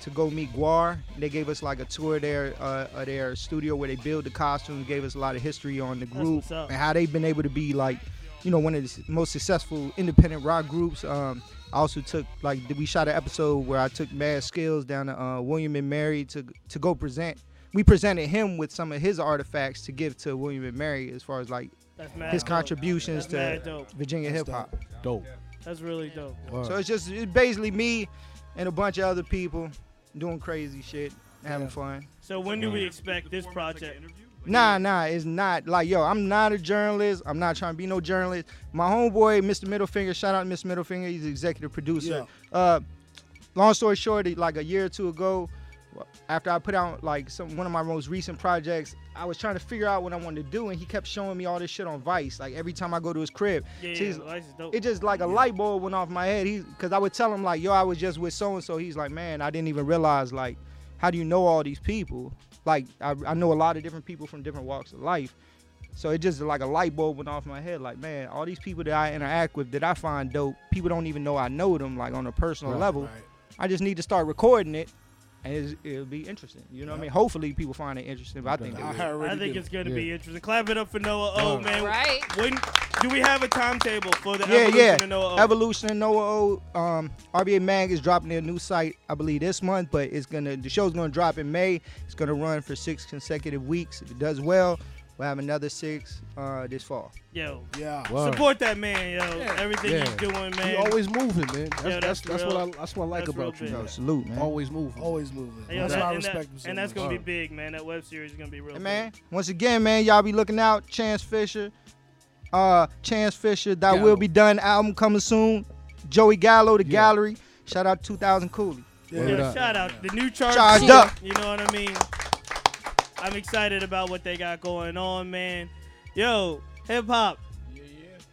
K: to go meet Guar. They gave us like a tour of their uh, of their studio where they build the costumes, gave us a lot of history on the group
B: what's up.
K: and how they've been able to be like, you know, one of the s- most successful independent rock groups. Um I also took like we shot an episode where I took Mad Skills down to uh, William and Mary to to go present. We presented him with some of his artifacts to give to William and Mary as far as like
B: That's mad
K: his
B: dope.
K: contributions
B: That's mad
K: to
B: dope.
K: Virginia
B: That's
K: hip hop.
C: Dope.
B: That's really dope.
K: So it's just it's basically me and a bunch of other people doing crazy shit, having fun.
B: So when do we expect this project?
K: Nah, nah, it's not like yo. I'm not a journalist. I'm not trying to be no journalist. My homeboy, Mr. Middlefinger, shout out to Mr. Middlefinger. He's the executive producer. Uh, long story short, like a year or two ago, after I put out like some one of my most recent projects, I was trying to figure out what I wanted to do, and he kept showing me all this shit on Vice. Like every time I go to his crib,
B: Yeah,
K: So he's-
B: yeah, Vice is dope.
K: it just like a light bulb went off my head. He, cause I would tell him like, yo, I was just with so and so. He's like, man, I didn't even realize like, how do you know all these people? Like, I, I know a lot of different people from different walks of life. So it just like a light bulb went off my head. Like, man, all these people that I interact with that I find dope, people don't even know I know them. Like on a personal
H: Right,
K: level, I just need to start recording it, and it's, it'll be interesting. You know what I mean? Hopefully, people find it interesting. But I think they will.
B: I think it's going to be interesting. Clap it up for Noah O,
K: Yeah.
B: man. Right. When do we have a timetable for the
K: yeah,
B: evolution
K: yeah.
B: of Noah O?
K: Evolution and Noah O. Um, RBA Mag is dropping their new site, I believe, this month, but it's gonna the show's gonna drop in May. It's gonna run for six consecutive weeks. If it does well, we'll have another six uh, this fall.
B: Yo.
D: Yeah.
K: Word.
B: Support that man, yo. Everything
K: Yeah.
B: he's doing, man.
K: You
C: You always moving, man. That's,
B: Yo,
C: that's,
B: that's
C: that's
B: real.
C: what I that's what I like
B: That's real
C: about you.
B: big.
K: Yo, salute, man.
C: Always moving.
D: Always moving.
B: Yo,
K: That's
B: that-
K: why I
B: and that-
K: respect him so
B: And that's
K: much.
B: going to be big, man. That web series is going to be real.
K: Man, once again, man, y'all be looking out. Chance Fisher, Uh, Chance Fisher, that
D: Gallo.
K: will be done album coming soon. Joey Gallo, the gallery. Shout out 2000 Cooley.
B: Yeah, shout out the new charge.
K: Charged up.
B: You know what I mean? I'm excited about what they got going on, man. Yo, hip hop.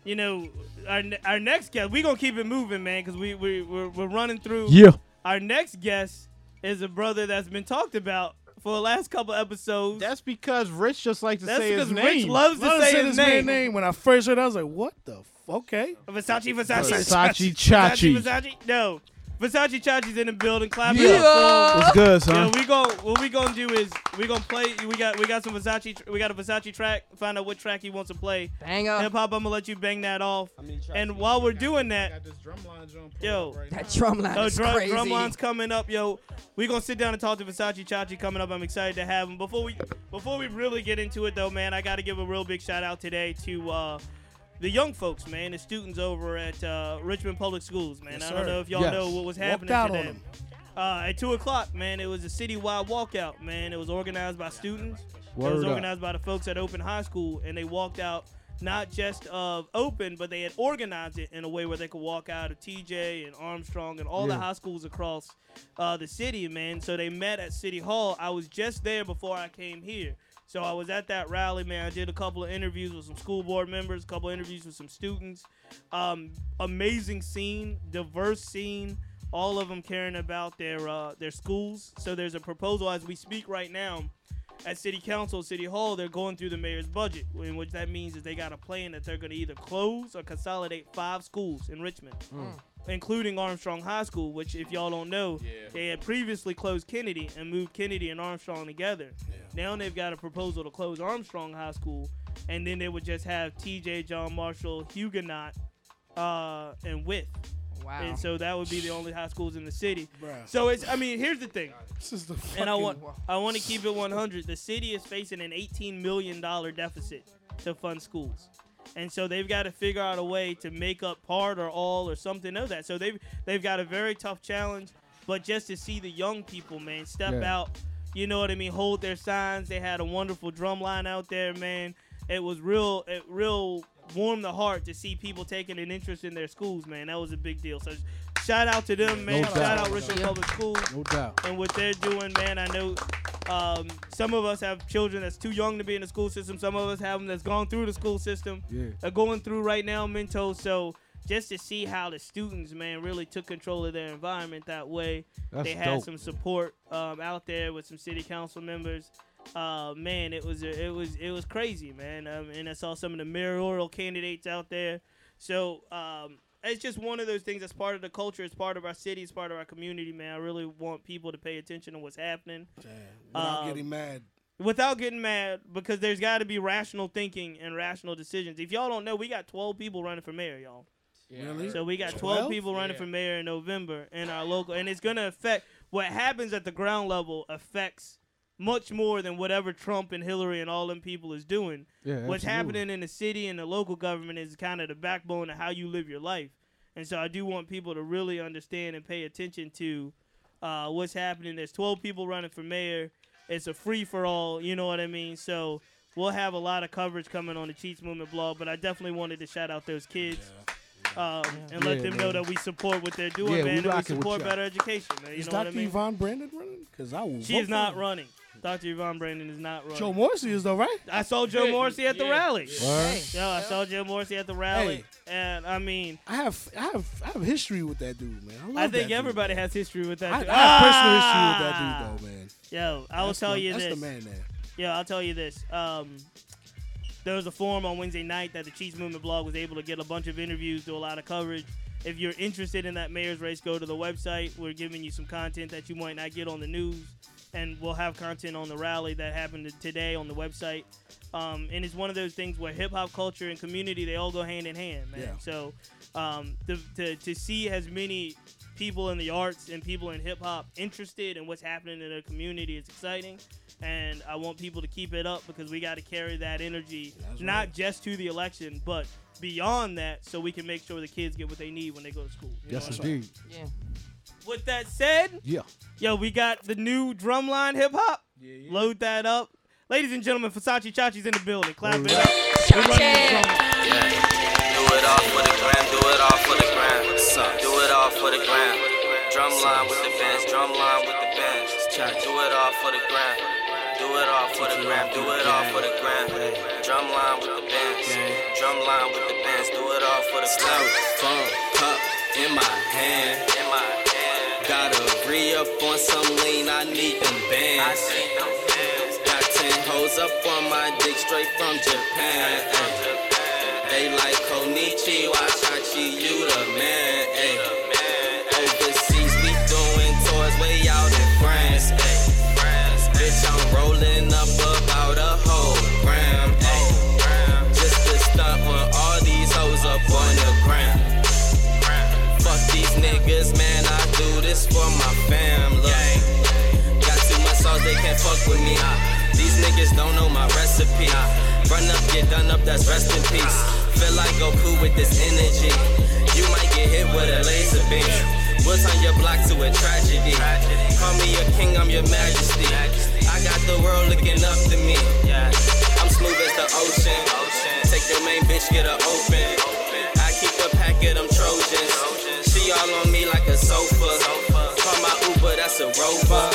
B: You know, our ne- our next guest, we gonna keep it moving, man, because we we we're, we're running through.
P: Yeah.
B: Our next guest is a brother that's been talked about for the last couple episodes. That's
P: because Rich just likes to
B: That's
P: say his
B: because
P: name.
B: Rich loves to
D: Love
B: say
D: said
B: his
D: man
B: name.
D: name. When I first heard, it, I was like, "What the? F- okay."
B: Versace,
P: Versace,
B: Versace, [laughs] Versace,
P: Chachi.
B: Versace. No, Versace, Chachi's in the building. Clap
P: Yeah.
B: it up.
P: What's good, son?
B: Yeah, we go. What we gonna do is we gonna play. We got we got some Versace. tr- We got a Versace track. Find out what track he wants to play.
E: Bang up.
B: Hip hop. I'm gonna let you bang that off. and while we're doing that, yo,
E: That drum line
B: Oh,
E: is
B: drum,
E: crazy.
B: drum line's coming up, yo. We gonna sit down and talk to Versace Chachi coming up. I'm excited to have him. Before we before we really get into it though, man, I gotta give a real big shout out today to uh, the young folks, man, the students over at uh, Richmond Public Schools, man.
D: Yes,
B: I don't
D: sir.
B: know if y'all
D: Yes.
B: know what was
D: Walked
B: happening
D: out on
B: today.
D: them.
B: Uh, at two o'clock, man, it was a citywide walkout, man. It was organized by students. it was
P: Word up.
B: organized by the folks at Open High School, and they walked out not just of Open, but they had organized it in a way where they could walk out of TJ and Armstrong and all the
P: Yeah.
B: high schools across uh, the city, man. So they met at City Hall. I was just there before I came here. So I was at that rally, man. I did a couple of interviews with some school board members, a couple of interviews with some students. Um, amazing scene, diverse scene. All of them caring about their uh, their schools. So there's a proposal as we speak right now at City Council, City Hall. They're going through the mayor's budget, in which that means is they got a plan that they're going to either close or consolidate five schools in Richmond
P: Mm.
B: including Armstrong High School, which, if y'all don't know, they had previously closed Kennedy and moved Kennedy and Armstrong together. Now they've got a proposal to close Armstrong High School, and then they would just have TJ, John Marshall, Huguenot, uh, and With.
E: Wow.
B: And so that would be the only high schools in the city.
D: Bruh.
B: So it's, I mean, here's the thing.
D: This is the
B: and I
D: fucking
B: want,
D: wa-
B: I want to keep it 100. The city is facing an 18 million dollar deficit to fund schools, and so they've got to figure out a way to make up part or all or something of that. So they've they've got a very tough challenge, but just to see the young people, man, step
P: Yeah.
B: out, you know what I mean, hold their signs. They had a wonderful drum line out there, man. It was real, it real warmed the heart to see people taking an interest in their schools, man. That was a big deal. So shout out to them, man.
C: No
B: shout
C: doubt.
B: out Richmond Public Schools
C: No doubt.
B: and what they're doing, man. I know um, some of us have children that's too young to be in the school system. Some of us have them that's gone through the school system,
C: Yeah.
B: are going through right now, mental. So just to see how the students, man, really took control of their environment that way.
P: That's
B: they had
P: dope.
B: some support um, out there with some city council members. Uh, man, it was it was it was crazy, man. Um, and I saw some of the mayoral candidates out there. So um, it's just one of those things that's part of the culture. It's part of our city. It's part of our community, man. I really want people to pay attention to what's happening.
D: without
B: Um,
D: getting mad.
B: Without getting mad, because there's got to be rational thinking and rational decisions. If y'all don't know, we got 12 people running for mayor, y'all.
D: Really?
B: So we got 12,
D: 12?
B: people running for mayor in November in our local, and it's gonna affect what happens at the ground level affects much more than whatever Trump and Hillary and all them people is doing.
P: Yeah,
B: What's
P: absolutely.
B: happening in the city and the local government is kind of the backbone of how you live your life, and so I do want people to really understand and pay attention to uh, what's happening. There's 12 people running for mayor. It's a free for all. You know what I mean? So. We'll have a lot of coverage coming on the Cheats Movement blog, but I definitely wanted to shout out those kids um, and let
D: Yeah, man.
B: them know that we support what they're doing,
D: Yeah, we
B: man. and we
D: rocking with
B: support
D: y'all.
B: better education, man. You
D: is
B: know
D: Dr.
B: what I mean?
D: Yvonne Brandon running? Because I will.
B: she
D: vote
B: is
D: for
B: not
D: her.
B: running. Dr. Yvonne Brandon is not running.
D: Joe Morrissey is though, right?
B: I saw Joe Morrissey at the
D: Yeah.
B: rally.
D: Word.
B: Yo, I saw Joe Morrissey at the rally, and I mean,
D: I have, I have, I have history with that dude, man. I, love
B: I think
D: that dude.
B: everybody has history with that.
D: I-
B: dude. Ah!
D: I have personal history with that dude, though, man.
B: Yo, I will
D: That's
B: tell
D: the-
B: you
D: that's
B: this.
D: the man there.
B: Yo, I'll tell you this. Um, there was a forum on Wednesday night that the Chiefs Movement blog was able to get a bunch of interviews, do a lot of coverage. If you're interested in that mayor's race, go to the website. We're giving you some content that you might not get on the news, and we'll have content on the rally that happened today on the website. Um, and it's one of those things where hip hop culture and community they all go hand in hand, man.
P: Yeah.
B: So um, to, to to see as many people in the arts and people in hip hop interested in what's happening in their community is exciting. And I want people to keep it up because we got to carry that energy,
P: That's
B: not
P: right.
B: just to the election, but beyond that, so we can make sure the kids get what they need when they go to school. You know
C: Yes,
B: what I'm saying?
C: indeed.
E: Yeah.
B: With that said,
C: Yeah.
B: yo, we got the new drumline hip hop. Load that up. Ladies and gentlemen, Versace Chachi's in the building. Clap it up. We're running the drum line.
Q: Yeah. Do it all for the gram, do it all for the gram. Do it all for the gram. Drumline with the bands, drumline with the bands. Do it all for the gram. Do it all for the gram, do it all for the gram. Drumline with the bands, drumline with the bands. Do it all for the gram.
R: Phone cup in my hand. In my hand. Gotta re up on some lean. I need them bands. Got ten hoes up on my dick straight from Japan. ayy. They like Konichi, Wachachi, you the man. ayy. Overseas, we doing tours way out in France. ayy. Bitch, I'm rolling up about a whole gram. ayy. Just to stunt on all these hoes up on the gram. Fuck these niggas, man. I do this for my fam. Look, got too much sauce, they can't fuck with me. These niggas don't know my recipe. Run up, get done up, that's rest in peace. Feel like Goku with this energy. You might get hit with a laser beam. We'll turn your block to a tragedy. Call me your king, I'm your majesty. I got the world looking up to me. I'm smooth as the ocean. Take your main bitch, get her open. I keep a pack of them Trojans. She all on me like a sofa. Call my Uber, that's a rover.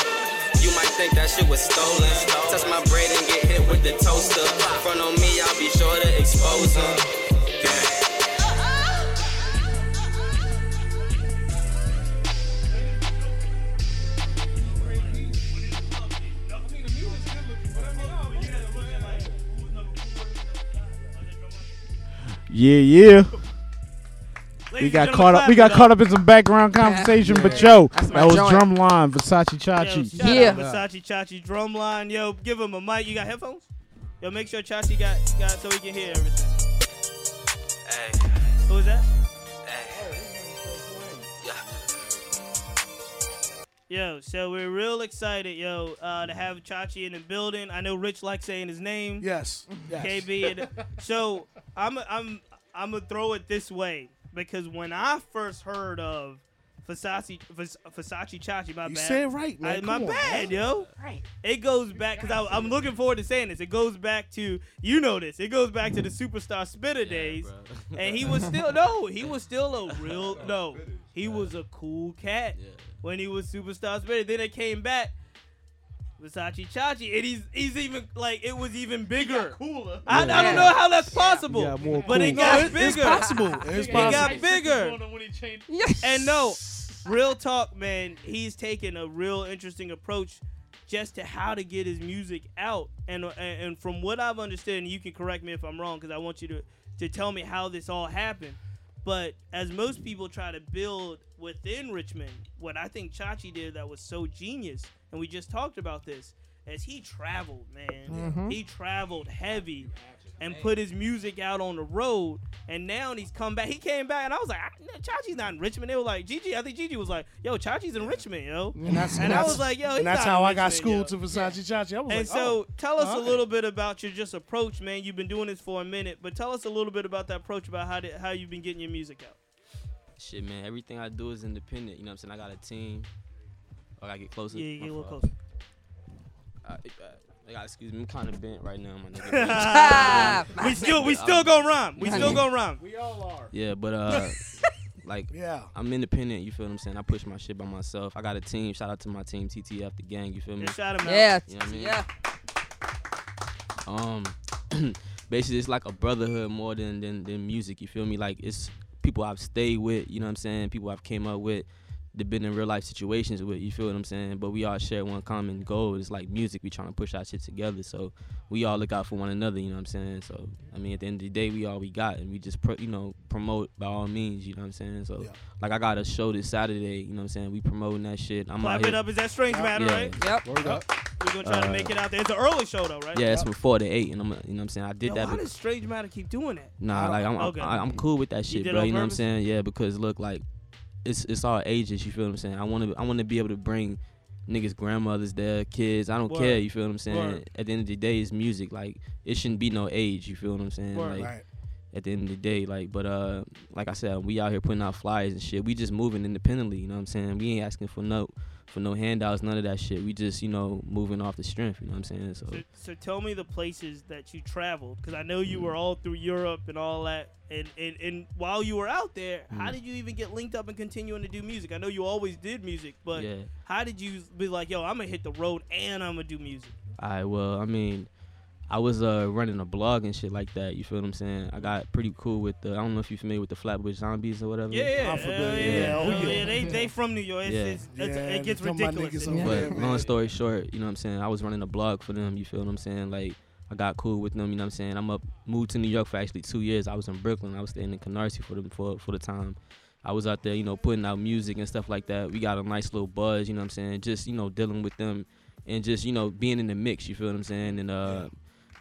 R: You might think that shit was stolen. Touch my bread and get hit with the toaster. Front on me, I'll be sure to expose 'em.
P: Yeah, yeah. we
B: Ladies
P: got
B: and
P: caught up. We got caught up in some background conversation, but yo,
B: That's my
P: that was
B: joint.
P: drumline Versace
B: Shout
P: Chachi.
B: yeah. out Versace Chachi drumline. Yo, give him a mic. You got headphones? Yo, make sure Chachi got got so he can hear everything. Who is that? Yo, so we're real excited, yo, uh, to have Chachi in the building. I know Rich likes saying his name.
D: Yes, yes.
B: KB. And, so I'm I'm I'm gonna throw it this way because when I first heard of Versace Vers- Versace Chachi, my
D: You
B: bad.
D: said it right, man.
B: I- my
D: Come on, man.
B: bad, yo.
D: Right.
B: It goes back because I'm looking forward to saying this. It goes back to you know this. It goes back to the superstar spitter days, and he was still no, he was still a real no. He was a cool cat when he was superstar spitter. Then it came back. Versace Chachi, and he's he's even like it was even bigger. cooler. I, I don't
D: Yeah.
B: know how that's possible,
D: Yeah, more
B: but it
D: cool.
B: got
D: No, it-
B: bigger.
D: it's
B: [laughs]
D: possible. It's
B: it
D: possible.
B: got bigger.
D: [laughs]
B: And no, real talk, man. He's taking a real interesting approach just to how to get his music out. And and, and from what I've understood, and you can correct me if I'm wrong, because I want you to to tell me how this all happened. But as most people try to build within Richmond, what I think Chachi did that was so genius, and we just talked about this, is he traveled, man.
M: Mhm.
B: He traveled heavy and put his music out on the road. And now he's come back. He came back, and I was like, I, no, Chachi's not in Richmond. They were like, Gigi, I think Gigi was like, yo, Chachi's in Richmond, yo.
D: And, that's, and
B: I
D: that's-
B: was like, yo, he's
D: and that's
B: not
D: how
B: in
D: I got
B: Richmond, yo."
D: schooled to Versace Chachi. I was
B: and
D: like,
B: so,
D: oh,
B: tell us a
D: alright.
B: little bit about your just approach, man. You've been doing this for a minute, but tell us a little bit about that approach about how did, how you've been getting your music out.
R: Shit, man, everything I do is independent. You know what I'm saying? I got a team. Oh, I gotta get closer.
B: Yeah, you
R: My
B: get a little
R: fault.
B: closer.
R: I, I, I gotta excuse me. I'm kind of bent right now, my
B: [laughs]
R: nigga.
B: we still we still gonna rhyme. We still gonna rhyme.
P: We all are.
R: Yeah, but
B: [laughs]
R: uh, like,
D: Yeah.
R: I'm independent. You feel what I'm saying? I push my shit by myself. I got a team. Shout out to my team, TTF, the gang. You feel me?
B: Yeah, shout 'em out.
R: Yeah,
B: Yeah,
R: you know what I mean?
B: yeah.
R: Um, [clears throat] basically, it's like a brotherhood more than than than music. You feel me? Like it's people I've stayed with. You know what I'm saying? People I've came up with. They've been in real life situations with you feel what I'm saying, but we all share one common goal. It's like music. We trying to push our shit together, so we all look out for one another. You know what I'm saying? So I mean, at the end of the day, we all we got, and we just pro- you know promote by all means. You know what I'm saying? So like I got a show this Saturday. You know what I'm saying? We promoting that shit. I'm out
B: Clap it
R: here-
B: up. Is that strange matter,
R: Yeah.
B: right? Yep. We're gonna try to
R: Uh,
B: make it out there. It's an early show though, right?
R: Yeah, it's from four to eight, and I'm you know what I'm saying I did
B: Yo,
R: that.
B: Why
R: bec-
B: does strange matter keep doing that?
R: Nah, like I'm,
B: Oh, okay.
R: I, I'm cool with that
B: You
R: shit,
B: did it
R: bro.
B: on
R: You know what I'm
B: purpose?
R: saying? Yeah, because look, like it's it's all ages. You feel what I'm saying? I want to I want to be able to bring niggas, grandmothers, their kids. I don't care.
B: Word.
R: You feel what I'm saying?
B: Word.
R: At the end of the day, it's music. Like it shouldn't be no age. You feel what I'm saying?
B: Word.
R: Like,
B: Right.
S: at the end of the day. Like, but uh, like I said, we out here putting out flyers and shit. We just moving independently. You know what I'm saying? We ain't asking for no for no handouts, none of that shit. We just you know moving off the strength. You know what I'm saying? So
B: So, so tell me the places that you traveled, because I know
R: Mm.
B: you were all through Europe and all that. And, and, and while you were out there, how
S: Mm.
B: did you even get linked up and continuing to do music? I know you always did music, but
S: Yeah.
B: how did you be like, yo, I'm gonna hit the road and I'm gonna do music?
S: I well, I mean, I was uh running a blog and shit like that. You feel what I'm saying? I got pretty cool with the. I don't know if you're familiar with the Flatbush Zombies or whatever.
B: Yeah, yeah,
S: Alpha
B: yeah,
S: Bill,
B: yeah, Oh, yeah, They they from New York. It's,
S: oh, Yeah.
B: it's, it's, it gets
D: some of my
B: ridiculous.
D: niggas over
S: But
D: there, man.
S: long story short, you know what I'm saying? I was running a blog for them, you feel what I'm saying? Like I got cool with them, you know what I'm saying? I'm up moved to New York for actually two years. I was in Brooklyn. I was staying in Canarsie for the for, for the time. I was out there, you know, putting out music and stuff like that. We got a nice little buzz, you know what I'm saying? Just, you know, dealing with them and just, you know, being in the mix, you feel what I'm saying? And uh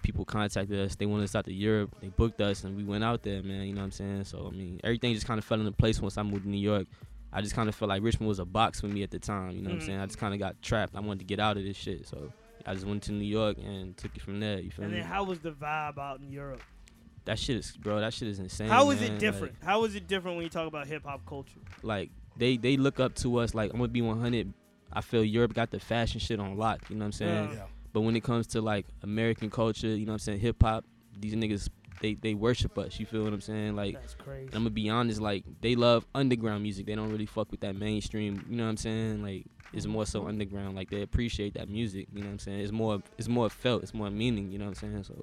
S: people contacted us. They wanted us out to Europe. They booked us, and we went out there, man. You know what I'm saying? So I mean, everything just kind of fell into place once I moved to New York. I just kind of felt like Richmond was a box for me at the time. You
R: Mm-hmm.
S: know
B: Mhm.
S: what I'm saying? I just kind of got trapped. I wanted to get out of this shit, so I just went to New York and took it from there. You feel
B: And
S: me?
B: then how was the vibe out in Europe?
S: that shit is, bro. That shit is insane.
B: How is
S: man.
B: it
S: Like-
B: different? how is it different when you talk about hip hop culture?
S: like they they look up to us like I'm gonna be 100. I feel Europe got the fashion shit on lock. You know what I'm saying?
B: Yeah. Yeah.
S: But when it comes to like American culture, you know what I'm saying? Hip hop, these niggas they they worship us. You feel what I'm saying? Like
B: That's crazy.
S: I'm gonna be honest. Like they love underground music. They don't really fuck with that mainstream. You know what I'm saying? Like it's more so underground. Like they appreciate that music. You know what I'm saying? It's more it's more felt. It's more meaning. You know what I'm saying? So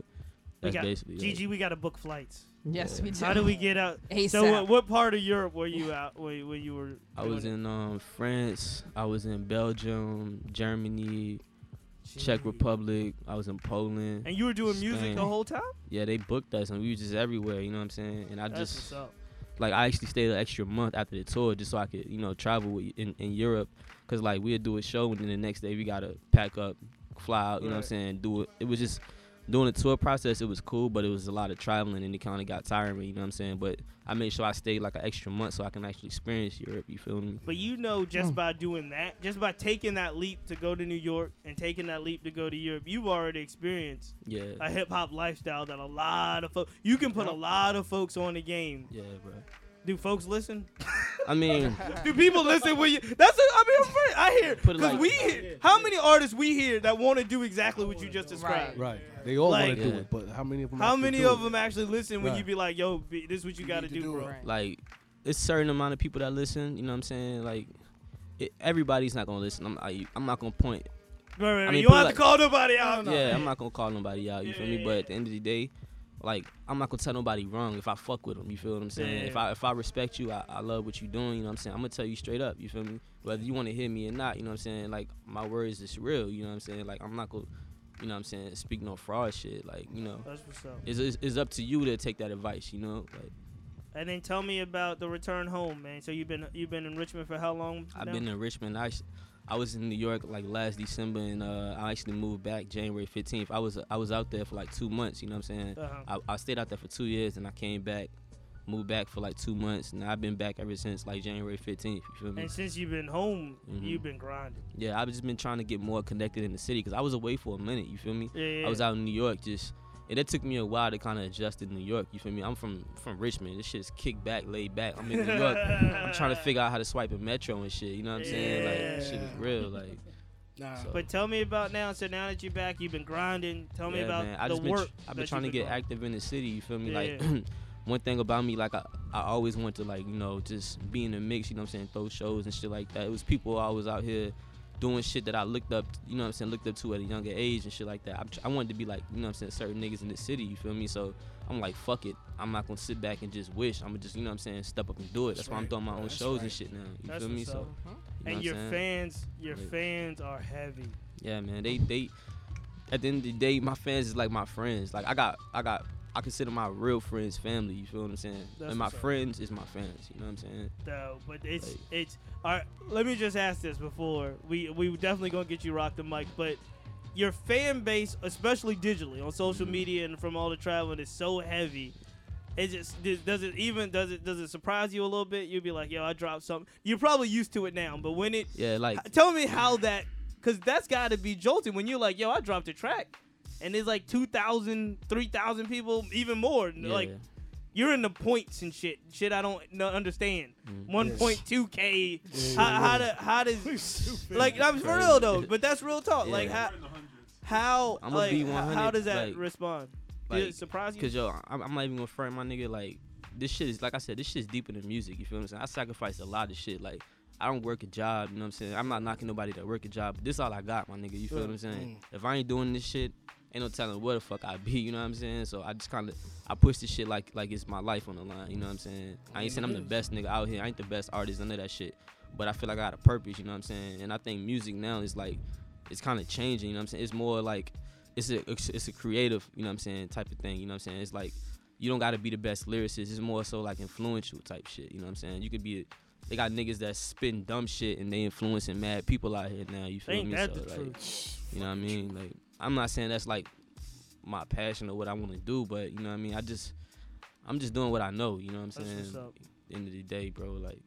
B: We
S: that's
B: got,
S: basically. it.
B: GG, we got to book flights.
E: Yes, we
B: How
E: do.
B: do we get
E: [laughs]
B: out? So,
E: ASAP.
B: what, what part of Europe were you out when, you- when you were?
S: I was
B: doing it?
S: in um, France. I was in Belgium, Germany, Czech Republic. I was in Poland.
B: And you were doing music the whole time?
S: Yeah, they booked us, and we were just everywhere. You know what I'm saying? And I
B: That's
S: just
B: what's up.
S: like I actually stayed an extra month after the tour just so I could you know travel with, in in Europe, cause like we'd do a show and then the next day we gotta pack up, fly out. You know what I'm
B: Right.
S: saying? Do it. It was just doing the tour process. It was cool, but it was a lot of traveling and it kind of got tiring. You know what I'm saying? But I made sure I stayed like an extra month so I can actually experience Europe. You feel me?
B: But you know, just
E: Hmm.
B: by doing that, just by taking that leap to go to New York and taking that leap to go to Europe, you've already experienced
S: Yeah.
B: a hip hop lifestyle that a lot of folks. You can put a lot of folks on the game.
S: Yeah, bro.
B: Do folks
E: [laughs]
B: listen? [laughs]
S: I mean,
B: Do people listen when you? That's a, I mean, I'm afraid- I hear
S: it
B: because
S: like-
B: we hear how many artists we hear that want to do exactly what you just described.
C: Right. They all
B: Like-
C: want to do it, but how many of them?
B: How
C: actually
B: many
C: do
B: of
C: it?
B: them actually listen when
C: Right.
B: you be like, "Yo, B, this is what you, got to do, bro"?
S: like it's certain amount of people that listen. You know what I'm saying? Like it, everybody's not gonna listen. I'm I, I'm not gonna point.
B: Right, right, right. You
S: put
B: don't
S: it
B: have to call nobody out. No, no,
S: Yeah,
B: no.
S: I'm not gonna call nobody out. You feel me? But at the end of the day, like I'm not gonna tell nobody wrong if I fuck with them. You feel what I'm saying?
B: Yeah.
S: If I if I respect you, I, I love what you doing. You know what I'm saying? I'm gonna tell you straight up. You feel me? Whether you want to hear me or not. You know what I'm saying? Like my words is real. You know what I'm saying? Like I'm not gonna. You know what I'm saying? Speak no fraud shit. Like, you know.
B: That's what's up.
S: It's, it's, it's up to you to take that advice, you know? Like,
B: And then tell me about the return home, man. So you've been you've been in Richmond for how long?
S: I've
B: now?
S: been in Richmond. I, s- I was in New York like last December, and uh, I actually moved back January 15th. I was I was out there for like two months. You know what I'm saying?
B: Uh-huh.
S: I, I stayed out there for two years, and I came back, moved back for like two months, and I've been back ever since like January 15th. You feel me?
B: And since you've been home,
S: Mhm.
B: you've been grinding.
S: Yeah, I've just been trying to get more connected in the city because I was away for a minute. You feel me?
B: Yeah, yeah,
S: I was
B: yeah.
S: out in New York just, and it took me a while to kind of adjust in New York. You feel me? I'm from from Richmond. This shit's kicked back, laid back. I'm in New York. I'm trying to figure out how to swipe a metro and shit. You know what
B: [laughs]
S: I'm saying? Like shit is real. Like. so-
B: But tell me about now. So now that you're back, you've been grinding. Tell me
S: yeah,
B: about
S: man. I
B: the
S: just been tr-
B: work.
S: I've
B: that
S: been
B: you've
S: trying to get
B: grinding.
S: active in the city. You feel me?
B: Yeah,
S: like
B: yeah.
S: [clears throat] one thing about me, like I, I always want to like you know just be in the mix. You know what I'm saying? Throw shows and shit like that. It was people I was out here doing shit that I looked up. You know what I'm saying? Looked up to at a younger age and shit like that. I'm tr- I wanted to be like you know what I'm saying certain niggas in the city. You feel me? So. I'm like, fuck it. I'm not gonna sit back and just wish. I'm gonna just, you know what I'm saying, step up and do it. That's,
B: That's
S: why I'm
B: right.
S: throwing my own
B: That's
S: shows
B: right.
S: and shit now. You
B: That's
S: feel me?
B: what's
S: So,
B: up.
S: you know what
B: and
S: I'm
B: your
S: saying?
B: fans, your
S: Like-
B: fans are heavy.
S: yeah, man. They they at the end of the day, my fans is like my friends. Like I got I got I consider my real friends family. You feel what I'm saying?
B: That's
S: and my
B: what's up.
S: friends is my fans. You know what I'm saying?
B: though. But it's it's. All right, let me just ask this before we we were definitely gonna get you rock the mic, but your fan base, especially digitally on social media and from all the traveling, is so heavy. It just does- does it even does it does it surprise you a little bit? You'd be like, yo, I dropped something. You're probably used to it now, but when it
S: Yeah, like
B: tell me how that because that's got to be jolting when you're like yo i dropped a track and there's like 2000 3000 people even more
S: Yeah.
B: like You're in the points and shit. Shit, I don't know, understand.
S: Mm.
B: One
S: Yes.
B: point two k.
S: Yeah,
B: How
S: yeah,
B: how
S: yeah.
B: do, how
J: [laughs]
B: does like that was for real though? But that's real talk. Like
S: Yeah.
B: how how
S: I'm
B: like,
S: gonna be
B: h-
S: 100.
B: How does that
S: like-
B: respond? Did
S: Like,
B: it surprise you?
S: Cause yo, I'm, I'm not even gonna front my nigga. Like this shit is like I said, this shit's deeper than music. You feel what I'm saying? I sacrifice a lot of shit. Like I don't work a job. You know what I'm saying? I'm not knocking nobody that work a job. But this all I got, my nigga. You feel
B: Mm,
S: what I'm saying? If I ain't doing this shit, ain't no telling where the fuck I be. [laughs] You know what I'm saying? So I just kind of I push this shit like like it's my life on the line. You know what I'm saying? I
B: Mm,
S: ain't saying I'm the best nigga out here. I ain't the best artist. None of that shit. But I feel like I got a purpose. You know what I'm saying? And I think music now is like it's kind of changing. You know what I'm saying? It's more like it's a it's it's a creative, you know what I'm saying, type of thing. You know what I'm saying? It's like you don't gotta be the best lyricist. It's more so like influential type shit. You know what I'm saying? You could be. they got niggas that spitting dumb shit and they influencing mad people out here now. You feel
B: Ain't
S: me?
B: that
S: So,
B: the
S: like,
B: truth?
S: You know what I mean? Like I'm not saying that's like my passion or what I want to do, but you know what I mean. I just I'm just doing what I know. You know what I'm
B: That's
S: saying?
B: what's up.
S: End of the day, bro. Like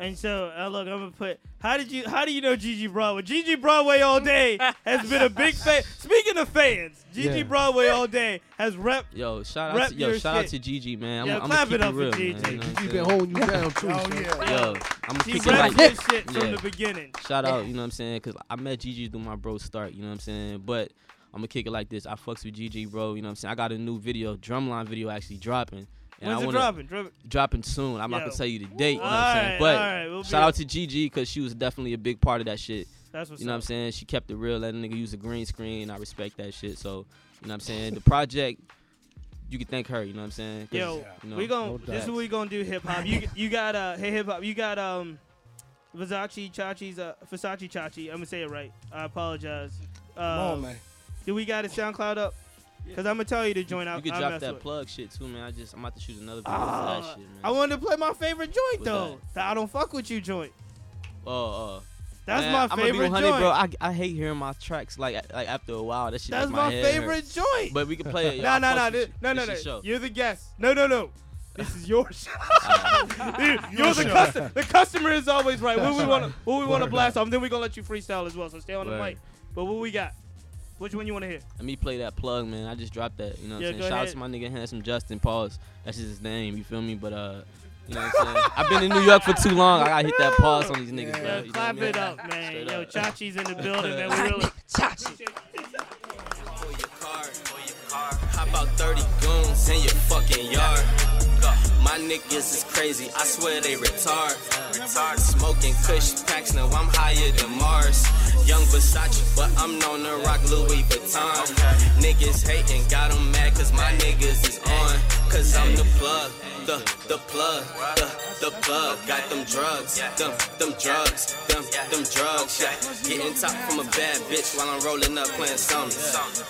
B: And so, uh, look, I'm gonna put. How did you? How do you know Gigi Broadway? Gigi Broadway all day has been a big
S: [laughs]
B: fan. Speaking of fans, Gigi
S: Yeah.
B: Broadway all day has rep.
S: Yo, shout out
B: Rep
S: to yo,
B: your
S: shout out
B: shit.
S: to Gigi, man. I'm,
B: Yeah,
S: I'm
B: clap
S: gonna
B: it
S: keep
B: up
S: it
B: for
S: real,
B: Gigi.
S: Man, you know what I'm
B: Gigi
S: saying?
B: been holding you down, too,
C: Oh, son. yeah.
S: Yo, I'm gonna
B: She
S: kick it
B: repped
S: like
B: this shit from the beginning.
S: Shout out, you know what I'm saying? Cause I met Gigi through my bro Stark, you know what I'm saying? But I'm gonna kick it like this. I fucks with Gigi, bro. You know what I'm saying? I got a new video, drumline video, actually dropping. And
B: When's
S: I
B: it
S: wanna-
B: dropping? Drop
S: Dropping soon. I'm not
B: Yo.
S: gonna tell you the date. You know what
B: All
S: I'm saying?
B: right,
S: but
B: all right, we'll be
S: shout out to Gigi because she was definitely a big part of that shit.
B: That's what's
S: you know
B: up.
S: what I'm saying? She kept it real. That nigga use a green screen. I respect that shit. So you know what I'm saying? The project, you can thank her. You know what I'm saying? 'Cause,
B: Yo,
S: you know,
B: we gon'
S: no
B: this is
S: doubt.
B: what we gonna do. Hip hop. You you got uh hey hip hop. You got um Versace Chachi's uh Versace Chachi. I'm gonna say it right. I apologize. Um,
S: on, man.
B: Do we got a SoundCloud up? Cause I'm gonna tell you to join out.
S: You could
B: I
S: drop
B: mess
S: that
B: with.
S: plug shit too, man. I just I'm about to shoot another video for
B: Ah,
S: that shit, man.
B: I wanted to play my favorite joint
S: What's
B: though. The I don't fuck with you joint.
S: Oh, uh,
B: That's
S: man,
B: my
S: I'ma be
B: favorite
S: 100, bro. I,
B: joint.
S: I hate hearing my tracks like like after a while. That shit.
B: That's
S: make
B: my
S: head
B: favorite
S: hurt.
B: joint.
S: But we
B: [laughs]
S: can play it. yo.
B: No,
S: I
B: no,
S: fucks
B: no,
S: with
B: thi-
S: you.
B: no, no,
S: It's your
B: no.
S: show.
B: You're the guest. No, no, no. This is your
S: [laughs]
B: show. [laughs] Dude, you're
S: Ah. Your
B: the
S: show.
B: customer. The customer is always right. What we
S: That's
B: want to,
S: right.
B: what we want to
S: Word
B: blast off. Then we gonna let you freestyle as well. So stay on the
S: Word.
B: mic. But what we got? Which one you want to hear?
S: Let me play that plug, man. I just dropped that. You know what
B: Yeah,
S: I'm saying?
B: go
S: Shout out
B: ahead.
S: to my nigga Handsome Justin Pause. That's just his name. You feel me? But uh, you know what I'm saying? I've been in New York for too long. I gotta hit that pause on these niggas, bro. You know
B: Yo,
S: what
B: clap
S: I mean?
B: it up, man.
S: Straight
B: Yo,
S: up.
B: Chachi's in the
S: [laughs]
B: building, man. We really.
R: How about 30 goons in your fucking yard? My niggas is crazy, I swear they retard. Retard. Smoking Kush packs, now I'm higher than Mars. Young Versace, but I'm known to rock Louis Vuitton. Niggas hating, got 'em mad cause my niggas is on. Cause I'm the plug, the, the plug, the, the plug. Got them drugs, them, them drugs, them, them drugs. Yeah. Getting top from a bad bitch while I'm rolling up playing something.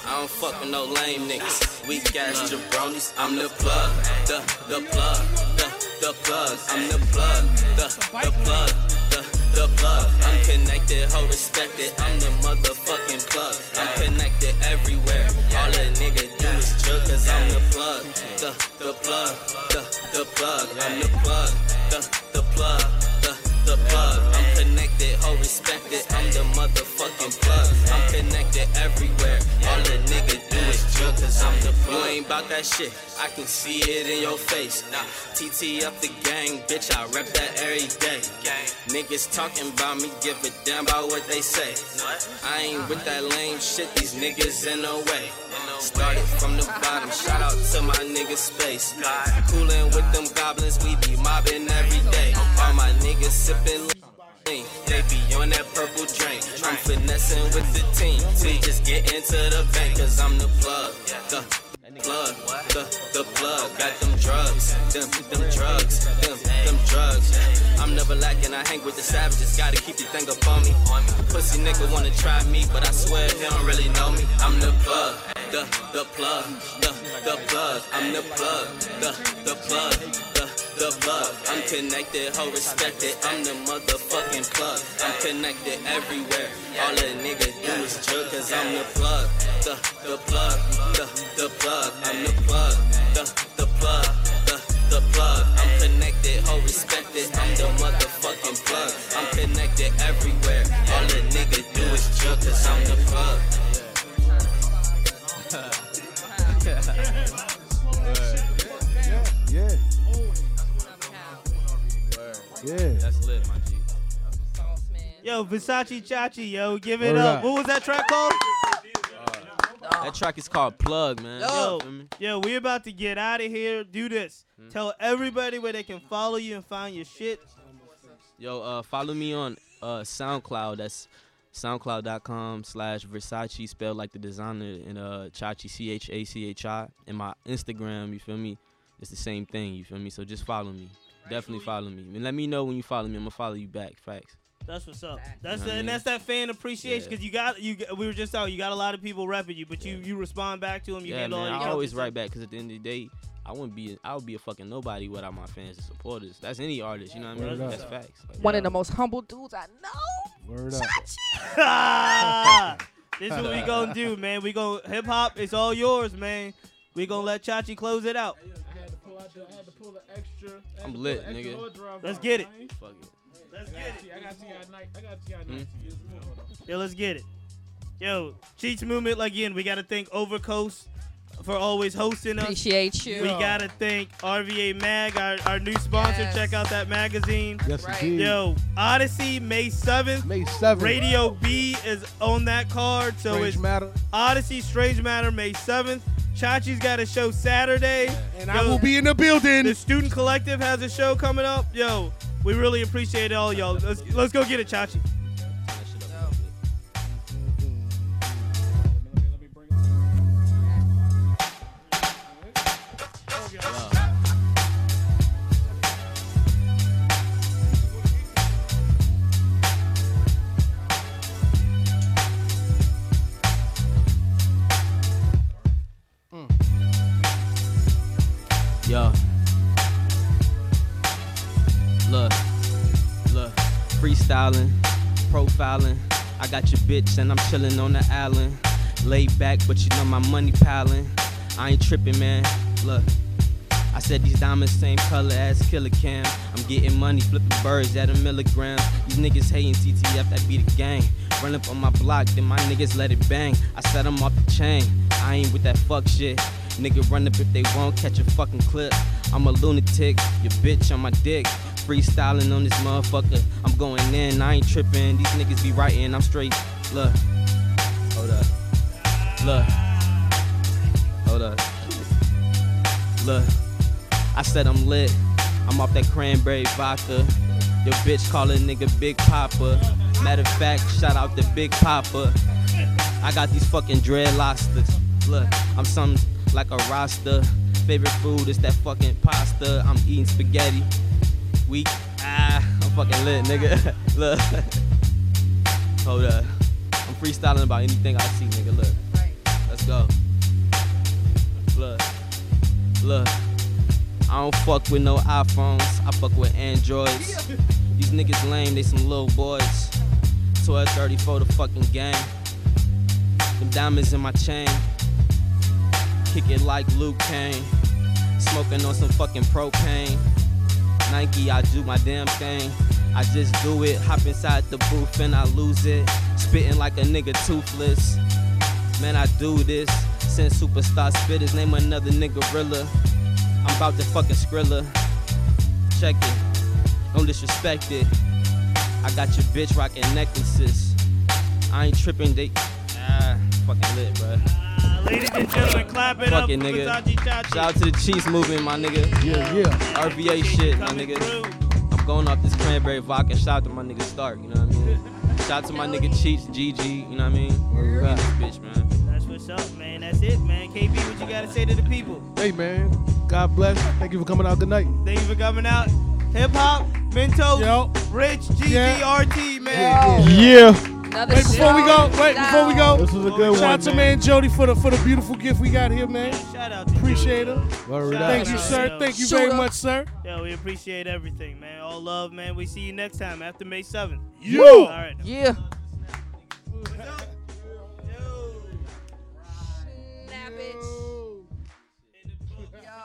R: I don't fuck with no lame niggas. Weak ass jabronis. I'm the plug, the, the plug, the, the plug. I'm the plug, the, the plug, the, the plug. I'm connected, ho respected. I'm the motherfucking plug. I'm connected everywhere. All a nigga do is jerk cause I'm the plug, the, the plug, the, the plug. I'm the plug, the, the plug, the, the plug. I'm connected, ho respected. I'm the motherfucking plug. I'm connected everywhere. All a nigga do is jerk cause I'm the plug. You ain't about that shit. I can see it in your face. Nah, TT up the gang, bitch. I rep that every day. Niggas talking about me, give a damn about what they say. I ain't with that lame shit, these niggas in the way. Started from the bottom, shout out to my nigga Space. Coolin' with them goblins, we be mobbing every day. All my niggas sippin' lean, they be on that purple drink. I'm finessing with the team, we just get into the bank, cause I'm the plug. The plug, the, the plug, got them drugs, them, them drugs, them, them drugs. I'm never lacking, I hang with the savages, gotta keep the thing up on me. Pussy nigga wanna try me, but I swear he don't really know me. I'm the plug, the, the plug, the, the plug, I'm the plug, the, the plug, the, the plug. I'm connected, ho respected, I'm the motherfucking plug. I'm connected everywhere, all a nigga do is jerk, cause I'm the plug, the, the plug, the, the plug, I'm the plug, the, the plug, the, the plug. I'm connected, ho respected, I'm the motherfucking plug. I'm connected everywhere, all a nigga do is jerk, cause I'm the plug.
H: Yeah.
B: Yo, Versace Chachi, yo, give it
R: Word
B: up.
R: up.
B: What was that track called?
R: That track is called Plug, man.
B: Yo, yo, we about to get out of here. Do this.
S: Hmm.
B: Tell everybody where they can follow you and find your shit.
R: Yo, uh, follow me on uh, SoundCloud. That's soundcloud.com slash Versace, spelled like the designer, and uh, Chachi, C H A C H I. And my Instagram, you feel me? It's the same thing, you feel me? So just follow me. Definitely follow me. And let me know when you follow me. I'm going to follow you back. Facts.
B: That's what's up. That's
R: Nah,
B: the,
R: man.
B: and that's that fan appreciation
R: Yeah.
B: because you got you. got- We were just out. You got a lot of people repping you, but you you respond back to them. You
R: yeah,
B: handle
R: man,
B: all
R: I
B: your
R: always write back because at the end of the day, I wouldn't be, I would be a fucking nobody without my fans and supporters. That's any artist, you know what I mean?
E: Word up.
R: That's facts.
E: One of the most humble dudes I know.
R: Word
B: [laughs] Ah, this is what we
R: [laughs]
B: gonna do, man. We gonna hip hop. It's all yours, man. We gonna let Chachi close it out.
R: I'm lit, nigga.
B: Let's get it.
R: Fuck it.
H: Let's get it. I got to y'all night. I got to y'all night.
B: Yo, let's get it. Yo, Cheats Movement, like, again, we got to thank Overcoast for always hosting us.
E: Appreciate you.
B: We got to thank RVA Mag, our, our new sponsor.
E: Yes.
B: Check out that magazine.
C: Yes, Right. indeed.
B: Yo, Odyssey, May 7th.
C: May 7th.
B: Radio B is on that card. So
C: Strange
B: it's
C: Matter.
B: Odyssey, Strange Matter, May 7th. Chachi's got a show Saturday.
D: And I will be in the building.
B: The Student Collective has a show coming up. Yo, we really appreciate all y'all. Let's, let's go get it, Chachi.
R: Yo. Look, look, freestyling, profiling. I got your bitch and I'm chilling on the island. Laid back, but you know my money piling. I ain't tripping, man. Look, I said these diamonds same color as Killer Cam. I'm getting money, flipping birds at a milligram. These niggas hating TTF, that be the gang. Run up on my block, then my niggas let it bang. I set 'em off the chain. I ain't with that fuck shit. Nigga run up if they won't catch a fucking clip. I'm a lunatic, your bitch on my dick. Freestyling on this motherfucker. I'm going in, I ain't tripping. These niggas be writing, I'm straight. Look, hold up. Look, hold up. Look, I said I'm lit. I'm off that cranberry vodka. Your bitch call a nigga Big Papa. Matter of fact, shout out to Big Papa. I got these fucking dread lobsters. Look, I'm something like a Rasta. Favorite food is that fucking pasta. I'm eating spaghetti. Weak. Ah, I'm fucking lit, nigga. [laughs] Look. Hold up. I'm freestyling about anything I see, nigga. Look. Let's go. Look. Look, I don't fuck with no iPhones, I fuck with Androids. These niggas lame, they some little boys. 1234 the fucking game. Them diamonds in my chain. Kick it like Luke Kane. Smoking on some fucking propane. Nike, I do my damn thing. I just do it, hop inside the booth and I lose it. Spitting like a nigga toothless. Man, I do this. Since superstar spitters, name another nigga Rilla. I'm about to fucking Skrilla. Check it. Don't disrespect it. I got your bitch rocking necklaces. I ain't tripping, they. Ah, fucking lit, bruh.
B: Ladies and gentlemen, clap it
R: Fucking
B: up. for
R: nigga.
B: Versace Chachi.
R: Shout out to the Chiefs movement, my nigga. Yeah, yeah. RVA shit, my nigga. I'm going off this cranberry vodka. Shout out to my nigga Stark, you know what I mean?
B: [laughs]
R: Shout out to my nigga Chiefs, GG, you know what I mean? Word up, bitch, man.
B: That's what's up, man. That's it, man. KB, what you gotta say to the people?
C: Hey, man. God bless. Thank you for coming out. Good night.
B: Thank you for coming out. Hip hop, Mentos, Rich, GGRT, man.
D: Wait, before we go, wait, before we go.
T: This was a good
D: Shout
T: one,
D: out to
T: man.
D: man Jody for the for the beautiful gift we got here, man.
B: Shout out to
D: Appreciate him.
T: Word
B: Shout
D: Thank
B: out,
D: you, sir.
B: yo.
D: Thank you very much, sir.
B: Yo, we appreciate everything, man. All love, man. We see you next time after May 7th.
D: Yeah.
B: All right.
E: Yeah.